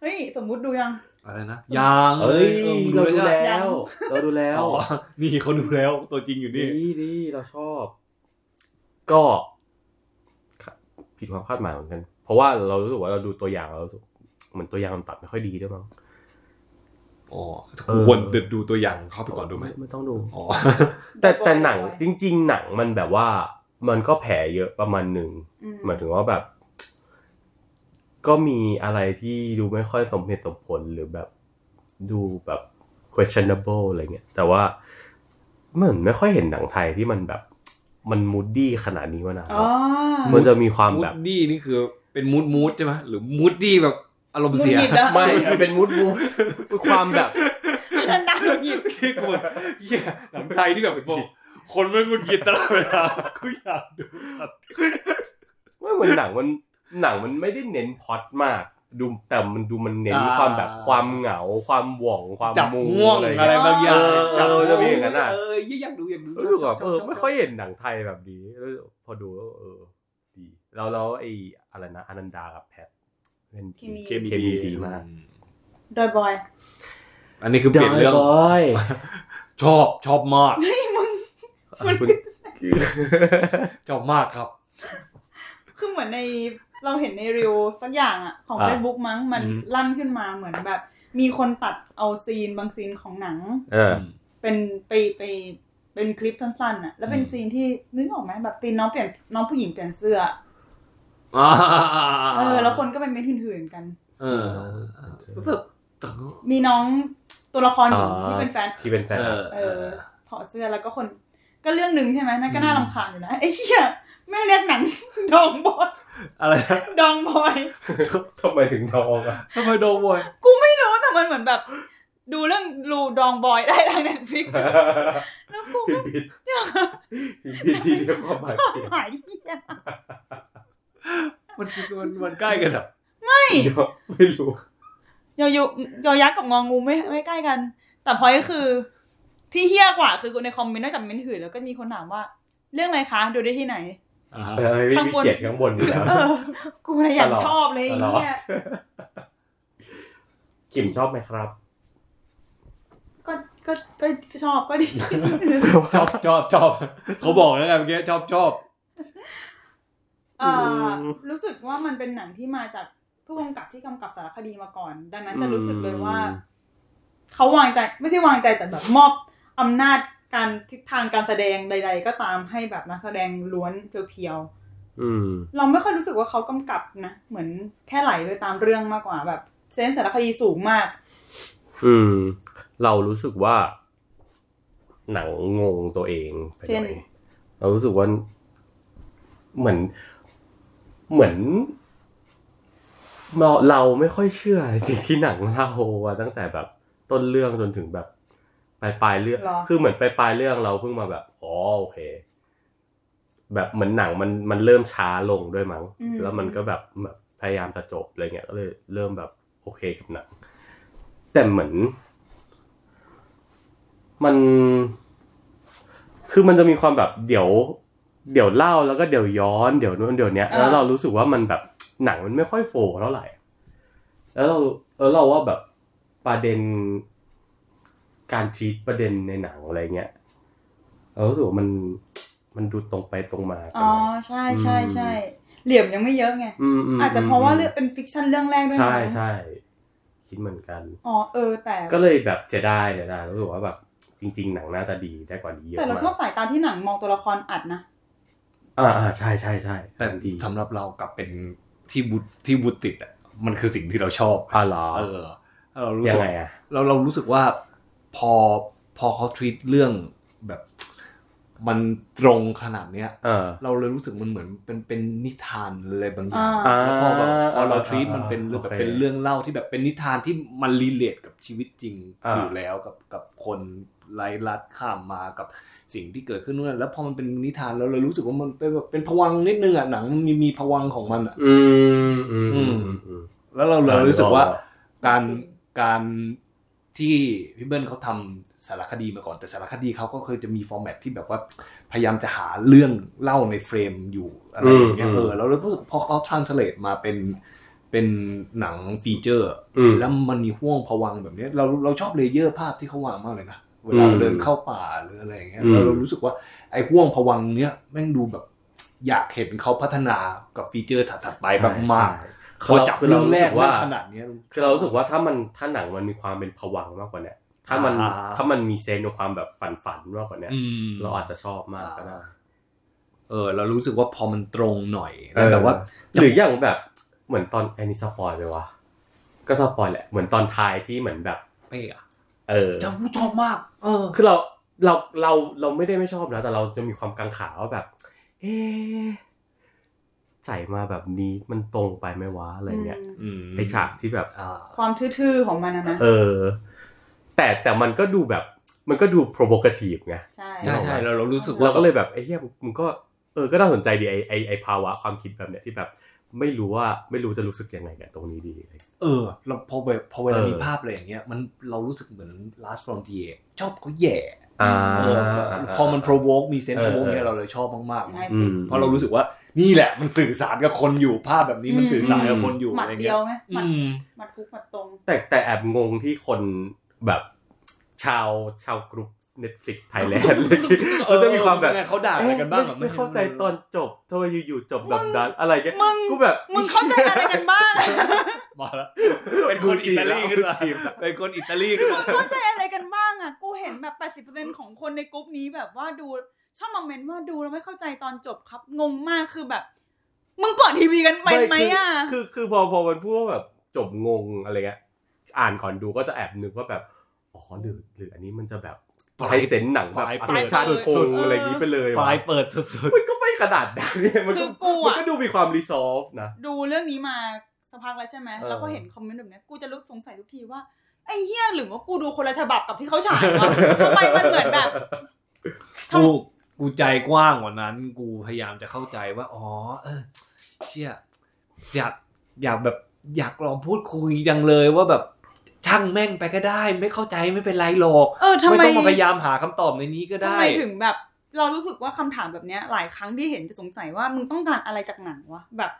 [SPEAKER 3] เฮ้ยสมมุติดูยัง
[SPEAKER 2] อะไรนะยัง
[SPEAKER 1] เอ้ย
[SPEAKER 2] ออมึง
[SPEAKER 1] เราดู
[SPEAKER 2] ใช่ไหม
[SPEAKER 1] แล้
[SPEAKER 3] ยัง
[SPEAKER 1] ว เราดูแล้ว
[SPEAKER 2] อ๋อนี่เขาดูแล้วตัวจริงอยู่
[SPEAKER 1] ดี
[SPEAKER 2] นี่
[SPEAKER 1] ดีเราชอบ ก็ ผิดความคาดหมายเหมือนกัน เพราะว่าเรารู้สึกว่าเราดูตัวอย่างเรารู้สึกเหมือนตัวอย่างมันตัดไม่ค่อยดีด้วยมั้ง
[SPEAKER 2] อ๋อ
[SPEAKER 1] เออ
[SPEAKER 2] ควรดูตัวอย่างเข้าไปก่อนดูไหม
[SPEAKER 1] ไม่ต้องดู
[SPEAKER 2] อ๋อ
[SPEAKER 1] แต่แต่หนังจริง ๆ หนังมันแบบว่า มันก็แผลเยอะประมาณหนึ่ง
[SPEAKER 3] อืม
[SPEAKER 1] หมายถึงว่าแบบ ก็มีอะไรที่ดูไม่ค่อยสมเหตุสมผลหรือแบบดูแบบ questionable อะไรเงี้ยแต่ว่าเหมือนไม่ค่อยเห็นหนังไทยที่มันแบบ มันมูดดี้ขนาดนี้มานาน
[SPEAKER 3] อ๋อ
[SPEAKER 1] มันจะมีความ
[SPEAKER 2] มู
[SPEAKER 1] แบ
[SPEAKER 2] ด
[SPEAKER 1] บ
[SPEAKER 2] ดี้นี่คือเป็นมูดมูดใช่ไหมหรือมูดดี้แบบอารมณ์เสีย
[SPEAKER 3] หงุดหงิดแล้ว
[SPEAKER 1] ไม่มันเป็นมูดมูด ความแบบ
[SPEAKER 3] นั่นนะหงุดหงิด
[SPEAKER 2] ไม่ใช่กูเหี้ยหนังไทยที่แบบบอกคนไม่งุนกิดตลอดเวลากูอยากดูสัตว์
[SPEAKER 1] ว่าเหมือนหนังมันหนังมันไม่ได้เน้นพล็อตมาก ดูแต่มันดูมันเน้นความแบบความเหงา ความหว่องความ
[SPEAKER 2] จับ
[SPEAKER 1] มู
[SPEAKER 2] ง่วง
[SPEAKER 1] อะไร
[SPEAKER 2] อะไร
[SPEAKER 1] เงี้ย
[SPEAKER 2] บางอย่าง
[SPEAKER 1] เออเออ
[SPEAKER 2] จับง่วง
[SPEAKER 1] จะมีอย่างนั้นอะ
[SPEAKER 2] เออเหี้ยอยากดูอยากดู
[SPEAKER 1] รู้สึกแบบเออ
[SPEAKER 2] ชบชบชบ
[SPEAKER 1] ไม่ค่อยเห็นหนังไทยแบบนี้แล้วพอดูแล้วเออดีแล้วแล้วไอ้อะไรนะอนันดากับแพทเล่นดี
[SPEAKER 2] เคมี
[SPEAKER 1] มีดีมาก
[SPEAKER 3] โดยบอย
[SPEAKER 2] อันนี้คือเปลี่ยนเรื่อง
[SPEAKER 1] บอย
[SPEAKER 2] ชอบ ชอบมาก
[SPEAKER 1] คุณ
[SPEAKER 2] ชอบมากครับ
[SPEAKER 3] คือเหมือนในเราเห็นในรีวสักอย่างอะของ
[SPEAKER 2] อ่า
[SPEAKER 3] Facebook มั้งมัน
[SPEAKER 2] อืม
[SPEAKER 3] ลั่นขึ้นมาเหมือนแบบ มีคนตัดเอาซีนบางซีนของหนัง
[SPEAKER 1] เออ
[SPEAKER 3] เป็นไปไปเป็นคลิปสั้นๆอะแล้วเป็น
[SPEAKER 2] อืม
[SPEAKER 3] ซีนที่นึกออกไหมแบบซีนน้องเปลี่ยนน้องผู้หญิงเปลี่ยนเสื้อ
[SPEAKER 2] อ่า
[SPEAKER 3] อเออ แล้วคนก็เป็นเม้นหื่นๆกัน
[SPEAKER 2] เออแต่
[SPEAKER 3] มีน้องตัวละครหญิง
[SPEAKER 1] อ่า
[SPEAKER 3] ที่เป็นแฟน
[SPEAKER 1] ที่เป็นแฟน
[SPEAKER 2] เออ
[SPEAKER 3] เออถอดเสื้อแล้วก็คนก็เรื่องหนึ่งใช่ไหมนั่นก็น่ารำคาญอยู่นะไอ้เหี้ย ไม่เรียกหนัง ดองบ อย
[SPEAKER 6] อะไร
[SPEAKER 3] ดองบอย
[SPEAKER 1] ทำไมถึงดองอ่ะ
[SPEAKER 6] ทำไมโดนบอย
[SPEAKER 3] กูไม่รู้แต่มันเหมือนแบบ ดูเรื่องรูดองบอยได้ทางเน็ตฟลิกแล้วกู
[SPEAKER 1] ผิดผิดผิดที่เรียกว่าหมายผิด
[SPEAKER 3] หายเหี้ย
[SPEAKER 6] มันมันมันใกล้กันเหรอ
[SPEAKER 1] เดี๋ยวไม่รู้
[SPEAKER 3] ยอยุยอยักษ์กับงองูไม่ไม่ใกล้กัน แต่พอยต์คือ ที่เฮี้ยกว่าคือในคอมเมนต์นอกจากเมนต์หื่นแล้วก็มีคนถามว่า เรื่องอะไรคะ ดูได้ที่ไหน
[SPEAKER 6] อ่าฮะ
[SPEAKER 1] เออไม่
[SPEAKER 3] ข้าง
[SPEAKER 1] มี
[SPEAKER 3] บน
[SPEAKER 1] เกียรติข้างบนอยู่แล้ว
[SPEAKER 3] เออ กูนะอยาก
[SPEAKER 1] ตลอด
[SPEAKER 3] ชอบเลยไอ้
[SPEAKER 1] ตลอด
[SPEAKER 3] เฮี้ย
[SPEAKER 1] ขิมชอบไหมครับ
[SPEAKER 3] ก็ก็ก็ชอบก็ดี
[SPEAKER 6] ชอบชอบชอบเขาบอกแล้วไงเมื่อกี้ชอบชอบ
[SPEAKER 3] เอ่ออ
[SPEAKER 1] ม
[SPEAKER 3] รู้สึกว่ามันเป็นหนังที่มาจากผู้กำกับที่กำกับสารคดีมาก่อน ดังนั้นจะรู้สึกเลยว่า
[SPEAKER 1] อืม
[SPEAKER 3] เขาวางใจไม่ใช่วางใจแต่แบบมอบอำนาจการทิศทางการแสดงใด ๆ ก็ตามให้แบบนักแสดงล้วนเพียว
[SPEAKER 1] อืม
[SPEAKER 3] ๆเราไม่ค่อยรู้สึกว่าเขากำกับนะเหมือนแค่ไหลไปตามเรื่องมากกว่า แบบเซนส์สารคดีสูงมาก
[SPEAKER 1] อืม เรารู้สึกว่า หนังงงตัวเองไปห
[SPEAKER 3] เช่
[SPEAKER 1] น่
[SPEAKER 3] น
[SPEAKER 1] อยเรารู้สึกว่า เหมือน เหมือนเราเราไม่ค่อยเชื่อสิ่งที่หนังเล่าอะตั้งแต่แบบต้นเรื่องจนถึงแบบปลายปลายๆเรื่อง
[SPEAKER 3] เหรอ
[SPEAKER 1] คือเหมือนปลายปลายๆเรื่องเราเพิ่งมาแบบอ๋อโอเค แบบเหมือนหนังมันมันเริ่มช้าลงด้วยมั้ง
[SPEAKER 3] อืม
[SPEAKER 1] แล้วมันก็แบบแบบพยายามจะจบอะไรเงี้ยก็เลยเริ่มแบบโอเคกับหนัง แต่เหมือน มัน คือมันจะมีความแบบเดี๋ยว เดี๋ยวเล่าแล้วก็เดี๋ยวย้อนเดี๋ยวนู้นเดี๋ยวเนี้ย
[SPEAKER 3] อ่า
[SPEAKER 1] แล้วเรารู้สึกว่ามันแบบหนังมันไม่ค่อยโฟล์เท่าไหร่ แล้วเราแล้วเราว่าแบบประเด็นการชีตประเด็นในหนังอะไรเงี้ยเรารู้สึกว่ามันมันดูตรงไปตรงมากัน
[SPEAKER 3] อ๋อ
[SPEAKER 1] หน่อย
[SPEAKER 3] ใช่ใช่
[SPEAKER 1] อืม
[SPEAKER 3] ใช่เหลี่ยมยังไม่เยอะไง
[SPEAKER 1] มม
[SPEAKER 3] อาจจะเพราะว่าเรื่อง
[SPEAKER 1] ม
[SPEAKER 3] เป็นฟิกชันเรื่องแรกด้วย
[SPEAKER 1] ใช่
[SPEAKER 3] มั้ง
[SPEAKER 1] ใช่คิดเหมือนกัน
[SPEAKER 3] อ๋อเออแต่
[SPEAKER 1] ก็เลยแบบเสียดายเสียดายรู้สึกว่าแบบ จริง ๆ หนังน่าจะดีได้กว่านี้เยอะ
[SPEAKER 3] แต่เรา
[SPEAKER 1] มา
[SPEAKER 3] ชอบ
[SPEAKER 1] ก
[SPEAKER 3] สายตาที่หนังมองตัวละครอัดนะ
[SPEAKER 1] อ่าอ่าใช่ใช่ใช่
[SPEAKER 2] แต่
[SPEAKER 1] ดี
[SPEAKER 2] สำหรับเรากลับเป็นที่บุตที่บุตติดอ่ะมันคือสิ่งที่เราชอบ
[SPEAKER 1] อ่าเหรอ
[SPEAKER 2] เออเรารู้
[SPEAKER 1] ยั
[SPEAKER 2] สึ
[SPEAKER 1] ง
[SPEAKER 2] ก
[SPEAKER 1] ไงอ่ะ
[SPEAKER 2] เราเรารู้สึกว่าพอพอเขาทวีตเรื่องแบบ มันตรงขนาดเนี้ย
[SPEAKER 1] เออ
[SPEAKER 2] เราเลยรู้สึกมันเหมือนเป็นเป็นนิทานอะไรบางอย่าง
[SPEAKER 3] อ่า
[SPEAKER 2] แล้วพอแบบพอเรา
[SPEAKER 1] อ่า
[SPEAKER 2] ทวีตมันเป็นเรื่องแบบ
[SPEAKER 1] โอเค
[SPEAKER 2] เป็นเรื่องเล่าที่แบบเป็นนิทานที่มันรีเลทกับชีวิตจริง
[SPEAKER 1] อ่า
[SPEAKER 2] อยู่แล้วกับกับคนไร้รัดข้ามมากับสิ่งที่เกิดขึ้นนู่นนนแล้วพอมันเป็นนิทานแล้วเรารู้สึกว่ามันเป็นแบบเป็นพวังค์นิดนึงอ่ะหนังมันมีมีพวังค์ของมันอ่ะ
[SPEAKER 1] อืมอืมอืมอืม
[SPEAKER 2] แล้วเราเรา
[SPEAKER 1] อ่า
[SPEAKER 2] รู้สึกว่า
[SPEAKER 1] หรือเปล่
[SPEAKER 2] การ
[SPEAKER 3] หรือเปล่า
[SPEAKER 2] การที่พี่เบิ้ลเขาทำสารคดีมาก่อนแต่สารคดีเขาก็เคยจะมีฟอร์แมตที่แบบว่าพยายามจะหาเรื่องเล่าในเฟรมอยู่อะไรอย่างเงี้ย
[SPEAKER 1] อืม
[SPEAKER 2] เออแล้วเรารู้สึกพอเขา translate มาเป็นเป็นหนังฟีเจอร์
[SPEAKER 1] อืม
[SPEAKER 2] แล้วมันมีห่วงพวังค์แบบเนี้ยเราเราชอบเลเยอร์ภาพที่เขาวางมากเลยนะเวลาเราเดินเข้าป่าหรืออะไรอย่างเงี้ย
[SPEAKER 1] อืม
[SPEAKER 2] เราเรารู้สึกว่าไอ้ห่วงพวังค์เนี้ยแม่งดูแบบอยากเห็นเขาพัฒนากับฟีเจอร์ถัดๆไปแบบมาก
[SPEAKER 1] ใช่ใช่คือเราคือเรารู้สึกว่า
[SPEAKER 2] ขนาดนี้
[SPEAKER 1] คือเรารู้สึกว่าถ้ามันถ้าหนังมันมีความเป็นผวังมากกว่าเนี้ยถ้ามัน
[SPEAKER 2] อ่า
[SPEAKER 1] ถ้ามันมีเซนส์ของความแบบฝันฝันๆมากกว่าเนี้ยเราอาจจะชอบมากก็ได้
[SPEAKER 2] เออ เรารู้สึกว่าพอมันตรงหน่อยนะแต่ว่า
[SPEAKER 1] เออหรืออย่างแบบเหมือนตอนอันนี้สปอยไปวะก็สปอยแหละเหมือนตอนท้ายที่เหมือนแบบ
[SPEAKER 2] เป้อะ
[SPEAKER 1] เออ
[SPEAKER 2] เจ้าผู้ชอบมาก เออ
[SPEAKER 1] คือเราเราเราเราไม่ได้ไม่ชอบนะแต่เราจะมีความกังขาว่าแบบ เอ๊ะใส่มาแบบนี้มันตรงไปไหมวะอะไรเงี้ย
[SPEAKER 3] อืม
[SPEAKER 2] อืม
[SPEAKER 1] ไอฉากที่แบบ
[SPEAKER 2] อ่า
[SPEAKER 3] ความทื่อๆของมันนะนะ
[SPEAKER 1] เออ แต่แต่มันก็ดูแบบ มันก็ดู provocative ไง
[SPEAKER 3] ใช่
[SPEAKER 2] ใช่ใช่เราเรารู้สึก
[SPEAKER 1] เรา
[SPEAKER 2] ว่า
[SPEAKER 1] ก็เลยแบบไอ้เหี้ยมึงก็เออก็น่าสนใจดีไอไอไอภาวะความคิดแบบเนี้ยที่แบบ ไม่รู้ว่าไม่รู้จะรู้สึกยังไงกับตรงนี้ดี
[SPEAKER 2] เออ เราพอแบบพอเวลา
[SPEAKER 1] เออ
[SPEAKER 2] มีภาพอะไรอย่างเงี้ย มันเรารู้สึกเหมือน last frontier ชอบเขาแย่
[SPEAKER 1] อ่า
[SPEAKER 2] เออพอมัน provoke มีเซนส์ provoke เนี่ยเราเลยชอบมาก
[SPEAKER 3] ใช่
[SPEAKER 1] อืม
[SPEAKER 2] ๆเพราะเรารู้สึกว่านี่แหละมันสื่อสารกับคนอยู่ภาพแบบนี้มันสื่อสารกับคนอยู่
[SPEAKER 3] หมั
[SPEAKER 2] อะ
[SPEAKER 3] ด
[SPEAKER 2] ไร
[SPEAKER 3] เดี
[SPEAKER 2] เงี้
[SPEAKER 3] ยวย ไหมหมัด
[SPEAKER 2] อืม
[SPEAKER 3] หมัดพุกหมัดตรง
[SPEAKER 1] แต่แต่แอบงงที่คนแบบชาวชาวกรุ๊ป Netflix ไทยแลนด์เลย ที่
[SPEAKER 2] เอ
[SPEAKER 1] เขา
[SPEAKER 2] อ
[SPEAKER 1] จะมีความแบบ
[SPEAKER 2] เป็นไงเขาด่าอะไรกันบ้างอะ
[SPEAKER 1] เอ๊ะ
[SPEAKER 2] ไม่
[SPEAKER 1] ไม่เข้าใจตอนจบทำไมอยู่ๆจบแบบดันอะไรเงี้ย
[SPEAKER 3] มึง
[SPEAKER 1] กูแบบ
[SPEAKER 3] มึงเข้าใจอะไรกันบ้าง
[SPEAKER 2] มาแล้วเป็นคนอิตาลีขึ้นมา
[SPEAKER 1] กูจีบแล้ว
[SPEAKER 2] เป็นคนอิตาลีขึ้นมา
[SPEAKER 3] เข้าใจอะไรกันบ้างอ่ะ กูเห็นแบบ 80%ของคนในกลุ่มนี้แบบว่าดูชอบมาเมนว่าดูแล้วไม่เข้าใจตอนจบครับ งงมากคือแบบ มึงเปิดทีวีกันไหมไหมอ่ะ
[SPEAKER 1] คือคือคือพอพอมันพูดว่าแบบจบงงอะไรเงี้ยอ่านก่อนดูก็จะแอบนึกว่าแบบอ๋อหรือหรืออันนี้มันจะแบบ
[SPEAKER 2] ปลาย
[SPEAKER 1] ให้เซนส์หนังแบบ
[SPEAKER 2] ปลาย
[SPEAKER 1] อั
[SPEAKER 2] เปิด
[SPEAKER 1] ชัน
[SPEAKER 3] สุด
[SPEAKER 1] คง
[SPEAKER 3] ๆ
[SPEAKER 1] อะไรอย่างนี้ไปเลยวะ
[SPEAKER 2] ปลายเปิดสุด
[SPEAKER 1] มันก็ไม่ ขนาดนั้นเนี่ยมัน
[SPEAKER 3] คื
[SPEAKER 1] ก็
[SPEAKER 3] อกู
[SPEAKER 1] มัน
[SPEAKER 3] อะ
[SPEAKER 1] ก็ดูมีความรีซอฟนะ
[SPEAKER 3] ดูเรื่องนี้มาสักพักแล้วใช่ไหม
[SPEAKER 1] เออ
[SPEAKER 3] แล้วก็เห็นคอมเมนต์แบบเนี้ยกูจะรู้สงสัยทุกทีว่าไอ้เหี้ยหรือว่ากูดูคนละฉบับกับที่เขาฉายวะทำไมมันเหมือนแบบทำ
[SPEAKER 2] กูกูใจกว้างกว่านั้น กูพยายามจะเข้าใจว่า อ๋อ เออเชี่ยอยากอยากแบบอยากลองพูดคุยจังเลยว่าแบบช่างแม่งไปก็ได้ ไม่เข้าใจไม่เป็นไรหรอก
[SPEAKER 3] เออทำ
[SPEAKER 2] ไม่
[SPEAKER 3] ไม
[SPEAKER 2] ต้องมาพยายามหาคำตอบในนี้ก็
[SPEAKER 3] ทำ
[SPEAKER 2] ได้
[SPEAKER 3] ไมถึงแบบ เรารู้สึกว่าคำถามแบบเนี้ย หลายครั้งที่เห็นจะสงสัยว่ามึงต้องการอะไรจากหนังวะแบบ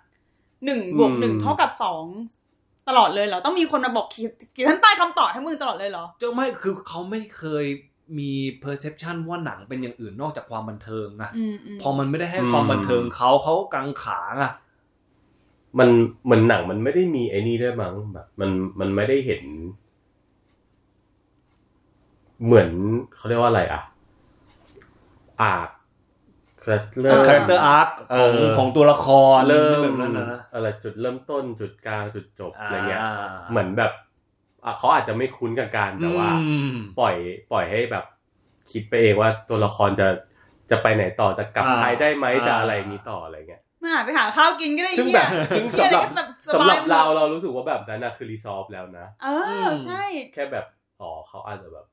[SPEAKER 3] หนึ่งบวกหนึ่ง
[SPEAKER 1] อืม
[SPEAKER 3] เท่ากับสองตลอดเลยเหรอต้องมีคนมาบอกขีดขีดขั้นใต้คำตอบให้มึงตลอดเลยเหรอ
[SPEAKER 2] จะไม่คือเขาไม่เคยมี perception ว่าหนังเป็นอย่างอื่นนอกจากความบันเทิงนะ
[SPEAKER 3] อืมอืม
[SPEAKER 2] พอมันไม่ได้ให้
[SPEAKER 1] อืม
[SPEAKER 2] ความบันเทิงเขาเขากังขาอะ
[SPEAKER 1] มันเหมือนหนังมันไม่ได้มีไอ้นี่ด้วยมั้งแบบมันมันไม่ได้เห็น เหมือนเขาเรียกว่าอะไรอะอาร์คาเริ่ม
[SPEAKER 2] คาแรคเตอร์อาร์
[SPEAKER 1] เอ
[SPEAKER 2] ของ
[SPEAKER 1] อ
[SPEAKER 2] ของตัวละคร
[SPEAKER 1] เริ่ม
[SPEAKER 2] แบบนั้นนะนะ
[SPEAKER 1] อะไรจุดเริ่มต้นจุดกลางจุดจบอะไรเงี้ย
[SPEAKER 2] า
[SPEAKER 1] เหมือนแบบอ่ะเขาอาจจะไม่คุ้นกับการแต่ว่า
[SPEAKER 2] อืม
[SPEAKER 1] ปล่อยปล่อยให้แบบ คิดไปเองว่าตัวละครจะจะไปไหนต่อจะกลับ
[SPEAKER 2] อ่า
[SPEAKER 1] ไทยได้ไหม
[SPEAKER 2] อ่า
[SPEAKER 1] จะอะไรอย่างนี้ต่ออะไรเงี้ย
[SPEAKER 3] มาหาไปหาข้าวกินก็ได้
[SPEAKER 1] ซึ่ง
[SPEAKER 3] เนี่ย
[SPEAKER 1] แบบซึ่ง
[SPEAKER 3] เหี้ย
[SPEAKER 1] สำหรับสำห
[SPEAKER 3] อะไรก็แบบบา
[SPEAKER 1] รั
[SPEAKER 3] ย
[SPEAKER 1] บ
[SPEAKER 3] มด
[SPEAKER 1] เราเรารู้สึกว่าแบบนั้นนะคือรีซอฟแล้วนะ
[SPEAKER 3] เออ ใช่
[SPEAKER 1] แค่แบบอ๋อเขาอาจจะแบบ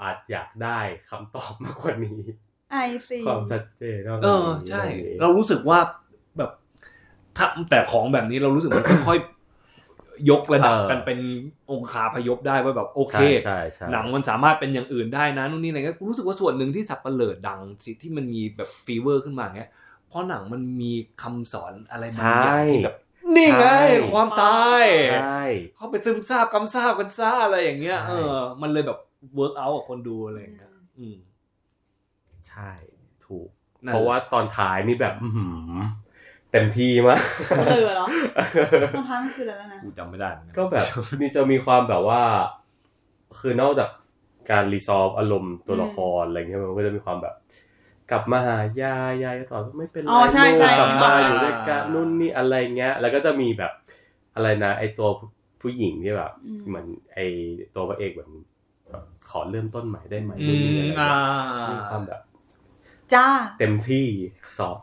[SPEAKER 1] อาจอยากได้คำตอบมากกว่านี้
[SPEAKER 3] ไอซี
[SPEAKER 1] ความชัดเจนนกจ
[SPEAKER 2] เอ
[SPEAKER 1] าก
[SPEAKER 2] อ
[SPEAKER 1] นี้
[SPEAKER 2] ใช่
[SPEAKER 1] อะไรอย่างงี้
[SPEAKER 2] เรารู้สึกว่าแบบถ้าแต่ของแบบนี้เรารู้สึกมัน ค่อยๆยกระดับ
[SPEAKER 1] เออ
[SPEAKER 2] กันเป็นองคาพยพได้ว่าแบบโอเค
[SPEAKER 1] ใช่ใช่ใช่
[SPEAKER 2] หนังมันสามารถเป็นอย่างอื่นได้นะนู่นนี่อะไรเงี้ยกูรู้สึกว่าส่วนหนึ่งที่สับเปะเหลอดังสิที่มันมีแบบฟีเวอร์ขึ้นมาเงี้ยเพราะหนังมันมีคำสอนอะไรบาง
[SPEAKER 1] ใช่
[SPEAKER 2] อย่างที่แบบนี่ไง
[SPEAKER 1] ใช่
[SPEAKER 2] ความตาย
[SPEAKER 1] ใช่
[SPEAKER 2] เขาไปซึมซาบกำซาบกันซาอะไรอย่างเงี้ย
[SPEAKER 1] ใช่
[SPEAKER 2] เออ มันเลยแบบเวิร์กเอากับคนดูอะไรอย่างเงี้ยอืม
[SPEAKER 1] ใช่ถูก
[SPEAKER 2] นั่น
[SPEAKER 1] เพราะว่าตอนท้ายนี่แบบอื้อหือเต็มที่มาก
[SPEAKER 3] เจอเหรอตอนท้ายมันคืออะไรแล้วนะ
[SPEAKER 2] กูจำไม่ได้เหมือนน
[SPEAKER 1] ก็แบบมีจะมีความแบบว่า คือนอกจากการรีซอฟอารมณ์ตัวละครอะไรเงี้ยมันก็จะมีความแบบ กลับมาหายายยายก็ตอบว่าไม่เป็นไร
[SPEAKER 3] อ๋อใช่
[SPEAKER 1] ลูก
[SPEAKER 3] ใช่
[SPEAKER 1] กลับมา
[SPEAKER 2] อ่า
[SPEAKER 1] อยู่ด้วยกันนู่นนี่อะไรเงี้ย แล้วก็จะมีแบบอะไรนะ ไอตัวผู้หญิงที่แบบ
[SPEAKER 3] อืม
[SPEAKER 1] เหมือนไอตัวพระเอกเหมือนแบบขอเริ่มต้นใหม่ได้ไหม
[SPEAKER 2] อื
[SPEAKER 1] นู่นนี่อะ
[SPEAKER 2] ม
[SPEAKER 1] ไร
[SPEAKER 2] อ่า
[SPEAKER 1] เงี้ยมีความแบบ
[SPEAKER 3] จ้า
[SPEAKER 1] เต็มที่สอน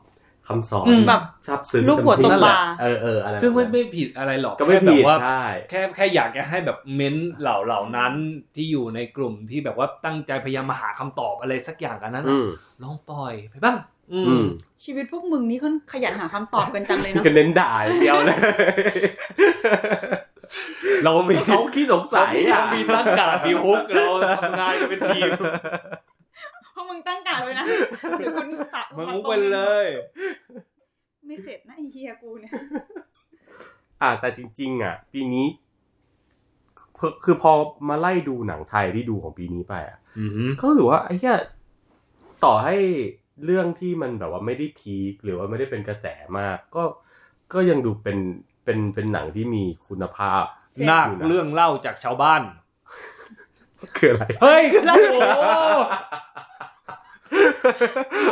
[SPEAKER 1] คำสอน
[SPEAKER 2] อืม
[SPEAKER 3] แบบ
[SPEAKER 1] ซาบซึ้ง
[SPEAKER 3] ลูกหัว
[SPEAKER 1] เต็มที่
[SPEAKER 3] ตบบ่า
[SPEAKER 1] เออเอออะไร
[SPEAKER 2] ซึ่งไม่
[SPEAKER 1] แบบนั้น
[SPEAKER 2] ไม่ผิดอะไรหรอก
[SPEAKER 1] ก็ไม่
[SPEAKER 2] แค่
[SPEAKER 1] ผิ
[SPEAKER 2] แบ
[SPEAKER 1] ด
[SPEAKER 2] บว่า
[SPEAKER 1] ใช่
[SPEAKER 2] แค่แค่อยากจะให้แบบเม้นเหล่าเหล่านั้นที่อยู่ในกลุ่มที่แบบว่าตั้งใจพยายามมาหาคำตอบอะไรสักอย่างกันนั้นน่ะ
[SPEAKER 1] อืม
[SPEAKER 2] ลองปล่อยไปบ้าง อืม
[SPEAKER 1] อืม
[SPEAKER 3] ชีวิตพวกมึงนี่ค่อนขยันหาคำตอบกันจังเลยเนาะ
[SPEAKER 1] จะเน้นด่าอย่างเดียวเลย
[SPEAKER 2] เรามี
[SPEAKER 1] เขาขี้สงสัย
[SPEAKER 2] เรา
[SPEAKER 1] อ่ะ
[SPEAKER 2] มีตั้งการมีฮุกเราทำงานกันเป็นทีม
[SPEAKER 3] พวกมึงตั้งการไว้นะเดี๋ยวคุณสะ
[SPEAKER 2] มันฮุกไปเลย
[SPEAKER 3] ไม่เสร็จนะไอเฮียกูเนี่ย
[SPEAKER 1] อ่าแต่จริง ๆ อ่ะ ปีนี้เพคือพอมาไล่ดูหนังไทยที่ดูของปีนี้ไปอ่ะ
[SPEAKER 2] อืม
[SPEAKER 1] ก็ถือว่าไอ้เหี้ยต่อให้เรื่องที่มันแบบว่าไม่ได้พีคหรือว่าไม่ได้เป็นกระแสมาก ก็ก็ยังดูเป็นเป็นเป็นหนังที่มีคุณภาพ
[SPEAKER 2] นาคเรื่องเล่าจากชาวบ้าน
[SPEAKER 1] คืออะไร
[SPEAKER 2] เฮ้ยโอ้โห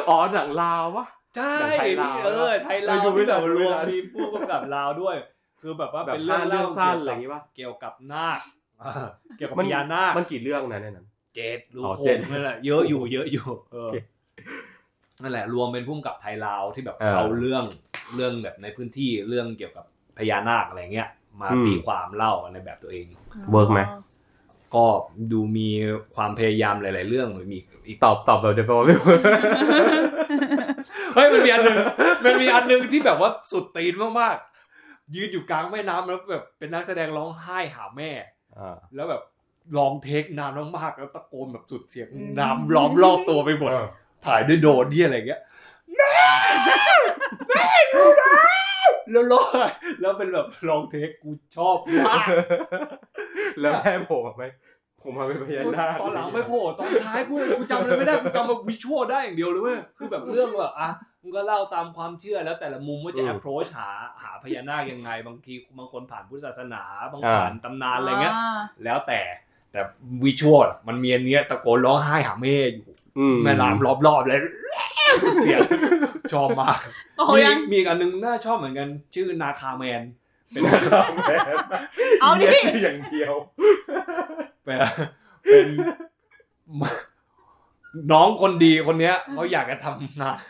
[SPEAKER 1] อ๋อหนังลาววะ
[SPEAKER 2] ใช่
[SPEAKER 1] หนังไทยลาว
[SPEAKER 2] เออไทยลาว
[SPEAKER 1] เออดูไม่
[SPEAKER 2] ที่
[SPEAKER 1] ทัน
[SPEAKER 2] แบบ
[SPEAKER 1] ดู
[SPEAKER 2] ร
[SPEAKER 1] ไม่
[SPEAKER 2] วม
[SPEAKER 1] ทัน
[SPEAKER 2] มีผู้กำกับลาวด้วย คือแบบว่า
[SPEAKER 1] แบบ
[SPEAKER 2] เป็น
[SPEAKER 1] เรื่
[SPEAKER 2] เรื่
[SPEAKER 1] อ
[SPEAKER 2] อง
[SPEAKER 1] เล่า
[SPEAKER 2] งเล่า
[SPEAKER 1] สั้นอะไรอย่างงี้ป่ะ
[SPEAKER 2] เกี่ยวกับนาคอ่าเกี่ยวกับ
[SPEAKER 1] มั
[SPEAKER 2] พ
[SPEAKER 1] น
[SPEAKER 2] ญานาค
[SPEAKER 1] มันกี่เรื่องนะในนั้น
[SPEAKER 2] เจ็ดรู
[SPEAKER 1] อ๋อ
[SPEAKER 2] โค
[SPEAKER 1] เจ็ด
[SPEAKER 2] มนั่นแหละเยอะอยู่เยอะอยู่เออ
[SPEAKER 1] โอเค
[SPEAKER 2] นั่นแหละ รวมเป็นพุ่มกับไทยลาวที่แบบ
[SPEAKER 1] เออ
[SPEAKER 2] เอาเรื่องเรื่องแบบในพื้นที่เรื่องเกี่ยวกับพญานาคอะไรเงี้ย มา
[SPEAKER 1] อืม
[SPEAKER 2] ตีความเล่าในแบบตัวเอง
[SPEAKER 1] เวิร์กไหม
[SPEAKER 2] ก็ดูมีความพยายามหลาย ๆ เรื่องหรือมีอีก
[SPEAKER 1] ตอบตอบแบบเดียวกันไม่เวิร์ก
[SPEAKER 2] เฮ้ยมันมีอันหนึ่งมันมีอันหนึ่งที่แบบว่าสุดตีนมากๆยืนอยู่กลางแม่น้ำแล้วแบบเป็นนักแสดงร้องไห้หาแม่
[SPEAKER 1] อ่า
[SPEAKER 2] แล้วแบบลองเทคนานมากๆแล้วตะโกนแบบสุดเสียง
[SPEAKER 3] อืม
[SPEAKER 2] น้ำล้อมรอบตัวไปหมด
[SPEAKER 1] เออ
[SPEAKER 2] ถ่ายด้วยโดรนที่อะไรเงี้ยแม่แม่ดูนะแล้วร้องไห้แล้วเป็นแบบลองเทคกูชอบมาก
[SPEAKER 1] แล้วแม่ผมอะไหมผมมาเป็นพญานาค
[SPEAKER 2] ตอนหลังไม่โผล่ตอนท้ายกูกูจำอะไรไม่ได้กูจำแบบวิชวลได้อย่างเดียวเลยเว้ยคือแบบเรื่องแบบอ่ะมึงก็เล่าตามความเชื่อแล้วแต่ละมุมว่าจะ approach หาหาพญานาคยังไง บางทีบางคนผ่านพุทธศาสนาบางผ่านตำนานอะไรเงี้ย แล้วแต่แต่วิชวลมันมีอันเนี้ยตะโกนร้องไห้หาแม่อยู่
[SPEAKER 1] อื
[SPEAKER 2] แม่ ลามรอบๆเลยเสียงชอบมาก
[SPEAKER 3] โต
[SPEAKER 2] มี
[SPEAKER 3] ยัง
[SPEAKER 2] มีอีกอันหนึงน่าชอบเหมือนกันชื่อนาคาแมน เป็น
[SPEAKER 3] เอาดิ
[SPEAKER 1] รียกชื่อย่างเดียว
[SPEAKER 2] เป็นเป็นน้องคนดีคนเนี้ยเขาอยากจะทำงาน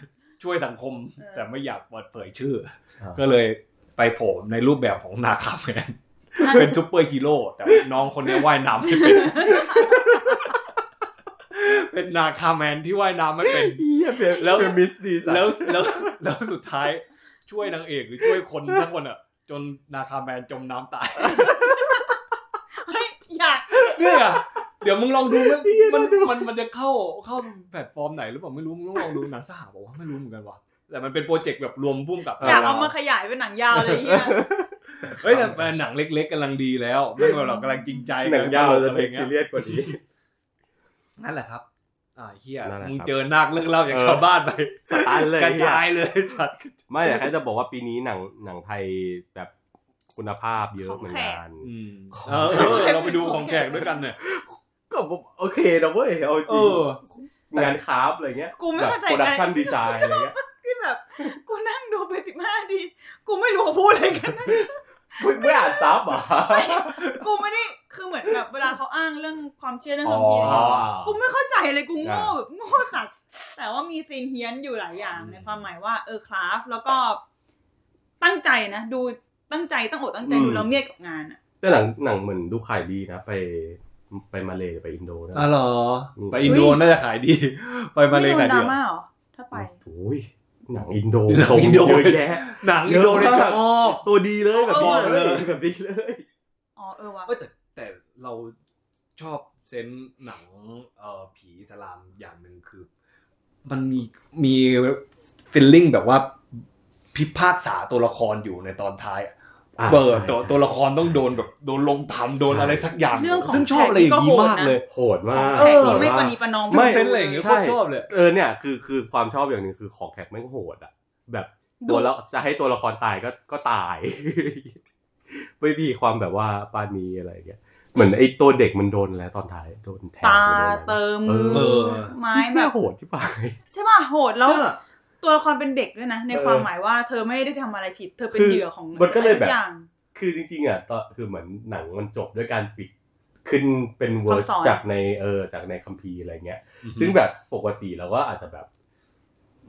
[SPEAKER 2] ช่วยสังคม แต่ไม่อยากเปิดเผยชื่อ
[SPEAKER 1] อ่า
[SPEAKER 2] ก็เลยไปโผล่ในรูปแบบของนาคาแม น
[SPEAKER 3] นา
[SPEAKER 2] เป็นซุปเปอร์ฮีโร่แต่น้องคนนี้ว่ายน้ำไม่เป็น เป็นนาคาแมนที่ว่ายน้ำไม่เป็น
[SPEAKER 1] เหี้ยเป็น
[SPEAKER 2] แล้
[SPEAKER 1] แล้ว วมิสดีสัต
[SPEAKER 2] แล้ว
[SPEAKER 1] ว์
[SPEAKER 2] แล้วแล้วสุดท้ายช่วยนางเอกหรือช่วยคนทุกคนอ่ะ จนนาคาแมนจมน้ำตาย
[SPEAKER 3] เฮ้ยอยาก
[SPEAKER 2] เนี่ยเดี๋ยวมึงลองดูมันมันมันมันจะเข้าเข้าแพลตฟอร์มไหนหรือเปล่าไม่รู้มึงต้องลองดูหนังสหบอกว่าไม่รู้เหมือนกันว่ะแต่มันเป็นโปรเจกต์แบบรวมพุ่มกับ
[SPEAKER 3] อยากเอามาขยายเป็นหนังยาวเลยเฮีย
[SPEAKER 2] เฮ้ยแต่แต่หนังเล็กๆกำลังดีแล้วไม่ว่าเรากำลังจริงใจ
[SPEAKER 1] หนังยาวจะ
[SPEAKER 2] อะไร
[SPEAKER 1] เป็น
[SPEAKER 2] เงี้
[SPEAKER 1] ซี
[SPEAKER 2] ย
[SPEAKER 1] เรียสกว่านี้
[SPEAKER 2] นั่นแหละครับอ่าเฮีย
[SPEAKER 1] นั่นแหละครับ
[SPEAKER 2] มึงเจอนาคเรื่องเล่าอย่าง
[SPEAKER 1] เออ
[SPEAKER 2] ชาวบ้านไป
[SPEAKER 1] สตันเลย
[SPEAKER 2] กระ
[SPEAKER 1] เหี้ย
[SPEAKER 2] จายเลยสัตว์
[SPEAKER 1] ไม่แต่แค่จะบอกว่าปีนี้หนังหนังไทยแบบคุณภาพเยอะเหมือนกัน
[SPEAKER 2] อืม
[SPEAKER 1] ของ
[SPEAKER 2] เออเออเราไปดูของแขกด้วยกันเนี่ย
[SPEAKER 1] ก็บอกโอเคนะเว้ยเอาจ
[SPEAKER 2] เอ
[SPEAKER 1] ริง
[SPEAKER 2] อ
[SPEAKER 1] งานคราฟต์อะไรเงี้ย
[SPEAKER 3] กูไม่
[SPEAKER 1] แบบ
[SPEAKER 3] เข้าใจ
[SPEAKER 1] โปรดัก
[SPEAKER 3] อะไร
[SPEAKER 1] ชันดีไซน์อะไรเงี้ย
[SPEAKER 3] ที่แบบ กูนั่งดูไปสิบห้าทีกูไม่รู้เขาพูดอะไรกัน
[SPEAKER 1] ไม่ไม่อ่านซับเหรอ
[SPEAKER 3] กูไม่ได้คือเหมือนแบบเวลาเขาอ้างเรื่องความเชื่อเรื่อง
[SPEAKER 1] อ๋อ
[SPEAKER 3] ความเฮียนกูไม่เข้าใจเลยกูโง่
[SPEAKER 1] อ่า
[SPEAKER 3] แบบโง่สัตว์แต่ว่ามีซีนเฮี้ยนอยู่หลายอย่าง
[SPEAKER 2] อืม
[SPEAKER 3] ในความหมายว่าเออคราฟแล้วก็ตั้งใจนะดูตั้งใจตั้งอกตั้งใจดูแล้วเมียดกับงานอะ
[SPEAKER 1] แต่หนังหนังเหมือนดูขายดีนะ ไปไปมาเลหรือไปอินโดนะ
[SPEAKER 2] อ๋อเหรอไปอินโดน่าจะขายดี ไปมาเลย
[SPEAKER 3] ไม่โด
[SPEAKER 2] ขาย
[SPEAKER 3] นด
[SPEAKER 2] ดี
[SPEAKER 3] รา
[SPEAKER 2] เหรอ
[SPEAKER 3] ม่าเหรอถ้าไป
[SPEAKER 1] โอ้ยหนังอินโด
[SPEAKER 2] หนังอินโด
[SPEAKER 1] เยอะแยะ
[SPEAKER 2] หนังอินโดนี
[SPEAKER 1] เย
[SPEAKER 2] เซี
[SPEAKER 1] อะมา
[SPEAKER 2] ย
[SPEAKER 1] ก
[SPEAKER 2] ชอบ
[SPEAKER 1] ตัวดีเลยแบบ
[SPEAKER 2] บ
[SPEAKER 1] ดี
[SPEAKER 2] อกเล
[SPEAKER 1] เลย ยแบบดีเลย
[SPEAKER 3] อ๋อเออวะ
[SPEAKER 2] เอ้ยแต่แต่เราชอบเซนส์หนังเอ่อผีอิสลามอย่างหนึ่งคือ มันมีมีฟิลลิ่งแบบว่าพิพากษาตัวละครอยู่ในตอนท้ายอะ
[SPEAKER 1] อ่า
[SPEAKER 2] เปิด
[SPEAKER 1] ใช่
[SPEAKER 2] ตัว
[SPEAKER 1] ใช่
[SPEAKER 2] ตัวละครต้องโดนแบบโดนลงทำโดน
[SPEAKER 1] ใช่
[SPEAKER 2] อะไรสักอย่าง
[SPEAKER 3] เรื่องของ
[SPEAKER 2] ซึ่งชอบอะไรอย่างนี้มากเลย
[SPEAKER 1] โหดมาก
[SPEAKER 3] แขกนี่
[SPEAKER 1] โหด
[SPEAKER 3] ไม่ป
[SPEAKER 1] มาก
[SPEAKER 3] ณีประนอม
[SPEAKER 1] ไม่
[SPEAKER 2] เซนส์อะไรอย่างเงี้ยโค
[SPEAKER 1] ใช่
[SPEAKER 2] ตรชอบเลย
[SPEAKER 1] เออเนี่ยคือคือความชอบอย่างหนึ่งคือของแขกแม่งโหดอ่ะ แบบตัวละจะให้ตัวละครตายก็ก็ตาย ไม่มีความแบบว่าปานีอะไรอย่างเงี้ยเหมือนไอ้ตัวเด็กมันโดนแล้วตอนท้ายโดนแทง
[SPEAKER 3] ตา
[SPEAKER 1] โดนอะไร
[SPEAKER 3] เติม
[SPEAKER 1] เอ
[SPEAKER 3] มือ
[SPEAKER 1] อ
[SPEAKER 2] อ
[SPEAKER 3] ไม้แบ
[SPEAKER 1] แม่
[SPEAKER 3] บ
[SPEAKER 1] โหดที่ปาย
[SPEAKER 3] ใช่ป่ะโหดแล้ว
[SPEAKER 2] เนี่ย
[SPEAKER 3] ตัวละครเป็นเด็กด้วยนะ ในความหมายว่าเธอไม่ได้ทำอะไรผิด เธอเป็นเหยื่อของ
[SPEAKER 1] มันก็เลยแบบ
[SPEAKER 3] ทุอย่าง
[SPEAKER 1] คือจริงๆอ่ะตอนคือเหมือนหนังมันจบด้วยการปิดขึ้นเป็นเวอร์ส
[SPEAKER 3] คำสอน
[SPEAKER 1] จากในเออจากในคัมภีร์อะไรเงี้ย ซึ่งแบบปกติเราก็อาจจะแบบ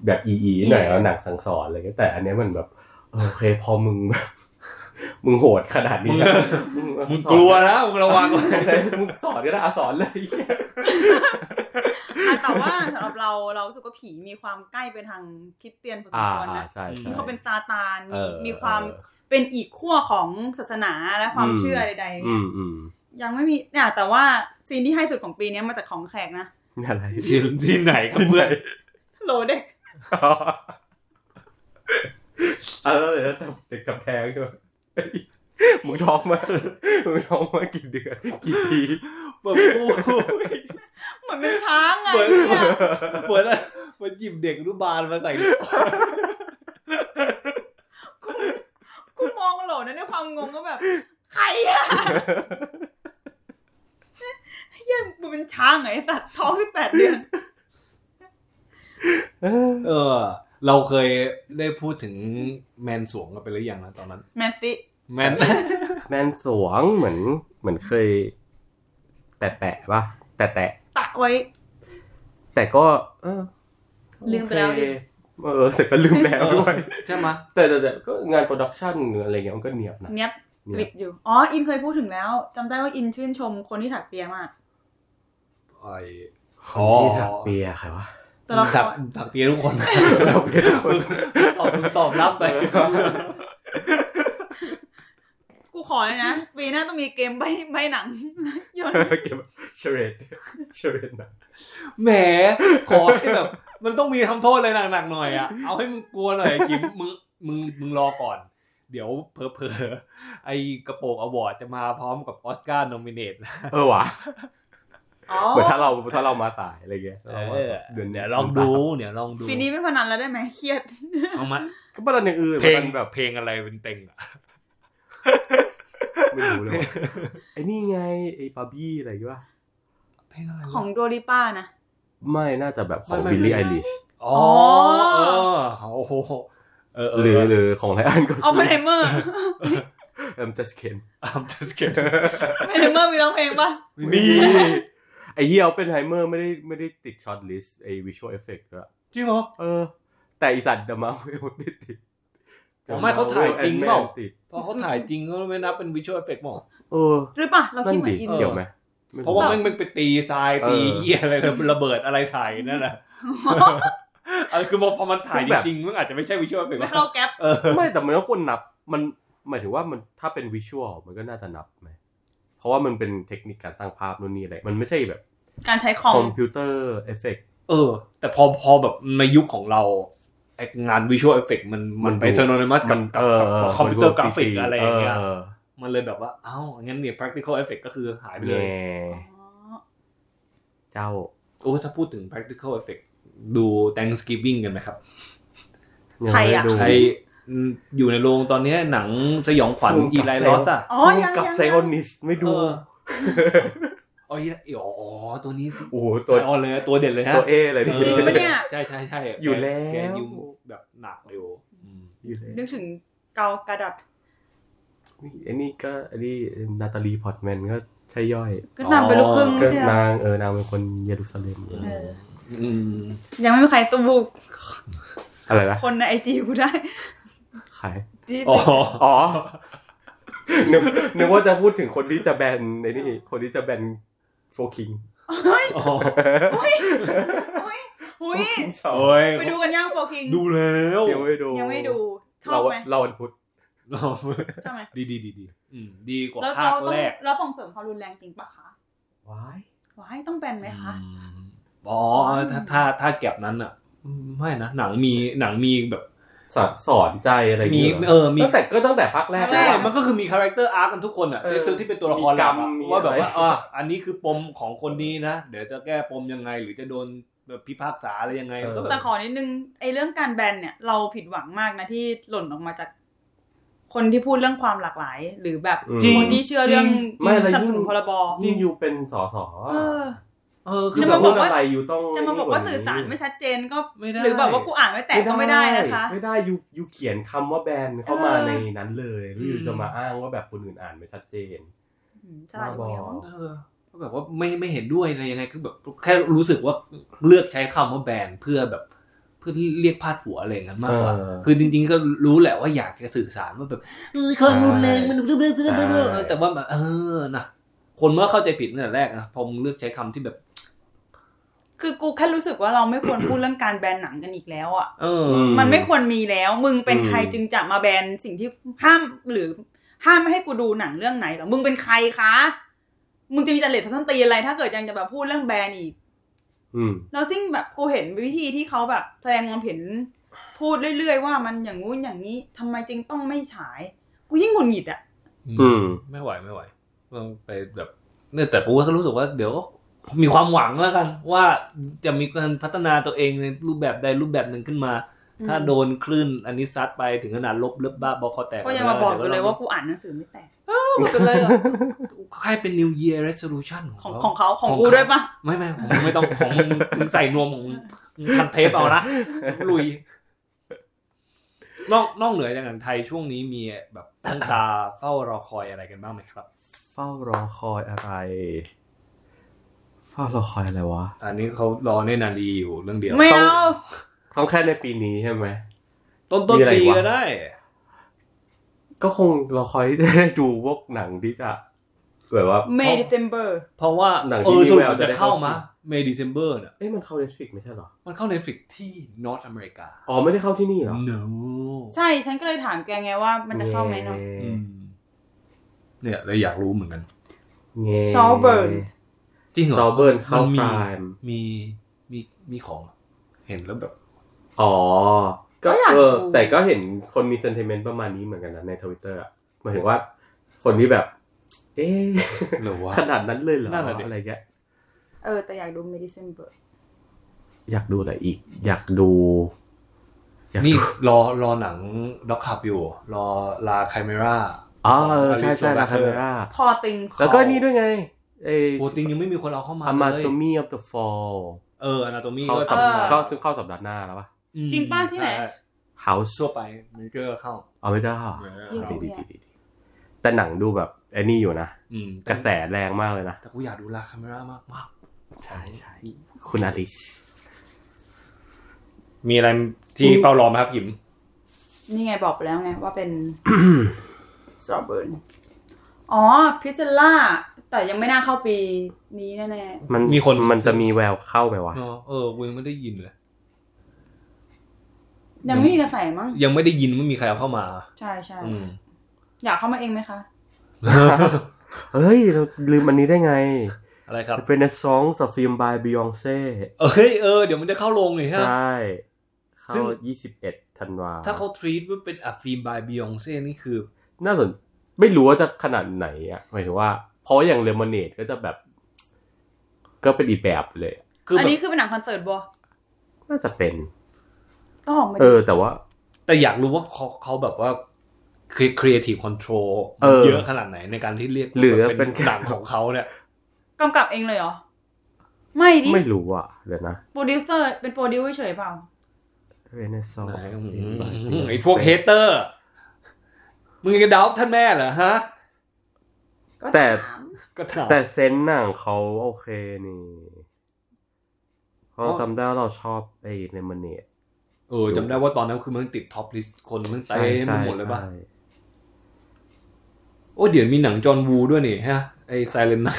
[SPEAKER 1] แบบอีอีหน่อยแล้วหนังสังสอนอะไรเงี้ยแต่อันเนี้ยมันแบบเออโอเคพอมึงแบบ มึงโหดขนาดนี้แล้ว
[SPEAKER 2] มึงกลัวนะมึงระ วัง
[SPEAKER 1] สอนเลยมึงสอนก็ได้อ่ะสอนเลย เหี้ย
[SPEAKER 3] อ่ะแต่ว่าสำหรับเรา เรารู้สึกว่าผีมีความใกล้ไปทางคริดเตียนพอส
[SPEAKER 1] อ่าม
[SPEAKER 3] ควร
[SPEAKER 1] อ่า
[SPEAKER 3] นะ
[SPEAKER 1] ใช่ใช่
[SPEAKER 3] เขาเป็นซาตาน
[SPEAKER 1] เอ
[SPEAKER 3] มี
[SPEAKER 1] อ
[SPEAKER 3] มีความ
[SPEAKER 1] เออ
[SPEAKER 3] เป็นอีกขั้วของศาสนาและความ
[SPEAKER 1] อืม
[SPEAKER 3] เชื่อใด
[SPEAKER 1] อืมอืม
[SPEAKER 3] ๆ ยังไม่มีเนี่ยแต่ว่าซีนที่ให้สุดของปีนี้มาจากของแขกนะ
[SPEAKER 1] อะไร
[SPEAKER 2] ที่ที่ไหนครับเพื่อน
[SPEAKER 3] โลเด็ก
[SPEAKER 1] เอาแล้วเดี๋ยวนะเด็กกับแทงใช่ไหมเฮ้ยมึงท้องมามึงท้องมากี่เดือนกี่ปี
[SPEAKER 2] แบบโอ้ย
[SPEAKER 3] เหมือนเป็นช้างไง
[SPEAKER 2] เหมือน
[SPEAKER 3] เนี่ย
[SPEAKER 2] เหมือนอะเหมือนหยิบเด็กอนุบาลมาใส่
[SPEAKER 3] กูกูมองโหลนั้นในความงงก็แบบ ใครอะเฮียมึงเป็นช้างเหรอไงตัดท้องสิบแปดเดือน
[SPEAKER 1] เออ
[SPEAKER 2] เออ เราเคยได้พูดถึงแมนสวงกันไปหรือยังนะตอนนั้น
[SPEAKER 3] แมนซิ
[SPEAKER 2] แมน
[SPEAKER 1] แมนสวงเหมือนเหมือนเคย แตะแตะป่ะแตะแตะ
[SPEAKER 3] ตะไว้
[SPEAKER 1] แต่ก็เออ
[SPEAKER 3] ลืมไปแล้วดิ
[SPEAKER 1] โอเคเออแต่ก็ลืมแล้วด้วย
[SPEAKER 2] ใช่ไหม
[SPEAKER 1] แต่แต่แต่ก็งานโปรดักชันหรืออะไรเงี้ยมันก็เนียบนะ
[SPEAKER 3] เนี้ยบกริบอยู่ อ๋อ อินเคยพูดถึงแล้วจำได้ว่าอินชื่นชมคนที่ถักเปียมาก
[SPEAKER 2] ไอ้
[SPEAKER 1] คนที่ถักเปียใครวะ
[SPEAKER 3] ตัวละค
[SPEAKER 2] สัก
[SPEAKER 3] ร
[SPEAKER 2] สักเปียทุกคน
[SPEAKER 1] เราเป็นคน
[SPEAKER 2] ตอบ ตอบ รับไป
[SPEAKER 3] กูขอเลยนะปีหน้าต้องมีเกมใบใบหนัง โยน
[SPEAKER 1] เก็บเชเรตเชเรตนะ
[SPEAKER 2] แหม ขอให้แบบ มันต้องมีทำโทษอะไรหนักๆหน่อยอ่ะ เอาให้มึงกลัวหน่อยกิมมึงมึงมึงรอก่อน เดี๋ยวเพอเพอๆไอ้กระโปรงอวอร์ดจะมาพร้อมกับออสการ์โนมิเนต
[SPEAKER 1] เออว่ะ
[SPEAKER 3] อ๋อ
[SPEAKER 1] เหมือนถ้าเราถ้าเรามาตายอะไรเงี้ย
[SPEAKER 2] เอ
[SPEAKER 1] เราว่า
[SPEAKER 2] อ
[SPEAKER 1] เดือนนี้
[SPEAKER 2] เดี๋ยวลองดูเดี๋ยวลองดู
[SPEAKER 3] ปีนี้ไม่พนันแล้วได้ไหมเครียด
[SPEAKER 2] เอามา
[SPEAKER 1] ก็ประเด็นอย่างอื่น
[SPEAKER 2] เพลง
[SPEAKER 1] มัน
[SPEAKER 2] แบ
[SPEAKER 1] แบบ บ
[SPEAKER 2] เพลงอะไรเป็นเต็งอ่ะ
[SPEAKER 1] ไม่รู้เลยว่ะไอ้นี่ไงไอ้บาร์บี้อะไรวะ
[SPEAKER 2] เพลงอะไร
[SPEAKER 3] ของโดริป้านะ
[SPEAKER 1] ไม่น่าจะแบบของบิลลี่ไอริช
[SPEAKER 2] อ๋อเออโอ้โหเออเออ
[SPEAKER 1] หรือหรือของไรอันก็
[SPEAKER 3] เอาเพนเมอ ร์
[SPEAKER 1] เอ็มจัสเคน
[SPEAKER 2] อัมจัสเก็ต
[SPEAKER 3] เพนเมอร์มีร้องเพลงปะ
[SPEAKER 1] มีไอเฮียเอาเป็นไฮเมอร์ไม่ได้ไม่ได้ติดช็อตลิสต์ไอวิชวลเอฟเฟกต์ด้วย
[SPEAKER 2] จริงเหรอ
[SPEAKER 1] เออ แต่อีสัตว์เดอะมา เวลไม่ติด
[SPEAKER 2] อ๋อไม่เขาถ่ายจริงเปล่า
[SPEAKER 1] Ant-Man ติด
[SPEAKER 2] พอเขาถ่ายจริงก็ไม่นับเป็นวิชวลเอฟเฟกต์หมด
[SPEAKER 1] เออ
[SPEAKER 3] หรือเปะเรา
[SPEAKER 1] นั่นดิ
[SPEAKER 3] คิดเหมือนอิน
[SPEAKER 2] เออ
[SPEAKER 1] เกี่ยวไหมไม่
[SPEAKER 2] เพราะว่าแม่งไปตีทรายตี
[SPEAKER 1] เออ
[SPEAKER 2] เหี้ยอะไรระเบิดอะไรถ่ายนั่น แหละเออคือพอมันถ่ายจริงๆมันอาจจะไม่ใช่วิชวลเอฟเฟกต์
[SPEAKER 3] ไม่เข้าแก๊ป
[SPEAKER 2] เออ
[SPEAKER 1] ไม่แต่มันก็ควรนับมันหมายถึงว่ามันถ้าเป็นวิชวลมันก็น่าจะนับไหมเพราะว่ามันเป็นเทคนิคการตั้งภาพนู่นนี่อะไรมันไม่ใช่แบบ
[SPEAKER 3] การใช้คอม
[SPEAKER 1] คอมพิวเตอร์เอฟเฟก
[SPEAKER 2] เออ แต่พอพอแบบในยุคของเราไอ้งานวิชวลเอฟเฟกมัน
[SPEAKER 1] มั
[SPEAKER 2] มัน
[SPEAKER 1] น
[SPEAKER 2] ไป
[SPEAKER 1] ดู
[SPEAKER 2] โซโนนิมัส
[SPEAKER 1] มั
[SPEAKER 2] กัน บ
[SPEAKER 1] เออ
[SPEAKER 2] กับคอมพิวเตอร์กราฟิกอะไรอย่างเงี้ย
[SPEAKER 1] ออ
[SPEAKER 2] มันเลยแบบว่า เอ้างั้นเนี่ย practical effect ก็คือหายไปเลย
[SPEAKER 1] แง่เจ้า
[SPEAKER 2] โอ้ถ้าพูดถึง practical effect ดู Thanksgiving กันไหมครับ
[SPEAKER 1] ยัง
[SPEAKER 3] ใคร
[SPEAKER 1] ไม่
[SPEAKER 3] อะ
[SPEAKER 1] ดู
[SPEAKER 2] ใครอยู่ในโรงตอนเนี้ยหนังสยองขวัญ
[SPEAKER 1] ภูมิ
[SPEAKER 2] อี
[SPEAKER 1] กับ
[SPEAKER 2] ไล
[SPEAKER 1] เซ
[SPEAKER 2] ล
[SPEAKER 1] ล
[SPEAKER 2] อสอ่ะ
[SPEAKER 3] อ๋อยัง
[SPEAKER 1] กับ
[SPEAKER 3] ยัง
[SPEAKER 1] ไซออนิสไม่ดู
[SPEAKER 2] เออ อ๋ออีไลอ๋อตัวนี้สิ
[SPEAKER 1] โอ้โหตั
[SPEAKER 2] ตัว วออนเลยนะตัวเด่นเลยฮะ
[SPEAKER 1] ตัวเอเลยดิ
[SPEAKER 2] ออ
[SPEAKER 3] จริงปะเนี่ย
[SPEAKER 2] ใช่ใช่ใช่
[SPEAKER 1] อยู่แล้ว
[SPEAKER 2] กยูแบบหนักอยู่อืม
[SPEAKER 1] อยู่เลย
[SPEAKER 3] นึกถึงเกากระดับ
[SPEAKER 1] นี่อันนี้ก็อันนี้นาตาลีพอร์ตแมนก็ใช่ย่อย
[SPEAKER 3] ก็นำไปลูกครึ่ง
[SPEAKER 1] ก็
[SPEAKER 3] ไม่ใช่เหรอน
[SPEAKER 1] างเออนางเป็นคนเยรูซาเล็ม
[SPEAKER 3] เออ
[SPEAKER 2] อืม
[SPEAKER 3] ยังไม่มีใครสู้
[SPEAKER 1] อะไรนะ
[SPEAKER 3] คนในไอจีกูได้
[SPEAKER 1] ใคร
[SPEAKER 3] ที่
[SPEAKER 2] อ๋อ
[SPEAKER 1] อ๋อ นึกนึกว่าจะพูดถึงคนที่จะแบนในนี่ คนที่จะแบนโฟ คิง
[SPEAKER 3] หุย
[SPEAKER 1] สอง
[SPEAKER 2] โอ้ย
[SPEAKER 3] ไปดูกันย่างโฟกิง
[SPEAKER 2] ดูแล้ว
[SPEAKER 1] ยังไม่ดู
[SPEAKER 3] ยังไม่ดูชอ
[SPEAKER 1] เรา
[SPEAKER 3] บไหม
[SPEAKER 1] เราวันพุธ
[SPEAKER 3] ชอบไหม
[SPEAKER 2] ดีดีดีดีอืมดีกว่า
[SPEAKER 3] เรา
[SPEAKER 2] ภา
[SPEAKER 3] เรา
[SPEAKER 2] ค
[SPEAKER 3] ต้อง
[SPEAKER 2] แรก
[SPEAKER 3] เราส่งเสริมความรุนแรงจริงปะคะ
[SPEAKER 1] ว้าย
[SPEAKER 3] ว้ายต้องแบนไหมคะ
[SPEAKER 2] อืมอ๋อถ้าถ้าถ้าแก็บนั้นอ่ะ ไม่นะ หนังมีหนังมีแบบ
[SPEAKER 1] สอนสอนใจอะไรอย่าง
[SPEAKER 2] มี
[SPEAKER 1] เงี้ยเหรอ
[SPEAKER 2] เออมี
[SPEAKER 1] ตั้งแต่ก็ตั้งแต่ภาคแรก
[SPEAKER 3] ใช่
[SPEAKER 2] ใช่
[SPEAKER 1] แล้วอะ
[SPEAKER 2] มันก็คือมีคาแรคเตอร์อาร์กันทุกคนอ่ะ
[SPEAKER 1] เออ
[SPEAKER 2] ในตัวที่เป็นตัวละครหลั
[SPEAKER 1] มีกรร
[SPEAKER 2] ก
[SPEAKER 1] ม
[SPEAKER 2] อะ
[SPEAKER 1] มี
[SPEAKER 2] ว่าแบบว่า
[SPEAKER 1] อะไร
[SPEAKER 2] อ่ะอันนี้คือปมของคนนี้นะ เดี๋ยวจะแก้ปมยังไง หรือจะโดนแบบพิพากษาอะไรยังไงมันก็แบ
[SPEAKER 3] แต่
[SPEAKER 2] บ
[SPEAKER 3] ขอนิดนึงไอ้เรื่องการแบนเนี่ย เราผิดหวังมากนะที่หล่นออกมาจาก คนที่พูดเรื่องความหลากหลาย หรือแบบ
[SPEAKER 1] อืม
[SPEAKER 3] คนที่เชื่อเรื่อง
[SPEAKER 1] จริงไม่อะไร
[SPEAKER 3] สนับสนุ
[SPEAKER 1] ยุ่
[SPEAKER 3] น
[SPEAKER 1] ง
[SPEAKER 3] พรบ
[SPEAKER 1] นี่อยู่เป็นสอสอ
[SPEAKER 3] เออ
[SPEAKER 2] เออคื
[SPEAKER 1] คือ อ
[SPEAKER 2] แบ
[SPEAKER 1] แบบ บ
[SPEAKER 3] จะมาบ
[SPEAKER 1] พูด
[SPEAKER 3] อกว่า
[SPEAKER 1] อะไรอยู่ต้อง
[SPEAKER 3] จะมาบอกว่าสื่อสารไม่ชัดเจนก็
[SPEAKER 2] ไม่ได้
[SPEAKER 3] หรือแบบว่ากูอ่านไม่แตกก็ไม่ได้นะคะ
[SPEAKER 1] ไม่ได้อยู่อยู่เขียนคำว่าแบนเข้ามา
[SPEAKER 3] เออ
[SPEAKER 1] ในนั้นเลยแล้วอยู่จะมาอ้างว่าแบบคนอื่นอ่านไม่ชัดเจน
[SPEAKER 3] อืมฉลาดเหมียว
[SPEAKER 2] เออก็แบบว่าไม่ไม่เห็นด้วยอะไรยังไงคือแบบแค่รู้สึกว่าเลือกใช้คำว่าแบนเพื่อแบบเพื่อเรียกพาดหัวอะไรอย่างนั้นมากกว่า
[SPEAKER 1] เออ
[SPEAKER 2] คือจริง ๆ ก็รู้แหละว่าอยากจะสื่อสารว่าแบบเออความรุนแรงมันเรื่องเรื่องเรื่องเรื่อง
[SPEAKER 1] ใช่
[SPEAKER 2] เออแต่ว่าแบบเออนะคนเมื่อเข้าใจผิดตั้งแต่แรกนะพอมึงเลือกใช้คำที่แบบ
[SPEAKER 3] คือกูแค่รู้สึกว่าเราไม่ควร พูดเรื่องการแบนหนังกันอีกแล้วอ่ะ
[SPEAKER 2] เออ
[SPEAKER 1] อืม
[SPEAKER 3] มันไม่ควรมีแล้ว มึงเป็นใคร
[SPEAKER 1] อืม
[SPEAKER 3] จึงจะมาแบนสิ่งที่ห้ามหรือ ห้ามไม่ให้กูดูหนังเรื่องไหนเหรอ มึงเป็นใครคะ มึงจะมีจริตทั้งตีอะไร ถ้าเกิดยังจะแบบพูดเรื่องแบนอีก
[SPEAKER 1] อืม
[SPEAKER 3] เราซิ่งแบบกูเห็นวิธีที่เขาแบบแสดงความเห็นพูดเรื่อยๆว่ามันอย่างงู้นอย่างนี้ทำไมจึงต้องไม่ฉาย กูยิ่งหงุดหงิดอ่ะ
[SPEAKER 1] อืม
[SPEAKER 2] ไม่ไหวไม่ไหวมันไปแบบเนี่ยแต่กูก็รู้สึกว่าเดี๋ยวก็มีความหวังแล้วกัน ว่าจะมีการพัฒนาตัวเองในรูปแบบใดรูปแบบหนึ่งขึ้นมา ถ้าโดนคลื่นอันนี้ซัดไปถึงขนาดลบเล็บบ้าบอคอแตก
[SPEAKER 3] ก็ยังมาบอก
[SPEAKER 2] ไป
[SPEAKER 3] กู
[SPEAKER 2] แ
[SPEAKER 3] เลยว่ากูอ่านหนังสือไม่แตก
[SPEAKER 2] ไม่เป็นไรหรอกใครเป็น New Year Resolution
[SPEAKER 3] ข
[SPEAKER 2] ข
[SPEAKER 3] อ
[SPEAKER 2] อง ง
[SPEAKER 3] ข
[SPEAKER 2] ข
[SPEAKER 3] อ
[SPEAKER 2] อง ง
[SPEAKER 3] เขาของ
[SPEAKER 2] ของ
[SPEAKER 3] กู
[SPEAKER 2] เขา
[SPEAKER 3] ด้วยปะ
[SPEAKER 2] ไม่ไม่ของมึงไม่ ต้องของมึงมึงใส่นวมของมึงมึงทันเทปเอา นะลุย นอกนอกเหนือจากหนังไทยช่วงนี้มีแบบตั้งตาเฝ้ารอคอยอะไรกันบ้างไหมครับ
[SPEAKER 1] เฝ้ารอคอยอะไร เฝ้ารอคอยอะไรวะ
[SPEAKER 2] อันนี้เขารอในนาลีอยู่เรื่องเดียว
[SPEAKER 3] ไม่เอา
[SPEAKER 1] ต้องแค่ในปีนี้ใช่ไหม
[SPEAKER 2] ต้นต้น
[SPEAKER 1] มีอะไร
[SPEAKER 2] ปี
[SPEAKER 1] วะ
[SPEAKER 2] ก็ได้
[SPEAKER 1] ก็คงรอคอยที่จะได้ดูพวกหนังที่จะแบบว่า
[SPEAKER 3] เมดิเซมเบอร์
[SPEAKER 2] เพราะว่า
[SPEAKER 1] หนัง
[SPEAKER 2] เอ
[SPEAKER 1] ที่
[SPEAKER 2] อ
[SPEAKER 1] มี
[SPEAKER 2] สรุป
[SPEAKER 1] แวว
[SPEAKER 2] มัน
[SPEAKER 1] จะ
[SPEAKER 2] จะ
[SPEAKER 1] ได้
[SPEAKER 2] เข้า
[SPEAKER 1] เข้า
[SPEAKER 2] มาเมดิเซมเบอร์เนี่ย
[SPEAKER 1] เอ้ยมันเข้า Netflix ไม่ใช่เหรอ
[SPEAKER 2] มันเข้าในฟิกที่นอตอเมริกา
[SPEAKER 1] อ๋อไม่ได้เข้าที่นี่เหรอ
[SPEAKER 2] no
[SPEAKER 3] ใช่ ฉันก็เลยถามแกไงว่ามันจะเข้าไหมเนาะ
[SPEAKER 2] อืมเนี่ยเลยอยากรู้เหมือนกัน
[SPEAKER 1] เงี้
[SPEAKER 3] Saltburn
[SPEAKER 2] จริงเหรอ
[SPEAKER 1] Saltburn เข้า
[SPEAKER 2] มันมี
[SPEAKER 1] Prime
[SPEAKER 2] มีมีมีของเหรอเห็นแล้วแบบ
[SPEAKER 1] อ๋อ ก็
[SPEAKER 3] ก็อยาก
[SPEAKER 1] เออ
[SPEAKER 3] ดู
[SPEAKER 1] แต่ก็เห็นคนมีเซน t ิเมนต์ประมาณนี้เหมือนกันนะในทวิตเตอร์อะหมายถึงว่า คนที่แบบ เอ๊ะ
[SPEAKER 2] หรือว่า
[SPEAKER 1] ขนาดนั้นเลยเหรอ
[SPEAKER 2] นั่นแหละดิ
[SPEAKER 1] อะไรเงี้ย
[SPEAKER 3] เออ แต่อยากดูเมดิเซมเบอร์
[SPEAKER 1] อยากดูอะไรอีก อยากดู อยาก
[SPEAKER 2] นี่
[SPEAKER 1] ดู
[SPEAKER 2] รอรอหนังด็อกขับอยู่ รอลาไคเมรา
[SPEAKER 1] อ๋อเออใช่ใช่
[SPEAKER 2] Alice
[SPEAKER 1] ลาคาเม
[SPEAKER 2] Robacher
[SPEAKER 1] รา
[SPEAKER 3] พอติง
[SPEAKER 1] แล้วก็นี่ด้วยไงเอ
[SPEAKER 2] โปรติงยังไม่มีคนเอาเข้ามา
[SPEAKER 1] อามา
[SPEAKER 2] เลย
[SPEAKER 1] โตมีออฟเดอะฟอล
[SPEAKER 2] เอออนาโตมี
[SPEAKER 1] เข้า
[SPEAKER 2] ก็
[SPEAKER 1] สัป
[SPEAKER 2] ทำม
[SPEAKER 1] เข้าซึ่งเข้าสัปดาห์หน้าแล้วปะ
[SPEAKER 2] อืม
[SPEAKER 3] จริงป้าที่ไหน
[SPEAKER 2] ใช่
[SPEAKER 1] House
[SPEAKER 2] ทั่วไปมันก็เข้า
[SPEAKER 1] เอาไม่ได้เหรอ
[SPEAKER 2] เออ
[SPEAKER 1] ดีดีดีดีดีแต่หนังดูแบบไอ้นี่อยู่นะ
[SPEAKER 2] อืม
[SPEAKER 1] กระแสแรงมากเลยนะ
[SPEAKER 2] แต่กูอยากดูลาไคเมรามากมาก
[SPEAKER 1] ใช่ใช่คุณอาริส
[SPEAKER 2] มีอะไร ที่นี่เฝ้ารอไหมครับหิม
[SPEAKER 3] นี่ไงบอกไปแล้วไงว่าเป็น สตรอเบอร์อ๋อพิซซล่าแต่ยังไม่น่าเข้าปีนี้แน่
[SPEAKER 1] มันมีคนมันจะมีแววเข้าไหมวะ
[SPEAKER 2] เออเออกูยังไม่ได้ยินเลย
[SPEAKER 3] ๆยังไม่มีกระแสมั้ง
[SPEAKER 2] ยังไม่ได้ยินไม่มีใครเอาเข้ามา
[SPEAKER 3] ใช่ใช่
[SPEAKER 2] อืม
[SPEAKER 3] อยากเข้ามาเองไหมคะ
[SPEAKER 1] เฮ้ย เราลืมอันนี้ได้ไง
[SPEAKER 2] อะไรครับ
[SPEAKER 1] เป็นในซองสับฟิล์มบายบิองเซ่
[SPEAKER 2] เอ้ยเออเดี๋ยวมันจะเข้าลงเลยฮะ
[SPEAKER 1] ใช่เข้า
[SPEAKER 2] ซึ่ง
[SPEAKER 1] ยี่สิบเอ็ดธันวา
[SPEAKER 2] ถ้าเขาทรีตว่าเป็นอะฟิล์มบายบิองเซ่นี่คือ
[SPEAKER 1] น่าสนไม่รู้ว่าจะขนาดไหนอ่ะหมายถึงว่า เพราะอย่างเลมอนเนดก็จะแบบ ก็เป็นอีกแบบเลย
[SPEAKER 2] คือ
[SPEAKER 3] อัน
[SPEAKER 2] แบบ
[SPEAKER 3] นี้คือเป็นหนังคอนเสิร์ตบอ
[SPEAKER 1] น่าจะเป็น
[SPEAKER 3] ต้องออกมา
[SPEAKER 1] เอ
[SPEAKER 3] ดิ
[SPEAKER 1] อ แต่ว่า
[SPEAKER 2] แต่อยากรู้ว่าเขาเขาแบบว่าคือครีเอทีฟคอนโทรล
[SPEAKER 1] เออ
[SPEAKER 2] เยอะขนาดไหนในการที่เรียก
[SPEAKER 1] หรือ
[SPEAKER 2] ว่า
[SPEAKER 1] เป็
[SPEAKER 2] เป็น
[SPEAKER 1] น
[SPEAKER 2] หนังของเขาเนี่ย
[SPEAKER 3] กำกับเองเลยเหรอ ไม่ดิ
[SPEAKER 1] ไม่รู้อ่ะเลยวนะ
[SPEAKER 3] โปรดิวเซอร์เป็นโปรดิวเฉยๆเปล่า
[SPEAKER 1] เรเนซอง
[SPEAKER 2] ไหนอืมไอ้พวกเฮเตอร์ มึงจะเดาท่านแม่เหรอฮะ
[SPEAKER 3] ก็
[SPEAKER 1] แต่
[SPEAKER 3] ถาม
[SPEAKER 2] ก็ถาม
[SPEAKER 1] แต่เซนส์หนังเขาโอเคนี่เพราะ
[SPEAKER 2] อ๋อ
[SPEAKER 1] จำได้ว่าเราชอบไอ้เลมอนเนด
[SPEAKER 2] เออจำได้ว่าตอนนั้นคือมันติดท็อปลิสต์คนมันเต็มไปหมดเลยป่ะ โอ้เดี๋ยวมีหนังจอห์นวูด้วยนี่ฮะ ไอ้ไซเลนไน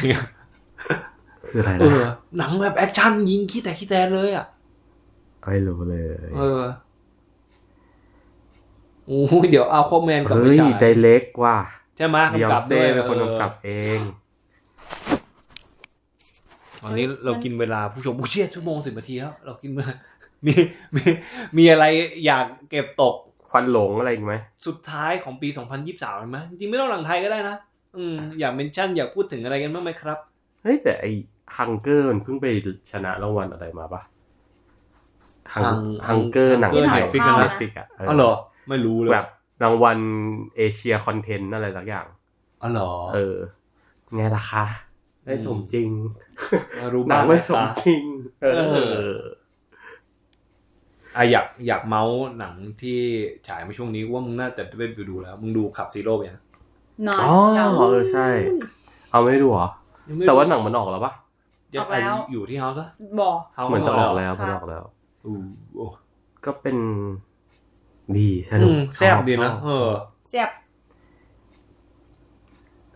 [SPEAKER 1] คืออะไร
[SPEAKER 2] เอ
[SPEAKER 1] นะ
[SPEAKER 2] อ หนังแบบแอคชั่นยิงขี้แต่ขี้แต่เลยอ่ะ
[SPEAKER 1] ไม่รู้เลย
[SPEAKER 2] เออโอ้ยเดี๋ยวเอาข้อแมนกลับไป
[SPEAKER 1] เฮ้ย
[SPEAKER 2] ฉาย
[SPEAKER 1] ไดเล็กว่ะ
[SPEAKER 2] ใช่ไหม
[SPEAKER 1] เบียง
[SPEAKER 2] กำกับ
[SPEAKER 1] เซ่
[SPEAKER 2] ด้วย
[SPEAKER 1] เป็นคนกำกับ
[SPEAKER 2] เอ
[SPEAKER 1] เอง
[SPEAKER 2] อตอนนี้เรากินเวลาผู้ชมผู้เชี่ยชั่วโมงสิบนาทีแล้ว เรากินเวลา มีมีมีอะไรอยากเก็บตก
[SPEAKER 1] ควันหลงอะไรอีกไหม
[SPEAKER 2] สุดท้ายของปี 2023เลยไหมจริงๆไม่ต้องหลังไทยก็ได้นะ อืม อยากเมนชั่นอยากพูดถึงอะไรกันบ้างไหมครับ
[SPEAKER 1] เฮ้ย แต่ไอฮังเกอร์มันเพิ่งไปชนะรางวัลอะไรมาปะฮัง
[SPEAKER 2] Hung-
[SPEAKER 1] ฮังเกอร์หนัง
[SPEAKER 2] Hunger
[SPEAKER 1] ไทย
[SPEAKER 2] Netflix
[SPEAKER 1] ของ
[SPEAKER 2] นะ
[SPEAKER 1] Netflix อะ
[SPEAKER 2] อ๋อเหรอ ไม่รู้เลย
[SPEAKER 1] แบบรางวัลเอเชียคอนเทนต์อะไรสักอย่าง
[SPEAKER 2] อ๋อเหรอ
[SPEAKER 1] เออ ไงล่ะคะ ได้สมจริง
[SPEAKER 2] รู้
[SPEAKER 1] หนั
[SPEAKER 2] บ้าง ง
[SPEAKER 1] ไม่สม
[SPEAKER 2] ตา
[SPEAKER 1] จริง เอ
[SPEAKER 2] เออ
[SPEAKER 1] อ
[SPEAKER 2] อ่ะอยากอยากเมาส์หนังที่ฉายมาช่วงนี้ว่ามึงน่าจะได้ไปดูแล้ว มึงดูขับซีโร่ไปยัง
[SPEAKER 3] น้อย
[SPEAKER 1] อ๋อ
[SPEAKER 3] ยัง
[SPEAKER 1] เออใช่ เอาไม่ได้ดูเหรอ
[SPEAKER 2] ยังไม่รู้
[SPEAKER 1] แต่ว่าหนังมันออกแล้วปะ
[SPEAKER 2] ยัง
[SPEAKER 3] ออกแล้ว
[SPEAKER 2] อยู่ที่เฮาส์อะ
[SPEAKER 3] บอ
[SPEAKER 2] เฮา
[SPEAKER 1] เหมือนจะออกแล้วมันออกแล้ว
[SPEAKER 2] อู้โอ้
[SPEAKER 1] ก็เป็น ดีสนุ
[SPEAKER 2] อื
[SPEAKER 1] ก
[SPEAKER 2] มแซ่บดีนะ
[SPEAKER 1] ชอ
[SPEAKER 2] เออ
[SPEAKER 3] เสียบ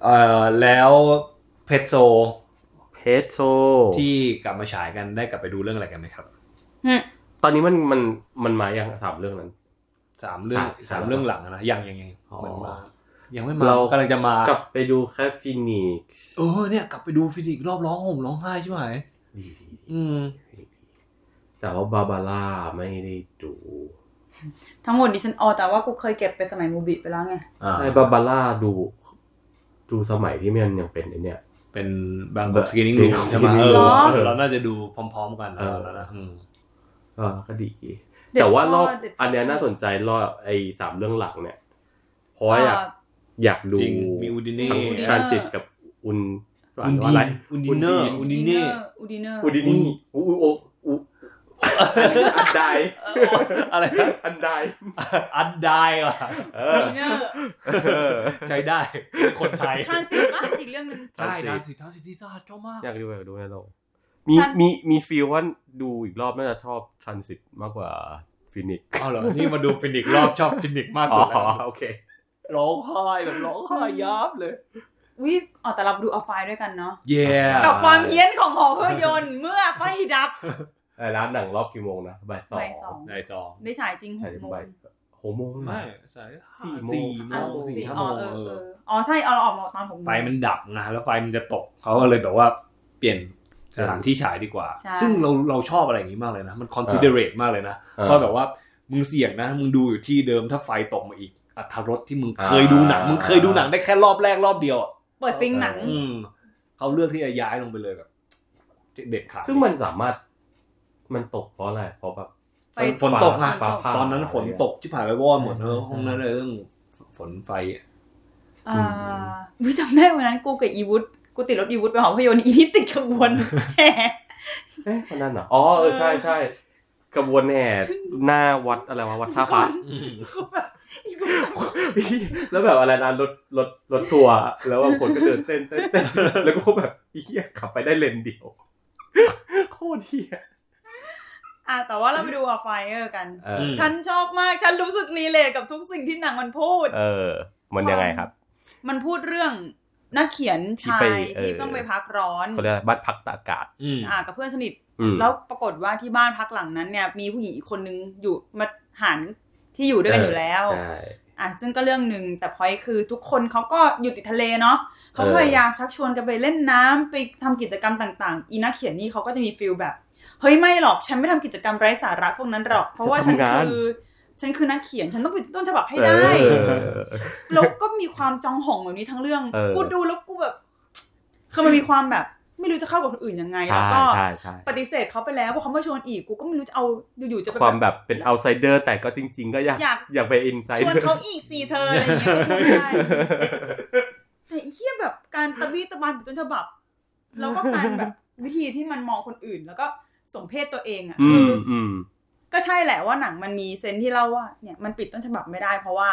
[SPEAKER 2] เออแล้วเพชโซ
[SPEAKER 1] เพชโซ
[SPEAKER 2] ที่กลับมาฉายกันได้กลับไปดูเรื่องอะไรกันไหมครับ
[SPEAKER 3] หึ
[SPEAKER 1] ตอนนี้มันมันมันมาอย่างสามเรื่องนั้น
[SPEAKER 2] สามเรื่อง
[SPEAKER 1] ฉาย
[SPEAKER 2] สามเรื่องหลังอะนะยังยังยัง
[SPEAKER 1] อ๋อ
[SPEAKER 2] เหมือนมายังไม่มา
[SPEAKER 1] เรา
[SPEAKER 2] กำลังจะมาก
[SPEAKER 1] ลับไปดูแค่ฟินิกซ์
[SPEAKER 2] เออเนี่ยกลับไปดูฟินิกซ์รอบร้องห่มร้องไห้ใช่ไหม
[SPEAKER 1] ดี
[SPEAKER 2] อืม
[SPEAKER 1] ๆแต่ว่าบาบาร่าไม่ได้ดู
[SPEAKER 3] ทั้งหมดดิฉันอ๋อแต่ว่ากูเคยเก็บไปสมัยมูบิไปแล้วไง
[SPEAKER 2] อ่า
[SPEAKER 1] ไอ้บาบาร่าดู ดูสมัยที่มันยังเป็นไอ้เนี่ย
[SPEAKER 2] เป็นบางแบบสกินนิ่งรูใช่ไหม
[SPEAKER 1] Screening
[SPEAKER 2] เออ
[SPEAKER 1] Room
[SPEAKER 2] เออเราน่าจะดูพร้อม ๆ กันนะแล้วนะอืม
[SPEAKER 1] เออก็ดี
[SPEAKER 3] เด็ด
[SPEAKER 1] แต่ว่ารอบ
[SPEAKER 3] พ่อเด็ดพ่ออั
[SPEAKER 1] อันเนี้ยน่าสนใจรอบไอ้สามเรื่องหลังเนี่ยเพราะว่าอยาก
[SPEAKER 3] อ่า
[SPEAKER 1] อยากดู
[SPEAKER 2] จริงมีอูดิเน่
[SPEAKER 1] ทั้ง
[SPEAKER 3] อูดิเน่
[SPEAKER 1] ทรานสิตกับอุน
[SPEAKER 2] อุน
[SPEAKER 1] ว่า
[SPEAKER 2] ดี
[SPEAKER 1] อะไร
[SPEAKER 2] อุนดีเนอร์อุนดีเน่
[SPEAKER 3] อูดิเนอร์
[SPEAKER 1] อูดินี่อูอูโออูอันได
[SPEAKER 2] อะไรนะ
[SPEAKER 1] อันได
[SPEAKER 2] อันได้ว่ะ
[SPEAKER 1] เออ
[SPEAKER 3] อูดิเนอร์
[SPEAKER 2] ใช้ได้ คนไทย
[SPEAKER 3] ทรานสิตป่ะอีกเรื่องหนึง
[SPEAKER 2] ใช่ทานสิทานสิทธิศาสตร์ชอบมาก
[SPEAKER 1] อยากดูอยากดูในโรงมี
[SPEAKER 3] ฉัน
[SPEAKER 1] มีมีฟีลว่าดูอีกรอบน่าจะชอบทรานสิตมากกว่าฟินิกซ์
[SPEAKER 2] เอาเหรอ นี่มาดูฟินิกซ์รอบชอบฟินิกซ์มาก
[SPEAKER 1] อ๋อ
[SPEAKER 2] กว่าแล้ว
[SPEAKER 1] โอเค
[SPEAKER 2] ร้องไห้แบบร้องไห้ยับเลย
[SPEAKER 3] อุ้ยอ๋อแต่เราดูเอาไฟล์ด้วยกันเนาะ
[SPEAKER 2] เย่
[SPEAKER 3] กับความเฮี้ยนของหอภาพยนตร์เมื่อไฟดับ
[SPEAKER 1] แต่ร้านหนังรอบกี่โมงนะบ่ายสอง
[SPEAKER 3] บ่ายสอง
[SPEAKER 2] ในายจอง
[SPEAKER 3] ได้ฉายจริงห
[SPEAKER 1] ใส่
[SPEAKER 3] กโมง
[SPEAKER 1] บ่ายหกโมงนะ
[SPEAKER 2] ไม่สาย
[SPEAKER 1] สี่โมง
[SPEAKER 2] สี่โม
[SPEAKER 3] อ่ะ
[SPEAKER 2] งสี่ห้า
[SPEAKER 3] อ๋
[SPEAKER 2] โม
[SPEAKER 3] อง เออ
[SPEAKER 2] เอ
[SPEAKER 3] เอ
[SPEAKER 2] อ
[SPEAKER 3] ออ๋อใช่เอาเราออกมาตอนหกโมง
[SPEAKER 2] ไฟมันดับนะแล้วไฟมันจะตกเขาก็เลยแบบว่าเปลี่ยนสถานที่ฉายดีกว่า
[SPEAKER 3] ใช่
[SPEAKER 2] ซึ่งเราเราชอบอะไรอย่างนี้มากเลยนะ มัน considerate มากเลยนะ
[SPEAKER 1] เออ
[SPEAKER 2] ว่าแบบว่ามึงเสี่ยงนะ มึงดูอยู่ที่เดิมถ้าไฟตกมาอีกอัธรสที่มึงเคยดูหนัง
[SPEAKER 1] อ่ามึ
[SPEAKER 2] มึงเคยดูหนังได้แค่รอบแรกรอบเดียวอะ
[SPEAKER 3] เปิดซิงค์หนัง
[SPEAKER 2] อืมเขาเลือกที่จะย้ายลงไปเลยแบบเด็ดขาด
[SPEAKER 1] ซึ่งมันสามารถ มันตกเพราะอะไรเพราะแบบ
[SPEAKER 3] ไฟ
[SPEAKER 2] ฝนตกนะ
[SPEAKER 1] ฟ้าผ่า
[SPEAKER 2] ตอนนั้นฝนตกชิบหายไปวอดหมดเนอะห้องนั้นเลยเรื่องฝนไฟอะ
[SPEAKER 3] อ่าวิจำได้วันนั้นกูกับอีวุฒกูติดรถอีวุฒไปหอภาพยนตร์อีนี่ติดขบวนแห่
[SPEAKER 1] เอ๊ะวันนั้นเหรออ๋อเออใช่ใช่กระบวนแห่หน้าวัดอะไรวะวัดท่าพระ
[SPEAKER 3] กูแบบอีวุฒ
[SPEAKER 1] แล้วแบบอะไรนะรถรถรถทัวร์แล้วว่าคนก็เดินเต้นเต้นเต้น แล้วก็แบบอีเหี้ยขับไปได้เลนเดียว โคตรเหี้ย
[SPEAKER 3] อ่ะแต่ว่าเราไปดูออฟไฟเออร์กัน
[SPEAKER 1] เอออ
[SPEAKER 2] ม
[SPEAKER 3] ฉันชอบมาก ฉันรู้สึกรีเลทกับทุกสิ่งที่หนังมันพูด
[SPEAKER 7] เออ มันยังไงครับ
[SPEAKER 3] มันพูดเรื่องนักเขียนชา
[SPEAKER 7] ที่
[SPEAKER 3] ย
[SPEAKER 7] ไปเออ
[SPEAKER 3] ที่ต้องไปพักร้อน
[SPEAKER 7] เขาเรียกอะไรบ้านพักตากอากาศ
[SPEAKER 2] อืม
[SPEAKER 3] อ่ะกับเพื่อนสนิท
[SPEAKER 1] อืม
[SPEAKER 3] แล้วปรากฏว่าที่บ้านพักหลังนั้นเนี่ย มีผู้หญิงอีกคนนึงอยู่มาหารที่อยู่ด้วยกัน
[SPEAKER 7] เอออ
[SPEAKER 3] อยู่แล้ว
[SPEAKER 1] ใช่
[SPEAKER 3] อ่ะซึ่งก็เรื่องหนึ่งแต่พอยคือทุกคนเขาก็อยู่ติดทะเลเนาะเขา
[SPEAKER 1] เออ
[SPEAKER 3] พยายามชักชวนกันไปเล่นน้ำไปทำกิจกรรมต่างๆ อีนักเขียนนี่เขาก็จะมีฟิลแบบ เฮ้ยไม่หรอกฉันไม่ทำกิจกรรมไร้สาระพวกนั้นหรอก เพราะว่าฉันคือฉันคือนักเขียนฉันต้องเป็นต้นฉบับให้ได้
[SPEAKER 1] เออ
[SPEAKER 3] แล้วก็มีความจองหองแบบนี้ทั้งเรื่อง
[SPEAKER 7] เออ
[SPEAKER 3] กูดูแล้วกูแบบคือมันมีความแบบ ไม่รู้จะเข้ากับคนอื่นยังไง
[SPEAKER 7] ใช่
[SPEAKER 3] แล้วก็
[SPEAKER 7] ใช่ใช่
[SPEAKER 3] ปฏิเสธเขาไปแล้วเพราะเขาไม่ชวนอีก กูก็ไม่รู้จะเอาอยู่ๆจะไป
[SPEAKER 7] ความ
[SPEAKER 3] แบบ
[SPEAKER 7] แบบเป็น outsider แต่ก็จริง ๆ ก็อยาก
[SPEAKER 3] อยาก
[SPEAKER 7] อยากไป insider
[SPEAKER 3] ชวนเขาอีกสีเธออะไรอย่า งเงี้ยก็ไม่ได้แต่ไอีเหี้ยแบบการตะบี้ตะบันเป็นต้นฉบับ แล้วก็การแบบวิธีที่มันมองคนอื่น แล้วก็สมเพศตัวเองอ่ะ
[SPEAKER 1] อื
[SPEAKER 3] คือ
[SPEAKER 1] ม
[SPEAKER 3] อ
[SPEAKER 1] อืม
[SPEAKER 3] ก็ใช่แหละว่าหนังมันมีเซนส์ที่เล่าว่าเนี่ยมันปิดต้นฉบับไม่ได้เพราะว่า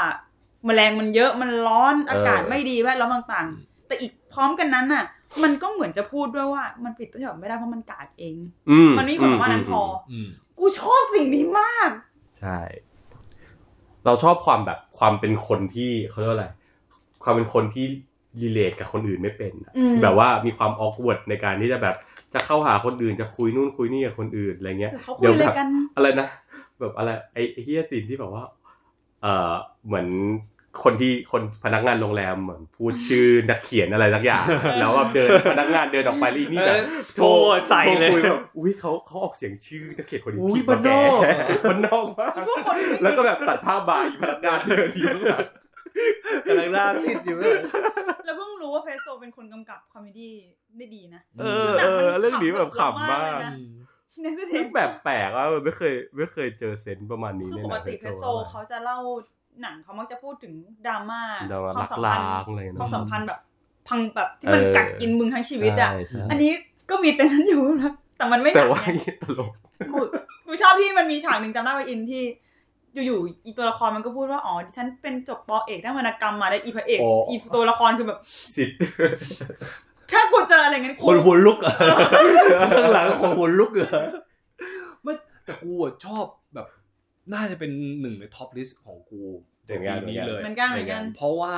[SPEAKER 3] แมลงมันเยอะมันร้อนอากาศไม่ดีแวดล้อมต่างๆ แต่อีกพร้อมกันนั้นน่ะ มันก็เหมือนจะพูดด้วยว่ามันปิดต้นฉบับไม่ได้เพราะมันกาดเอง
[SPEAKER 1] อืม
[SPEAKER 3] มันไม่มีความว่านั้นพออ
[SPEAKER 2] อืม
[SPEAKER 3] กูชอบสิ่งนี้มาก
[SPEAKER 1] ใช่ เราชอบความแบบความเป็นคนที่เขาเรียกว่าอะไร ความเป็นคนที่รีเลทกับคนอื่นไม่เป็นอะ
[SPEAKER 3] อืม
[SPEAKER 1] แบบว่ามีความออกว a r d ในการที่จะแบบจะเข้าหาคนอื่นจะคุยนู่นคุยนี่กับคนอื่นอะไรเงี้ย
[SPEAKER 3] เขาคุยอะไร
[SPEAKER 1] แบบ
[SPEAKER 3] กัน
[SPEAKER 1] อะไรนะแบบอะไรไอ้ไอ้เฮียตินที่แบบว่า เออเหมือนคนที่คนพนักงานโรงแรมเหมือนพูดชื่อ นักเขียนอะไรสักอย่าง แล้วแบบเดินพนักงานเดินออกไปรีบนี่แบบ
[SPEAKER 2] เออ
[SPEAKER 1] โทร
[SPEAKER 2] โทรใส่เลย
[SPEAKER 1] โทรคุแบบอุ้ยเขาเขาออกเสียงชื่อนักเขียนคนนี้
[SPEAKER 4] อุ๊ย
[SPEAKER 1] ผิดมาแก
[SPEAKER 4] บ้านนอก
[SPEAKER 1] มันนอกมาก
[SPEAKER 3] อีพวกคนไม่
[SPEAKER 1] แล้วก็แบบตัดภาพบายพนักงานเดินอยู่ข้างหลัง
[SPEAKER 4] กำลังหน้าติดอยู่เลย
[SPEAKER 3] แล้วเพิ่งรู้ว่าเพโซเป็นคนกำกับคอมเมดี้ได้ดีนะ
[SPEAKER 7] เออเออเรื่องนี้แบบขำมาก
[SPEAKER 3] อื ในแสด
[SPEAKER 1] ซึ่
[SPEAKER 3] ง
[SPEAKER 1] งแบบแปลกอ่ะไม่เคยไม่เคยเจอเซนส์ประมาณนี้
[SPEAKER 3] คือ
[SPEAKER 1] ใน
[SPEAKER 3] ป
[SPEAKER 1] ห
[SPEAKER 3] ก
[SPEAKER 1] นัง
[SPEAKER 3] ติเพ
[SPEAKER 1] เรื่อง
[SPEAKER 3] โซ
[SPEAKER 1] ตัว
[SPEAKER 3] เขาจะเล่าหนังเขามักจะพูดถึงดราม่า
[SPEAKER 1] ดราม่า
[SPEAKER 3] ควา
[SPEAKER 1] รั
[SPEAKER 3] ม
[SPEAKER 1] ก
[SPEAKER 3] สัมพัน
[SPEAKER 1] ลา
[SPEAKER 3] ธ์
[SPEAKER 1] งอะไร
[SPEAKER 3] ความ
[SPEAKER 1] นะ
[SPEAKER 3] สัมพันธ์แบบพังแบบที่มันกัดกินมึงทั้งชีวิตอ่ะ
[SPEAKER 1] ใช่ใช่
[SPEAKER 3] อันนี้ก็มีแต่นั้นอยู่นะแต่มันไม่ห นั
[SPEAKER 1] แต่
[SPEAKER 3] ก
[SPEAKER 1] ว่า
[SPEAKER 3] ไง
[SPEAKER 1] ตลก
[SPEAKER 3] กูกูชอบที่มันมีฉากหนึ่งจำได้ว่าอินที่ อยู่ๆอีตัวละครมันก็พูดว่าอ๋อดิฉันเป็นจบปอเอกด้านวรรณกรรมมาแล้วอีพระเอก
[SPEAKER 4] โอ้
[SPEAKER 3] อีตัวละครคือแบบ
[SPEAKER 1] สิทธิ์
[SPEAKER 3] ถ้ากูเจออะไรงั้น
[SPEAKER 4] คน
[SPEAKER 3] กู
[SPEAKER 4] หัวลุกอะข้างหลังคนหัวลุกเหรอ
[SPEAKER 2] ไม่แต่กูอะชอบแบบน่าจะเป็นหนึ่งในท็อปลิสต์ของกูในปีนี้เลย
[SPEAKER 3] เหมือนกันเหมือนกัน
[SPEAKER 2] เพราะว่า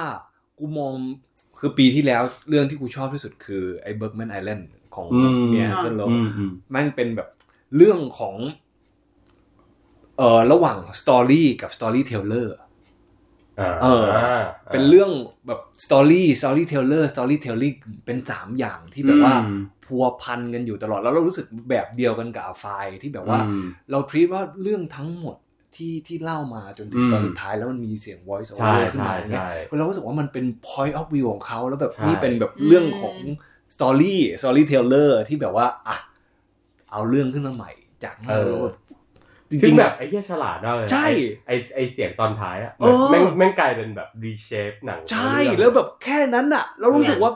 [SPEAKER 2] กูมองคือปีที่แล้วเรื่องที่กูชอบที่สุดคือไอ้เบิร์กแมนไอแลนด์ของ
[SPEAKER 1] อืม
[SPEAKER 2] เมียเจนโล
[SPEAKER 1] อืมอืม
[SPEAKER 2] มันเป็นแบบเรื่องของเอ่อระหว่างสตอรี่กับสตอรี่เทเลอร์
[SPEAKER 1] อ่า
[SPEAKER 2] เออ เป็นเรื่องแบบสตอรี่สตอรี่เทเลอร์สตอรี่เทลลิ่งเป็นสามอย่างที่แบบว่า
[SPEAKER 1] อืม
[SPEAKER 2] พัวพันกันอยู่ตลอดแล้วเรารู้สึกแบบเดียวกันกับไฟล์ที่แบบว่า
[SPEAKER 1] อืม
[SPEAKER 2] เราทรีตว่าเรื่องทั้งหมดที่ที่เล่ามาจนถึง
[SPEAKER 1] อืม
[SPEAKER 2] ตอนสุดท้ายแล้วมันมีเสียง voice
[SPEAKER 1] ใช่
[SPEAKER 2] over ขึ้น
[SPEAKER 1] ใช่
[SPEAKER 2] มาอย่างเงี้ย
[SPEAKER 1] ใช่
[SPEAKER 2] เรารู้สึกว่ามันเป็น point of view ของเขาแล้วแบบ
[SPEAKER 1] ใช่
[SPEAKER 2] นี่เป็นแบบเรื่องของ story storyteller ที่แบบว่าอ่ะเอาเรื่องขึ้นมาใหม่ จากนั้นเราแบบจ
[SPEAKER 1] ซึ่
[SPEAKER 2] ริ
[SPEAKER 1] ง
[SPEAKER 2] งๆ
[SPEAKER 1] แบ
[SPEAKER 2] แบบ บ
[SPEAKER 1] ไอ้เหี้ยฉลาดมากเลยนะ
[SPEAKER 2] ใช่
[SPEAKER 1] ไอ้ไอ้เสียงตอนท้ายอะ
[SPEAKER 2] เออ
[SPEAKER 1] แม่งแม่งกลายเป็นแบบรีเชฟหนัง
[SPEAKER 2] ใช่
[SPEAKER 1] เรื่อง
[SPEAKER 2] แล้วแบบแค่นั้นอะเรารู้สึกว่า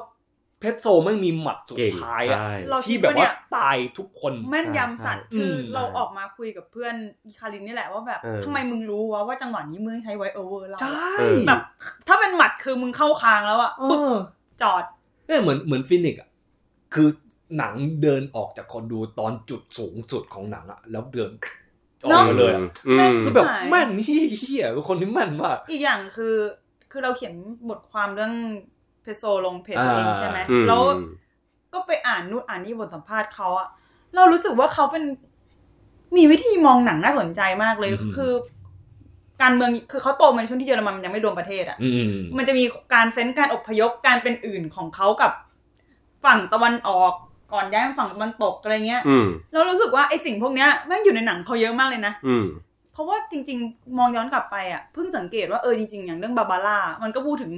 [SPEAKER 2] เพชรโซไม่งมีหมัดสุด
[SPEAKER 1] เก่ง
[SPEAKER 2] ท้ายอะ
[SPEAKER 1] ใช่
[SPEAKER 3] เราคิ
[SPEAKER 2] ที่
[SPEAKER 3] ด
[SPEAKER 2] แบบ
[SPEAKER 3] ว่า
[SPEAKER 2] ว่า
[SPEAKER 3] เนี่ย
[SPEAKER 2] ตายทุกคน
[SPEAKER 3] แม่นยำสัตว์
[SPEAKER 2] ใช่
[SPEAKER 3] คืออ
[SPEAKER 2] ม
[SPEAKER 3] เราออกมาคุยกับเพื่อนอีคารินนี่แหละว่าแบบ
[SPEAKER 1] เออ
[SPEAKER 3] ทำไมมึงรู้วะว่าจังหวะนี้มึงใช้ไวโอเวอร์เรา
[SPEAKER 2] ใช่
[SPEAKER 1] เออ
[SPEAKER 3] แบบถ้าเป็นหมัดคือมึงเข้าคางแล้วอะ
[SPEAKER 2] เอ
[SPEAKER 3] ปึ๊บ
[SPEAKER 2] อ
[SPEAKER 3] จอด
[SPEAKER 2] เนี่ยเหมือนเหมือนฟินิกซ์อะคือหนังเดินออกจากคนดูตอนจุดสูงสุดของหนังอะแล้วเดินออก
[SPEAKER 3] เนอะ
[SPEAKER 2] มาเลยอะ
[SPEAKER 1] อืม
[SPEAKER 3] แม่ง
[SPEAKER 2] คื
[SPEAKER 3] จะ
[SPEAKER 2] อแบบแม่นเฮียเป็นคนที่แม่นมาก
[SPEAKER 3] อีกอย่างคือ คือเราเขียนบทความเรื่องเพโซลงเพจตัวเอง
[SPEAKER 2] อ่า
[SPEAKER 3] ใช่ไหม
[SPEAKER 1] อืม
[SPEAKER 3] แล้วก็ไปอ่านนู่นอ่านนี่บทสัมภาษณ์เขาอะเรารู้สึกว่าเขาเป็นมีวิธีมองหนังน่าสนใจมากเลย
[SPEAKER 2] อืม
[SPEAKER 3] คือ การเมืองคือเขาโตมาในช่วงที่เยอรมันมันยังไม่รวมประเทศอะ
[SPEAKER 2] อืม
[SPEAKER 3] มันจะมีการเฟ้นการอพยพการเป็นอื่นของเขากับฝั่งตะวันออกก่อนย้ายมาฝั่งตะวันตกอะไรเงี้ย
[SPEAKER 1] อืม
[SPEAKER 3] เรารู้สึกว่าไอ้สิ่งพวกเนี้ยแม่งอยู่ในหนังเขาเยอะมากเลยนะ
[SPEAKER 1] อืม
[SPEAKER 3] เพราะว่าจริง ๆ มองย้อนกลับไปอ่ะเพิ่งสังเกตว่าเออจริง ๆ อย่างเรื่องบาบาร่ามันก็พูดถึง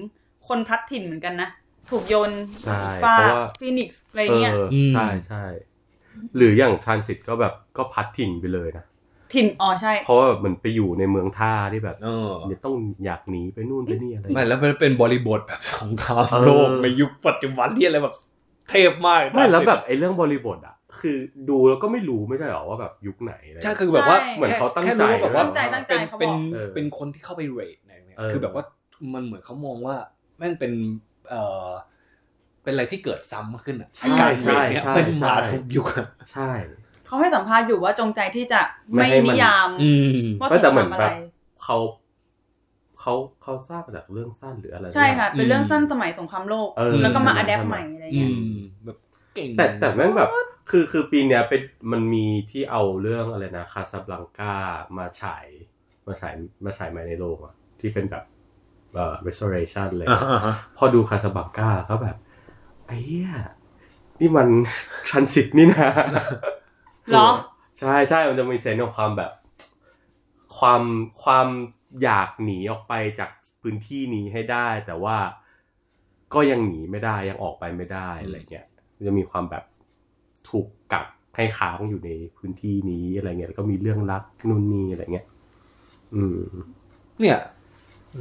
[SPEAKER 3] คนพลัดถิ่นเหมือนกันนะ ถูกโยน
[SPEAKER 1] ใช่
[SPEAKER 3] ฟ้า
[SPEAKER 1] เพราะว่า
[SPEAKER 3] ฟีนิกซ์อะไร
[SPEAKER 1] เอ
[SPEAKER 3] เงี้ย
[SPEAKER 1] ออ
[SPEAKER 2] ม
[SPEAKER 1] ใช่ใช่หรืออย่างทรานสิตก็แบบก็พัดถิ่นไปเลยนะ
[SPEAKER 3] ถิ่นอ๋อใช่
[SPEAKER 1] เพราะว่าแบบเหมือนไปอยู่ในเมืองท่าที่แบบ
[SPEAKER 2] เออ
[SPEAKER 1] เนี่ยต้องอยากหนีไปนู่นไปนี่อะไร
[SPEAKER 2] ไม่แล้วมันเป็นบริบทแบบสงคราม
[SPEAKER 1] เออ
[SPEAKER 2] โลกในยุคปัจจุบันที่อะไรแบบเทพ มาก
[SPEAKER 1] ไม่แล้วแบบไอ้เรื่องบริบทอะคือดูแล้วก็ไม่รู้ไม่ใช่หรอว่าแบบยุคไหนอะไร
[SPEAKER 2] ใช่คือแบบว่า
[SPEAKER 3] ใช่
[SPEAKER 1] เหมือนเขาตั้ง
[SPEAKER 2] แค่รู้ว่แบบว่า
[SPEAKER 1] ตั้งใจ
[SPEAKER 3] ตั้งใจ
[SPEAKER 2] เป็น
[SPEAKER 3] เขาบอก
[SPEAKER 2] เป็น
[SPEAKER 1] เออ
[SPEAKER 2] เป็นคนที่เข้าไปเรทในเนี่ย
[SPEAKER 1] เออ
[SPEAKER 2] คือแบบว่ามันเหมือนเขามองว่าแม่งเป็นเอ่อเป็นอะไรที่เกิดซ้ำขึ้นอะไอ้การเรทเนี่ยเป็นมาทุกยุคอะ
[SPEAKER 1] ใช่
[SPEAKER 3] เขาให้สัมภาษณ์อยู่ว่าจงใจที่จะ
[SPEAKER 1] ไม่
[SPEAKER 3] ไม่
[SPEAKER 1] ให้มัน
[SPEAKER 3] นิยาม
[SPEAKER 4] อืม
[SPEAKER 3] ว่า
[SPEAKER 1] ไม่แต่เหมือน
[SPEAKER 3] ทำอะ
[SPEAKER 1] แบ
[SPEAKER 3] ไร
[SPEAKER 1] บเขาเขาเขาทราบมาจากเรื่องสั้นหรืออะไร
[SPEAKER 3] ใช่ค่ะ เป็นเรื่อง
[SPEAKER 4] อืม
[SPEAKER 3] สั้นสมัยสงครามโลก
[SPEAKER 1] เออ
[SPEAKER 3] แล้วก็มา
[SPEAKER 1] ทำ
[SPEAKER 3] อัดแอป
[SPEAKER 1] ทำ
[SPEAKER 3] ใหม่อะไร
[SPEAKER 4] อื
[SPEAKER 3] เงี้ย
[SPEAKER 4] มแบบ
[SPEAKER 2] เก่ง
[SPEAKER 1] แต่แต่แม่งแบบคือคือปีเนี้ยเป็นมันมีที่เอาเรื่องอะไรนะคาซาบลังกามาฉายมาฉายมาฉายใหม่ในโลกอะที่เป็นแบบเอ่อ restoration เลย
[SPEAKER 2] อ่าฮะ
[SPEAKER 1] พอดูคาซาบลังกาก็แบบไอ้เหี้ยนี่ มัน transit นี่นะ
[SPEAKER 3] เหรอ
[SPEAKER 1] ใช่ใช่มันจะมีเซนส์ของความแบบ ความความอยากหนีออกไปจากพื้นที่นี้ให้ได้ แต่ว่าก็ยังหนีไม่ได้ยังออกไปไม่ได้อะไรเงี้ยมันจะมีความแบบถูกกักให้ค้างอยู่ในพื้นที่นี้อะไรเงี้ยแล้วก็มีเรื่องรักนู่นนี่อะไรเงี้ยอืม
[SPEAKER 2] เนี่ย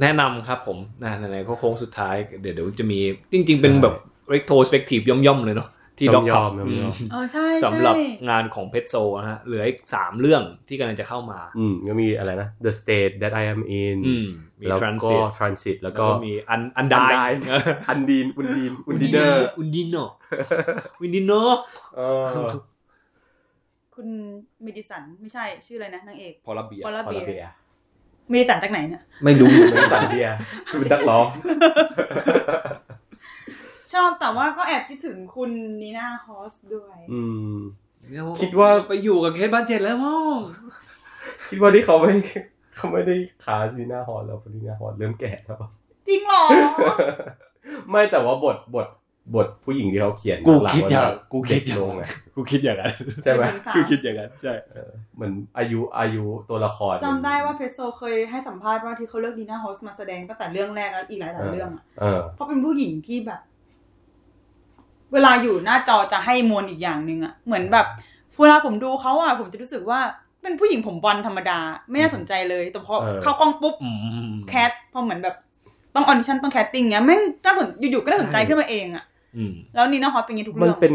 [SPEAKER 2] แนะนำครับผมนะไหนๆก็โค้งสุดท้ายเดี๋ยวเดี๋ยวจะมี จริง ๆ เป็นแบบ retrospective ย่อมๆเลยเนาะที่ด็อก
[SPEAKER 1] ย่
[SPEAKER 2] ขั
[SPEAKER 1] อบ มๆย่อมๆ
[SPEAKER 2] อืม
[SPEAKER 3] เออใช่
[SPEAKER 2] สำหรับ
[SPEAKER 3] ใช่
[SPEAKER 2] งานของเพชรโซนะฮะเหลืออีกสามเรื่องที่กำลังจะเข้ามา
[SPEAKER 1] อืมก็มีอะไรนะ The State That I Am In
[SPEAKER 2] อืม มี
[SPEAKER 1] แล้ว
[SPEAKER 2] ทราน
[SPEAKER 1] ก็
[SPEAKER 2] สิต
[SPEAKER 1] Transit แล้ว
[SPEAKER 2] แล้ว
[SPEAKER 1] ก็
[SPEAKER 2] ก็มีอันอันดาย
[SPEAKER 1] อัน ดีนอุนดีนอุนดีเนอร์
[SPEAKER 2] อุนดินเนอร์อุนดิน เนอร์
[SPEAKER 1] เออ
[SPEAKER 3] คุณมิดิสันไม่ใช่ชื่ออะไรนะนางเอก
[SPEAKER 2] พอระเบียบ
[SPEAKER 3] ฟอล
[SPEAKER 1] คอลลา
[SPEAKER 3] เบี
[SPEAKER 1] เบี
[SPEAKER 3] ย
[SPEAKER 1] ย
[SPEAKER 3] มิดิสันจากไหนเนี่ย
[SPEAKER 2] ไม่รู้
[SPEAKER 1] เป็นสันเบียคือเป็นดักล้อม
[SPEAKER 3] ชอบแต่ว่าก็แอบคิดถึงคุณนีน่าฮอสด้วย
[SPEAKER 1] อืม คิ
[SPEAKER 2] คิ
[SPEAKER 1] ด
[SPEAKER 2] ด
[SPEAKER 1] ว่า
[SPEAKER 2] ว่าไปอยู่กับเคสบ้านเจ็ดแล้วมั้ง
[SPEAKER 1] คิดว่าที่เขาไม่เขาไม่ได้ขาซีน่าฮอลแล้วเพราะซีน่าฮอลเริ่มแก่แล้ว
[SPEAKER 3] จริงเหรอ
[SPEAKER 1] ไม่แต่ว่าบทบทบทผู้หญิงที่เขาเขียน
[SPEAKER 2] กู
[SPEAKER 1] หลังๆ
[SPEAKER 2] คิดอย่าง
[SPEAKER 1] มัน
[SPEAKER 2] กูคิด
[SPEAKER 1] เด็
[SPEAKER 2] อย่าก ง
[SPEAKER 1] ลงไง
[SPEAKER 2] กูคิดอย่างนั้น
[SPEAKER 1] ใช่ไหม
[SPEAKER 3] เป็นสาว
[SPEAKER 2] กูคิดอย่างนั้นใช่
[SPEAKER 1] เหมือนอายุอายุตัวละคร
[SPEAKER 3] จำได้ว่าเพชโซเคยให้สัมภาษณ์ว่าที่เขาเลือกดีน่าโฮสมาแสดงตั้งแต่เรื่องแรกแล้วอีกหลายๆเรื่องอะ
[SPEAKER 1] เออ
[SPEAKER 3] เพราะเป็นผู้หญิงที่แบบ เวลาอยู่หน้าจอจะให้มวลอีกอย่างหนึ่งอะเหมือนแบบเวลาผมดูเขาอะผมจะรู้สึกว่าเป็นผู้หญิงผมบอลธรรมดา ไม่น่าสนใจเลยแต่พอ
[SPEAKER 1] เออ
[SPEAKER 3] เข้ากล้องปุ๊บ
[SPEAKER 2] อืม
[SPEAKER 3] แคสพอเหมือนแบบ ต้องออดิชั่นต้องแคสติ้งเงี้ยแม่งน่าสนอยู่ๆก็น่าสนใจขึ้นมาเองอะ
[SPEAKER 2] อืม
[SPEAKER 3] แล้วนีน่าฮอสเป็นอยังไงทุก
[SPEAKER 1] มั
[SPEAKER 3] เรื่
[SPEAKER 1] น
[SPEAKER 3] อง
[SPEAKER 1] เป็น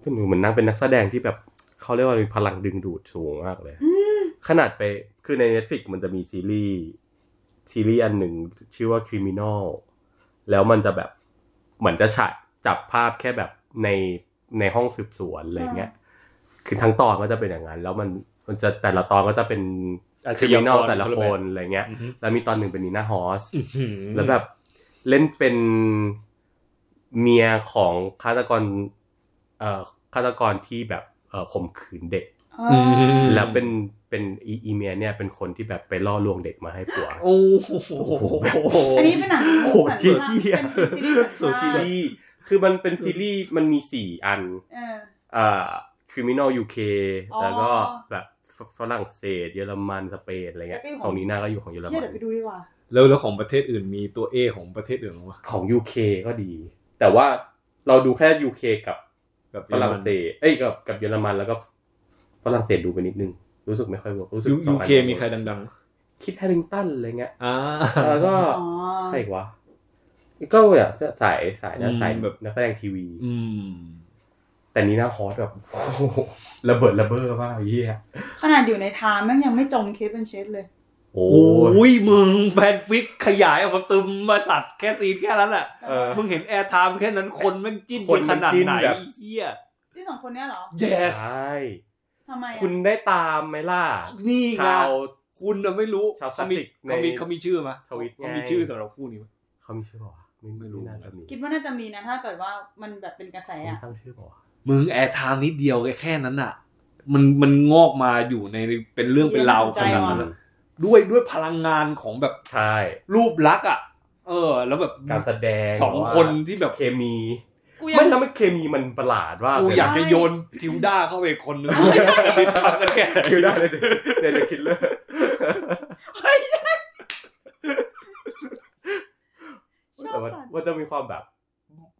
[SPEAKER 1] เป็นเหมือนนางเป็นนักแสดงที่แบบเขาเรียกว่ามีพลังดึงดูดสูงมากเลย ขนาดไปคือใน Netflix มันจะมีซีรีส์ซีรีส์อันหนึ่งชื่อว่า Criminal แล้วมันจะแบบเหมือนจะฉะจับภาพแค่แบบในในห้องสืบสวนอะไรเงี้ย คือทั้งตอนก็จะเป็นอย่างนั้น แล้วมันมันจะแต่ละตอนก็จะเป็น
[SPEAKER 2] อาช
[SPEAKER 1] Criminal
[SPEAKER 2] ญากร
[SPEAKER 1] แต่ละ
[SPEAKER 2] บบ
[SPEAKER 1] คนอะไรเงี้ย
[SPEAKER 2] อือฮึ
[SPEAKER 1] แล้วมีตอนหนึ่งเป็นนีน่าฮอส
[SPEAKER 2] อื้อหือ
[SPEAKER 1] แล้วแบบเล่นเป็นเมียของฆาตกรเอ่อฆาตกรที่แบบเอ่อข่มขืนเด็ก
[SPEAKER 3] เออ
[SPEAKER 1] แล้วเป็นเป็นอีอีเมียเนี่ยเป็นคนที่แบบไปล่อลวงเด็กมาให้ผัว
[SPEAKER 2] โอ้โห
[SPEAKER 3] อันนี้เป็นหนัง
[SPEAKER 1] โหดเหี้ย
[SPEAKER 3] เป็นซีรีส์
[SPEAKER 1] ส่วนซีรีส์คือมันเป็นซีรีส์มันมีสี่อัน
[SPEAKER 3] เออ
[SPEAKER 1] เอ่อ criminal UK
[SPEAKER 3] อ๋อ
[SPEAKER 1] แล้วก็แบบฝฝรั่งเศส เยอรมันสเปนอะไรเงี้ย
[SPEAKER 3] แล้วก็อยู่
[SPEAKER 1] ข
[SPEAKER 3] ของ
[SPEAKER 1] องนีน่าก็อยู่ของเยอร
[SPEAKER 3] เชี่
[SPEAKER 1] มั
[SPEAKER 3] ยเดี๋ย
[SPEAKER 1] น
[SPEAKER 3] วไปดูดีกว่า
[SPEAKER 2] แล้วแล้วของประเทศอื่นมีตัวเอของประเทศอื่นหรอวะ
[SPEAKER 1] ของ UK ก็ดี แต่ว่าเราดูแค่ UK กับ
[SPEAKER 2] แบบ
[SPEAKER 1] ฝรั่งเศส เอ้ยกับกับเยอรมันแล้วก็ฝรั่งเศสดูไปนิดนึง รู้สึกไม่ค่อยเวิร์กรู้สึกส
[SPEAKER 2] ยู
[SPEAKER 1] องอัน
[SPEAKER 2] เคมีใครดัง
[SPEAKER 1] คิดแฮร์ริงตันอะไรเงี้ย
[SPEAKER 2] ๆอ่า
[SPEAKER 1] แล้วก็
[SPEAKER 3] อ๋อ
[SPEAKER 1] ใครอีกวะ ก็แบบสายสายนะ
[SPEAKER 2] อืม
[SPEAKER 1] สายแบบนักแสดงทีวี
[SPEAKER 2] อืม
[SPEAKER 1] แต่นี้นะฮอตแบบ โอ้โหระเบิดระเบ้อมากเยี่ย
[SPEAKER 3] ขนาดอยู่ในทามแม่งยังไม่จมเคสเป็นเชฟเลย
[SPEAKER 1] โอ้
[SPEAKER 2] โ
[SPEAKER 1] ย
[SPEAKER 2] อ้ยมึงแฟนฟิกขยายออกมาตึมมาตัดแค่ซีนแค่นั้นแหละ
[SPEAKER 1] เออ
[SPEAKER 2] มึงเห็นแอร์ไทม์แค่นั้นคนแม่งจิ้น
[SPEAKER 1] คนมั
[SPEAKER 2] ข
[SPEAKER 1] น
[SPEAKER 2] นาด
[SPEAKER 1] จิ้น
[SPEAKER 2] ไหน
[SPEAKER 1] แบบ
[SPEAKER 2] เฮีย
[SPEAKER 3] ที่สองคนเนี้ยเหรอ
[SPEAKER 2] yes
[SPEAKER 1] ใช่
[SPEAKER 3] ทำไมอะ
[SPEAKER 1] คุณได้ตามไหมล่ะ
[SPEAKER 2] นี่ไง
[SPEAKER 1] ชาว
[SPEAKER 2] คุณน่ะไม่รู้
[SPEAKER 1] ชาว
[SPEAKER 2] เขามี
[SPEAKER 1] Sussex
[SPEAKER 2] เขามี
[SPEAKER 1] ใน
[SPEAKER 2] เขามีชื่อไหม
[SPEAKER 1] ทวิตไง
[SPEAKER 2] เขามีชื่อสำหรับคู่นี้ไหม
[SPEAKER 1] เขามีชื่อเปล่าวะไม่
[SPEAKER 2] ไม่
[SPEAKER 1] ไม่
[SPEAKER 2] รู้
[SPEAKER 1] รู้น่าจะมี
[SPEAKER 3] คิดว่าน่าจะมีนะถ้าเกิดว่ามันแบบเป็นกระแสอะ
[SPEAKER 1] ตั้งชื่อเปล่าวะ
[SPEAKER 2] มึงแอร์ไทม์นิดเดียวแค่นั้นอ่ะ มันมันงอกมาอยู่ในเป็นเรื่องเป็นราวขนาดนั้นอะด้วยด้วยพลังงานของแบบ
[SPEAKER 1] ใช่
[SPEAKER 2] รูปลักษณ์อ่ะ เออ แล้วแบบ
[SPEAKER 1] การแสดง
[SPEAKER 2] สองคนที่แบบ
[SPEAKER 1] เคมี
[SPEAKER 3] กูยั
[SPEAKER 1] ไม่
[SPEAKER 3] ง
[SPEAKER 1] แล้วมันเคมีมันประหลาดว่าก
[SPEAKER 2] กู
[SPEAKER 1] เล
[SPEAKER 2] อ
[SPEAKER 1] นะ
[SPEAKER 2] ยากจะโยนจิวด้าเข้าไปอีกคนนึงดิสคัทกันแค่
[SPEAKER 1] คิวได้เลยเดนเดคิลเลอร์
[SPEAKER 3] เฮ้ยใช่ชอบ
[SPEAKER 1] แต่ว่า
[SPEAKER 3] สัตว์
[SPEAKER 1] ว่าจะมีความแบบ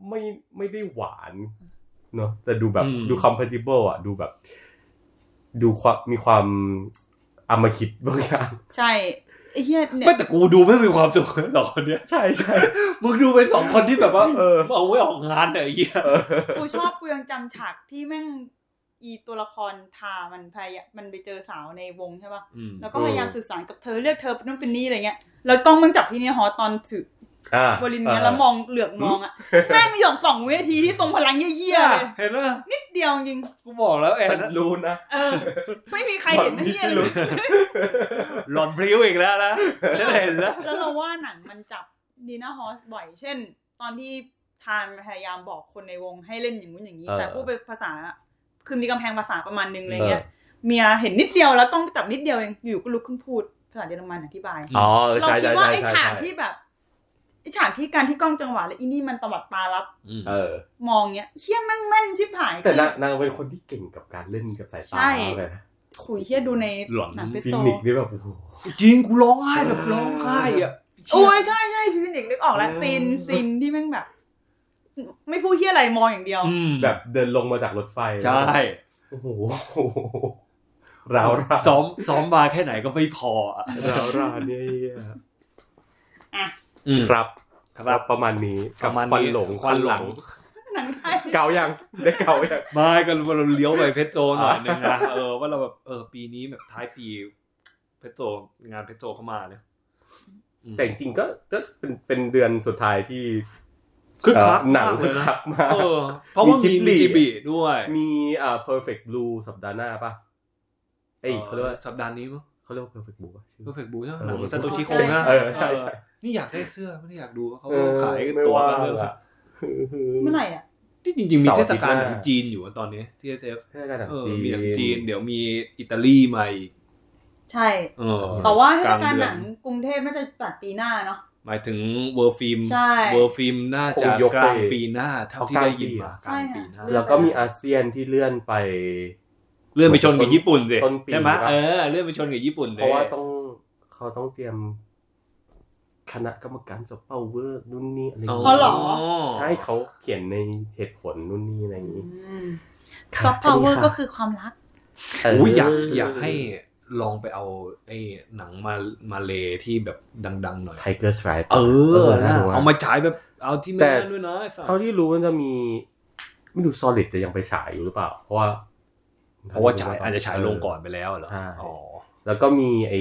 [SPEAKER 1] ไม่ไม่ได้หวานเนาะแต่ดูแบบดู compatible อ่ะ ดูแบบ ดูความมีความอามาคิดบางอย่าง
[SPEAKER 3] ใช่ไอ้เหี้ยเนี่ย
[SPEAKER 2] ไม่แต่กูดูไม่มีความสุขสองคนเนี้ย
[SPEAKER 1] ใช่ใช่
[SPEAKER 2] มึงดูเป็นสองคนที่แบบว่าเออเอาไว้ออกงานเนี่ยไอ้เหี้ย
[SPEAKER 3] กูชอบกูยังจำฉากที่แม่งอีตัวละครทามันพยายามมันไปเจอสาวในวงใช่ป่ะ แล้วก็พยายามสื่อสารกับเธอเรียกเธอเป็นนู่นเป็นนี่อะไรเงี้ย แล้วกล้องมันจับที่นี่ฮอตตอนถือ
[SPEAKER 1] อ่า
[SPEAKER 3] บริเวณเนี้ยแล้วมองเหลือบมองอ่ะแม่งมีหยองสองเวทีที่ทรงพลังเยี่ยๆเลย
[SPEAKER 2] เห็นไหม
[SPEAKER 3] นิดเดียวจริง
[SPEAKER 2] กูบอกแล้วแอน
[SPEAKER 1] ฉันรู้นะ
[SPEAKER 3] เออ ไม่มีใครเห็นเฮียเลย
[SPEAKER 2] หลอนพริ้วอีกแล้วนะแล้วเห็นแล้ว
[SPEAKER 3] แล้วเราว่าหนังมันจับดีน่าฮอสบ่อย เช่น ตอนที่ทานพยายามบอกคนในวงให้เล่นอย่างงู้นอย่างนี้
[SPEAKER 1] เออ
[SPEAKER 3] แต่พูดเป็นภาษา คือมีกำแพงภาษาประมาณนึงอะไรเงี้ย เมียเห็นนิดเดียวแล้วต้องจับนิดเดียวเอง อยู่ก็ลุกขึ้นพูดภาษาเยอรมันอธิบาย
[SPEAKER 1] ๋อเออ
[SPEAKER 3] เรา
[SPEAKER 1] ใช่
[SPEAKER 3] คิ
[SPEAKER 1] ใช่
[SPEAKER 3] ดว่า
[SPEAKER 1] ใช่
[SPEAKER 3] ไอ้
[SPEAKER 1] ใช่
[SPEAKER 3] ฉาก
[SPEAKER 1] ใช่
[SPEAKER 3] ที่แบบไอ้ฉากที่การที่กล้องจังหวะแล้วอีนี่มันตวัดตารับ
[SPEAKER 1] เออ
[SPEAKER 3] มองเงี้ยเฮี้ยแม่งแม่นชิบหาย
[SPEAKER 1] แต่
[SPEAKER 3] คือ
[SPEAKER 1] นางนางเป็นคนที่เก่งกับการเล่นกับสายตา
[SPEAKER 3] ใช่
[SPEAKER 1] มากเลยนะ
[SPEAKER 3] ขุยเฮี้ยดูใน
[SPEAKER 2] หลอน
[SPEAKER 3] หนังเป
[SPEAKER 1] ฟิ
[SPEAKER 3] โต
[SPEAKER 1] นิกซ์นี่แบบโอ้โห
[SPEAKER 2] จริงกูร้องไห้แบบร้องไห้อ่ะ
[SPEAKER 3] โอ้ยใช่ใช่ฟินิกซ์นึกออกแล้ว
[SPEAKER 1] เออ
[SPEAKER 3] ซีนซีนที่แม่งแบบ ไม่พูดเฮี้ยอะไรมองอย่างเดียว
[SPEAKER 2] อืม
[SPEAKER 1] แบบเดินลงมาจากรถไฟ
[SPEAKER 2] ใช่
[SPEAKER 1] โอ้โหร้าวราน
[SPEAKER 2] ซ้อมซ้อมมาแค่ไหนก็ไม่พออะ
[SPEAKER 1] ร้าวรานเนี่ย
[SPEAKER 2] อืม
[SPEAKER 1] ครับค
[SPEAKER 2] ครั
[SPEAKER 1] รั
[SPEAKER 2] บบ
[SPEAKER 1] ประมาณนี้กับ
[SPEAKER 2] ประมาณนี้
[SPEAKER 1] ควันหลง
[SPEAKER 2] ควันหลง
[SPEAKER 3] หนังไทย
[SPEAKER 1] เกายังได้เกายัง
[SPEAKER 2] ไม่ก็เราเลี้ยวไปเพชรโจหน่อยนึง นะเออว่าเราแบบเออปีนี้แบบท้ายปีเพชรโจงานเพชรโจเข้ามาเนี่ยอืม
[SPEAKER 1] แต่จริงๆก็ก็เป็นเป็นเดือนสุดท้ายที่
[SPEAKER 2] คือ
[SPEAKER 1] เอ่อ
[SPEAKER 2] คัก
[SPEAKER 1] หนัง
[SPEAKER 2] มากเล
[SPEAKER 1] คึ
[SPEAKER 2] ย
[SPEAKER 1] ก
[SPEAKER 2] นะ
[SPEAKER 1] คักมาก
[SPEAKER 2] เออเพราะว่ามี
[SPEAKER 1] มี
[SPEAKER 2] มี
[SPEAKER 1] จิ
[SPEAKER 2] จิ
[SPEAKER 1] บลิ
[SPEAKER 2] บีด้วย
[SPEAKER 1] มีอ่า perfect blue สัปดาห์หน้าป่ะเอ้ยเขาเรียกว่า
[SPEAKER 2] สัปดาห์นี้มั้ง
[SPEAKER 1] เขาเรียกว่า perfect blue ป่ะชื่อ
[SPEAKER 2] เพอร์เฟกบูใช่ไหม
[SPEAKER 1] เออ
[SPEAKER 2] หนังซาโตชิโคง
[SPEAKER 3] ใช่
[SPEAKER 2] นะ
[SPEAKER 1] เออใช่ใช่
[SPEAKER 2] เออนี่อยากได้เสื้อไม่ได้อยากดูว่าเขา
[SPEAKER 1] เออ
[SPEAKER 2] ขาย
[SPEAKER 1] ไม่
[SPEAKER 2] ตัว
[SPEAKER 1] ว่า
[SPEAKER 2] กันเรื่อง
[SPEAKER 1] ละ
[SPEAKER 3] เมื่อไหร่อ่ะ
[SPEAKER 2] ที่จริงๆมีเทศกาล
[SPEAKER 1] เสาร์อาทิตย์หน้า
[SPEAKER 2] หนังจีนอยู่อะตอนนี้ที่เอสเอฟ
[SPEAKER 1] เทศกาลหนัง
[SPEAKER 2] เออ
[SPEAKER 1] จีน
[SPEAKER 2] มีหนังจีน เดี๋ยวมีอิตาลีใหม่
[SPEAKER 3] ใช่
[SPEAKER 2] เออ
[SPEAKER 3] แต่ว่าเทศ
[SPEAKER 2] ก
[SPEAKER 3] กา
[SPEAKER 2] ลา
[SPEAKER 3] ล
[SPEAKER 2] งเดือน
[SPEAKER 3] หนังกรุงเทพน่าจะจัดปีหน้าเนาะ
[SPEAKER 2] หมายถึงเวอร์ฟิล์ม
[SPEAKER 3] ใช่
[SPEAKER 2] เวอร์ฟิล์มน่าจะ
[SPEAKER 1] คงยก
[SPEAKER 2] ก
[SPEAKER 1] ไป
[SPEAKER 2] ลางปีหน้าเท่าที่
[SPEAKER 1] เอากลาง
[SPEAKER 2] ได้ยิน
[SPEAKER 1] ปี
[SPEAKER 2] มา กลางปีหน้า
[SPEAKER 3] ใช่ค่ะ
[SPEAKER 1] แล้วก็มีอาเซียนที่เลื่อนไป
[SPEAKER 2] เลื่อนไปชนกับญี่ปุ่นสิ
[SPEAKER 1] ต้นปี
[SPEAKER 2] ใช่ไหม
[SPEAKER 1] ปะ
[SPEAKER 2] เออเลื่อนไปชนกับญี่ปุ่นสิ
[SPEAKER 1] เพราะว่าต้องเขาต้องเตรียม คณะกรรมการสอบเป้าเวอร์นู่นนี่อะไรอย่าง
[SPEAKER 3] อ๋อ
[SPEAKER 1] เงี้ย
[SPEAKER 3] เหรอ
[SPEAKER 1] ใช่เขาเขียนในเหตุผลนู่นนี่อะไรอย่างงี้ค่ะ
[SPEAKER 3] ซอฟต์พาวเวอร์
[SPEAKER 1] นนี้ะ
[SPEAKER 3] ก็คือความรัก
[SPEAKER 2] อุ้ยอยากอยากให้ลองไปเอาไอ้หนังมามาเลที่แบบดัง ๆ หน่อย
[SPEAKER 1] ไทเกอร์สไตร์
[SPEAKER 2] เออ
[SPEAKER 1] นะ
[SPEAKER 2] นะ
[SPEAKER 1] ดูว่
[SPEAKER 2] เอามาฉายแบบเอาที่
[SPEAKER 1] แต่
[SPEAKER 2] แม่นด้วยนะไอ้สัส
[SPEAKER 1] เท่าที่รู้มันจะมี ไม่ดู Solid จะยังไปฉายอยู่หรือเปล่า เพราะว่า
[SPEAKER 2] เพราะว่าฉายอาจจะฉายลงก่อนไปแล้วเหรอ
[SPEAKER 1] ใช่
[SPEAKER 2] อ๋อ
[SPEAKER 1] แล้วก็มีไอ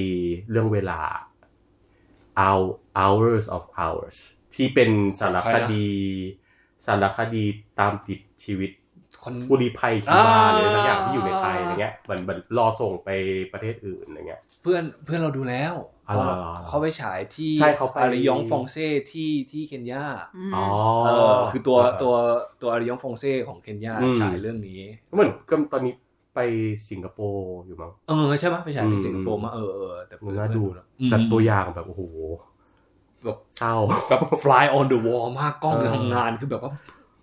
[SPEAKER 1] เรื่องเวลา Hour- hours of hours ที่เป็นสารคดี สารคดีตามติดชีวิต
[SPEAKER 2] คน
[SPEAKER 1] บุรีภัยคิมา
[SPEAKER 2] อ่า
[SPEAKER 1] หรือสักอย่างที่อยู่ในไทยอะไรเงี้ยมันมันรอส่งไปประเทศอื่นอะไรเงี้ย
[SPEAKER 2] เพื่อนเพื่อนเราดูแล้ว
[SPEAKER 1] อ๋อเหรอ
[SPEAKER 2] เขาไปฉายที่
[SPEAKER 1] ใช่เขาไป
[SPEAKER 2] อาริยองฟองเซ่ที่ที่เคนยา
[SPEAKER 1] อ๋อ
[SPEAKER 2] เออคือตัวตัวตัวอาริยองฟองเซ่ของเคนยา
[SPEAKER 1] อืม
[SPEAKER 2] ฉายเรื่องนี้
[SPEAKER 1] เหมือนก็ตอนนี้ไปสิงคโปร์อยู่มั้ง
[SPEAKER 2] เออใช่ปะไปฉายที่
[SPEAKER 1] อืม
[SPEAKER 2] สิงคโปร์มาเออเออแต่
[SPEAKER 1] น่าดูนะ
[SPEAKER 2] อืม
[SPEAKER 1] แต่ตัวอย่างแบบโอ้โห
[SPEAKER 2] แบบ
[SPEAKER 1] เศร้า
[SPEAKER 2] แบบ fly on the wall มากกล้อง
[SPEAKER 1] เออ
[SPEAKER 2] ทำงานคือแบบว่า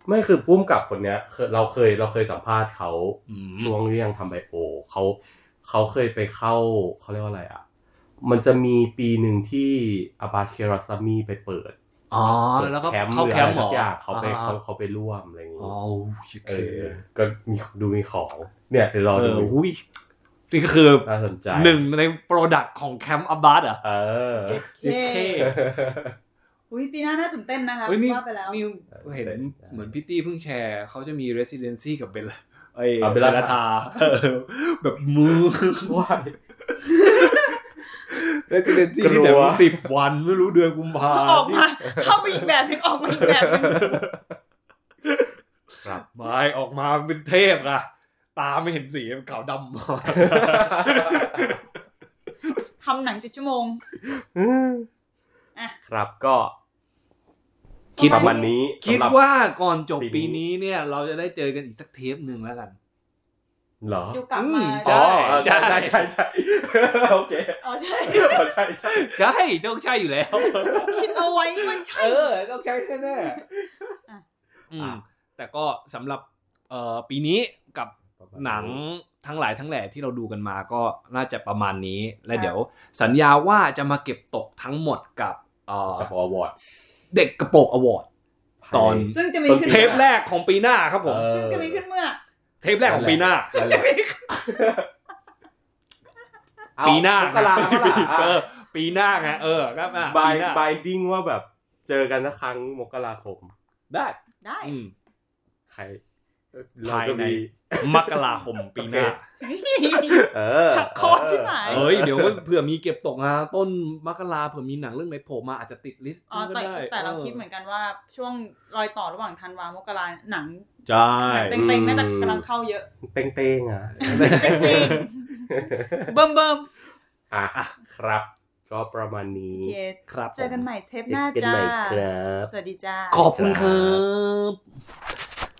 [SPEAKER 1] ไม่คือพุ่มกับคนเนี้ยเคยเราเคยเราเคยสัมภาษณ์เขา
[SPEAKER 2] อืม
[SPEAKER 1] ช่วงเรื่องทำไบโอเขาเขาเคยไปเข้าเขาเรียกว่าอะไรอ่ะ มันจะมีปีหนึ่งที่อาบาสเคราซามีไปเปิด
[SPEAKER 2] อ๋อแล้วก็
[SPEAKER 1] แคมป์
[SPEAKER 2] เข้า
[SPEAKER 1] หรือ
[SPEAKER 2] แค
[SPEAKER 1] อะไร
[SPEAKER 2] มป์หม
[SPEAKER 1] สั
[SPEAKER 2] อก
[SPEAKER 1] อย่างเขาไปเขา
[SPEAKER 2] อ่
[SPEAKER 1] เขาไปร่วมอะไรอย่าง
[SPEAKER 2] อ๋
[SPEAKER 1] งี้
[SPEAKER 2] อ
[SPEAKER 1] เอ
[SPEAKER 2] โอ
[SPEAKER 1] อ
[SPEAKER 2] เค
[SPEAKER 1] ก็มีดูมีของ เนี่ยเดี๋ยวรอ
[SPEAKER 2] เอ
[SPEAKER 1] ดู
[SPEAKER 2] อหุ้ยนี่ก็คือ
[SPEAKER 1] น่าสนใจ
[SPEAKER 2] หนึ่งในโปรดักต์ของแคมป์อับบาสอ่ะ
[SPEAKER 1] เออ
[SPEAKER 3] เย้
[SPEAKER 2] เท่
[SPEAKER 3] อุ้ยปีหน้าน่าตื่นเต้นนะคะ
[SPEAKER 2] เฮ้ยนี่
[SPEAKER 3] ว่าไปแล้ว
[SPEAKER 2] นี่เห็นเหมือนพี่ตี้เพิ่งแชร์เขาจะมี residency กับเบลล่าไอ้
[SPEAKER 1] อ่ะ
[SPEAKER 2] เบ
[SPEAKER 1] เบ
[SPEAKER 2] ล
[SPEAKER 1] ลล่า
[SPEAKER 2] ลาทาเออแบบมือ
[SPEAKER 1] ว่า
[SPEAKER 2] แล้วจะเป็นที่
[SPEAKER 1] ก
[SPEAKER 2] ที่
[SPEAKER 1] ลั
[SPEAKER 2] แต่
[SPEAKER 1] ว
[SPEAKER 2] สิบวันไม่รู้เดือนกุมภา
[SPEAKER 3] ออกมาเข้าไปอีกแบบหนึงออกมาอีกแบบหนึ ง
[SPEAKER 2] ไม่ออกมาเป็นเทพอะตาไม่เห็นสีขาวด
[SPEAKER 3] ทำหนังเจ็ดชั่วโมง อ่ะ
[SPEAKER 1] ครับก็ประมาณนี้
[SPEAKER 2] ำ คิด
[SPEAKER 1] สำหรับ
[SPEAKER 2] ว่าก่อนจบ
[SPEAKER 1] ปี
[SPEAKER 2] ปี
[SPEAKER 1] นี้
[SPEAKER 2] นี้เนี่ย เราจะได้เจอกันอีกสักเทปหนึ่งแล้วกัน
[SPEAKER 1] เหรอ
[SPEAKER 3] อยู่กลับมา
[SPEAKER 2] ใช่
[SPEAKER 1] อ๋อเออใช่ใช่ใช่ใช่ โอเค
[SPEAKER 3] อ๋อใช่
[SPEAKER 1] อ๋อใช่ใช่
[SPEAKER 2] ใช่ต้องใช่อยู่แล้ว
[SPEAKER 3] คิดเอาไว้ว่าใช่
[SPEAKER 2] เออ ต้องใช่แน่ๆ
[SPEAKER 3] อ่ะ
[SPEAKER 2] อืมแต่ก็สำหรับเอ่อปีนี้กับ หนังทั้งหลายทั้งแหล่ที่เราดูกันมาก็น่าจะประมาณนี้ และ
[SPEAKER 3] ครับ
[SPEAKER 2] เดี๋ยวสัญญาว่าจะมาเก็บตกทั้งหมดกับเอ่อ
[SPEAKER 1] กับอวอร์ด
[SPEAKER 2] เด็กกระโปรงอวอร์ด ตอน
[SPEAKER 3] ซึ่งจะมีขึ้น
[SPEAKER 2] เทปแรกของปีหน้าครับผม
[SPEAKER 1] เออ
[SPEAKER 3] ซึ่งจะมีขึ้นเมื่อ
[SPEAKER 2] เทปแรกของปีหน้า
[SPEAKER 3] จะมี
[SPEAKER 2] ปีหน้าม
[SPEAKER 1] กราเมื่อไหร่
[SPEAKER 2] เออปีหน้าไงเออครับอ่ะ
[SPEAKER 1] บาย
[SPEAKER 2] ปีหน้
[SPEAKER 1] บายดิ้งว่าแบบเจอกันสักครั้งมกราคม
[SPEAKER 2] ได้
[SPEAKER 3] ได้
[SPEAKER 2] อืม
[SPEAKER 1] ใคร เราจะมี
[SPEAKER 2] มกราคมปีหน้า
[SPEAKER 1] โอเค เออ
[SPEAKER 3] ถักโคตรชิบหาย
[SPEAKER 2] เอ้ยเดี๋ยวเผื่อมีเก็บตกนะต้นมกราเผื่อมีหนังเรื่องไหนโผล่มาอาจจะติดลิสต์
[SPEAKER 3] อ๋อ
[SPEAKER 2] ก็
[SPEAKER 3] แต่
[SPEAKER 2] ได้
[SPEAKER 3] แต่เราคิดเหมือนกันว่าช่วงรอยต่อระหว่างธันวามกราหนัง
[SPEAKER 2] ใช่
[SPEAKER 3] หนังเต็งๆน่าจะกำลังเข้าเยอะ
[SPEAKER 1] เต้งเต้งๆอ่ะ
[SPEAKER 3] เต็งๆเบิ่มเบิ่ม
[SPEAKER 1] อ่ะครับ ก็ประมาณ
[SPEAKER 3] ๆโอ
[SPEAKER 1] นี้
[SPEAKER 3] เค
[SPEAKER 2] ครับ
[SPEAKER 3] เจอกันใหม่เทป
[SPEAKER 1] เจ
[SPEAKER 3] ห
[SPEAKER 1] อ
[SPEAKER 3] น้า
[SPEAKER 1] กัน
[SPEAKER 3] จ้า
[SPEAKER 1] ใหม่ครับ
[SPEAKER 3] สวัสดีจ้า
[SPEAKER 2] ขอบคุณครับ
[SPEAKER 1] บ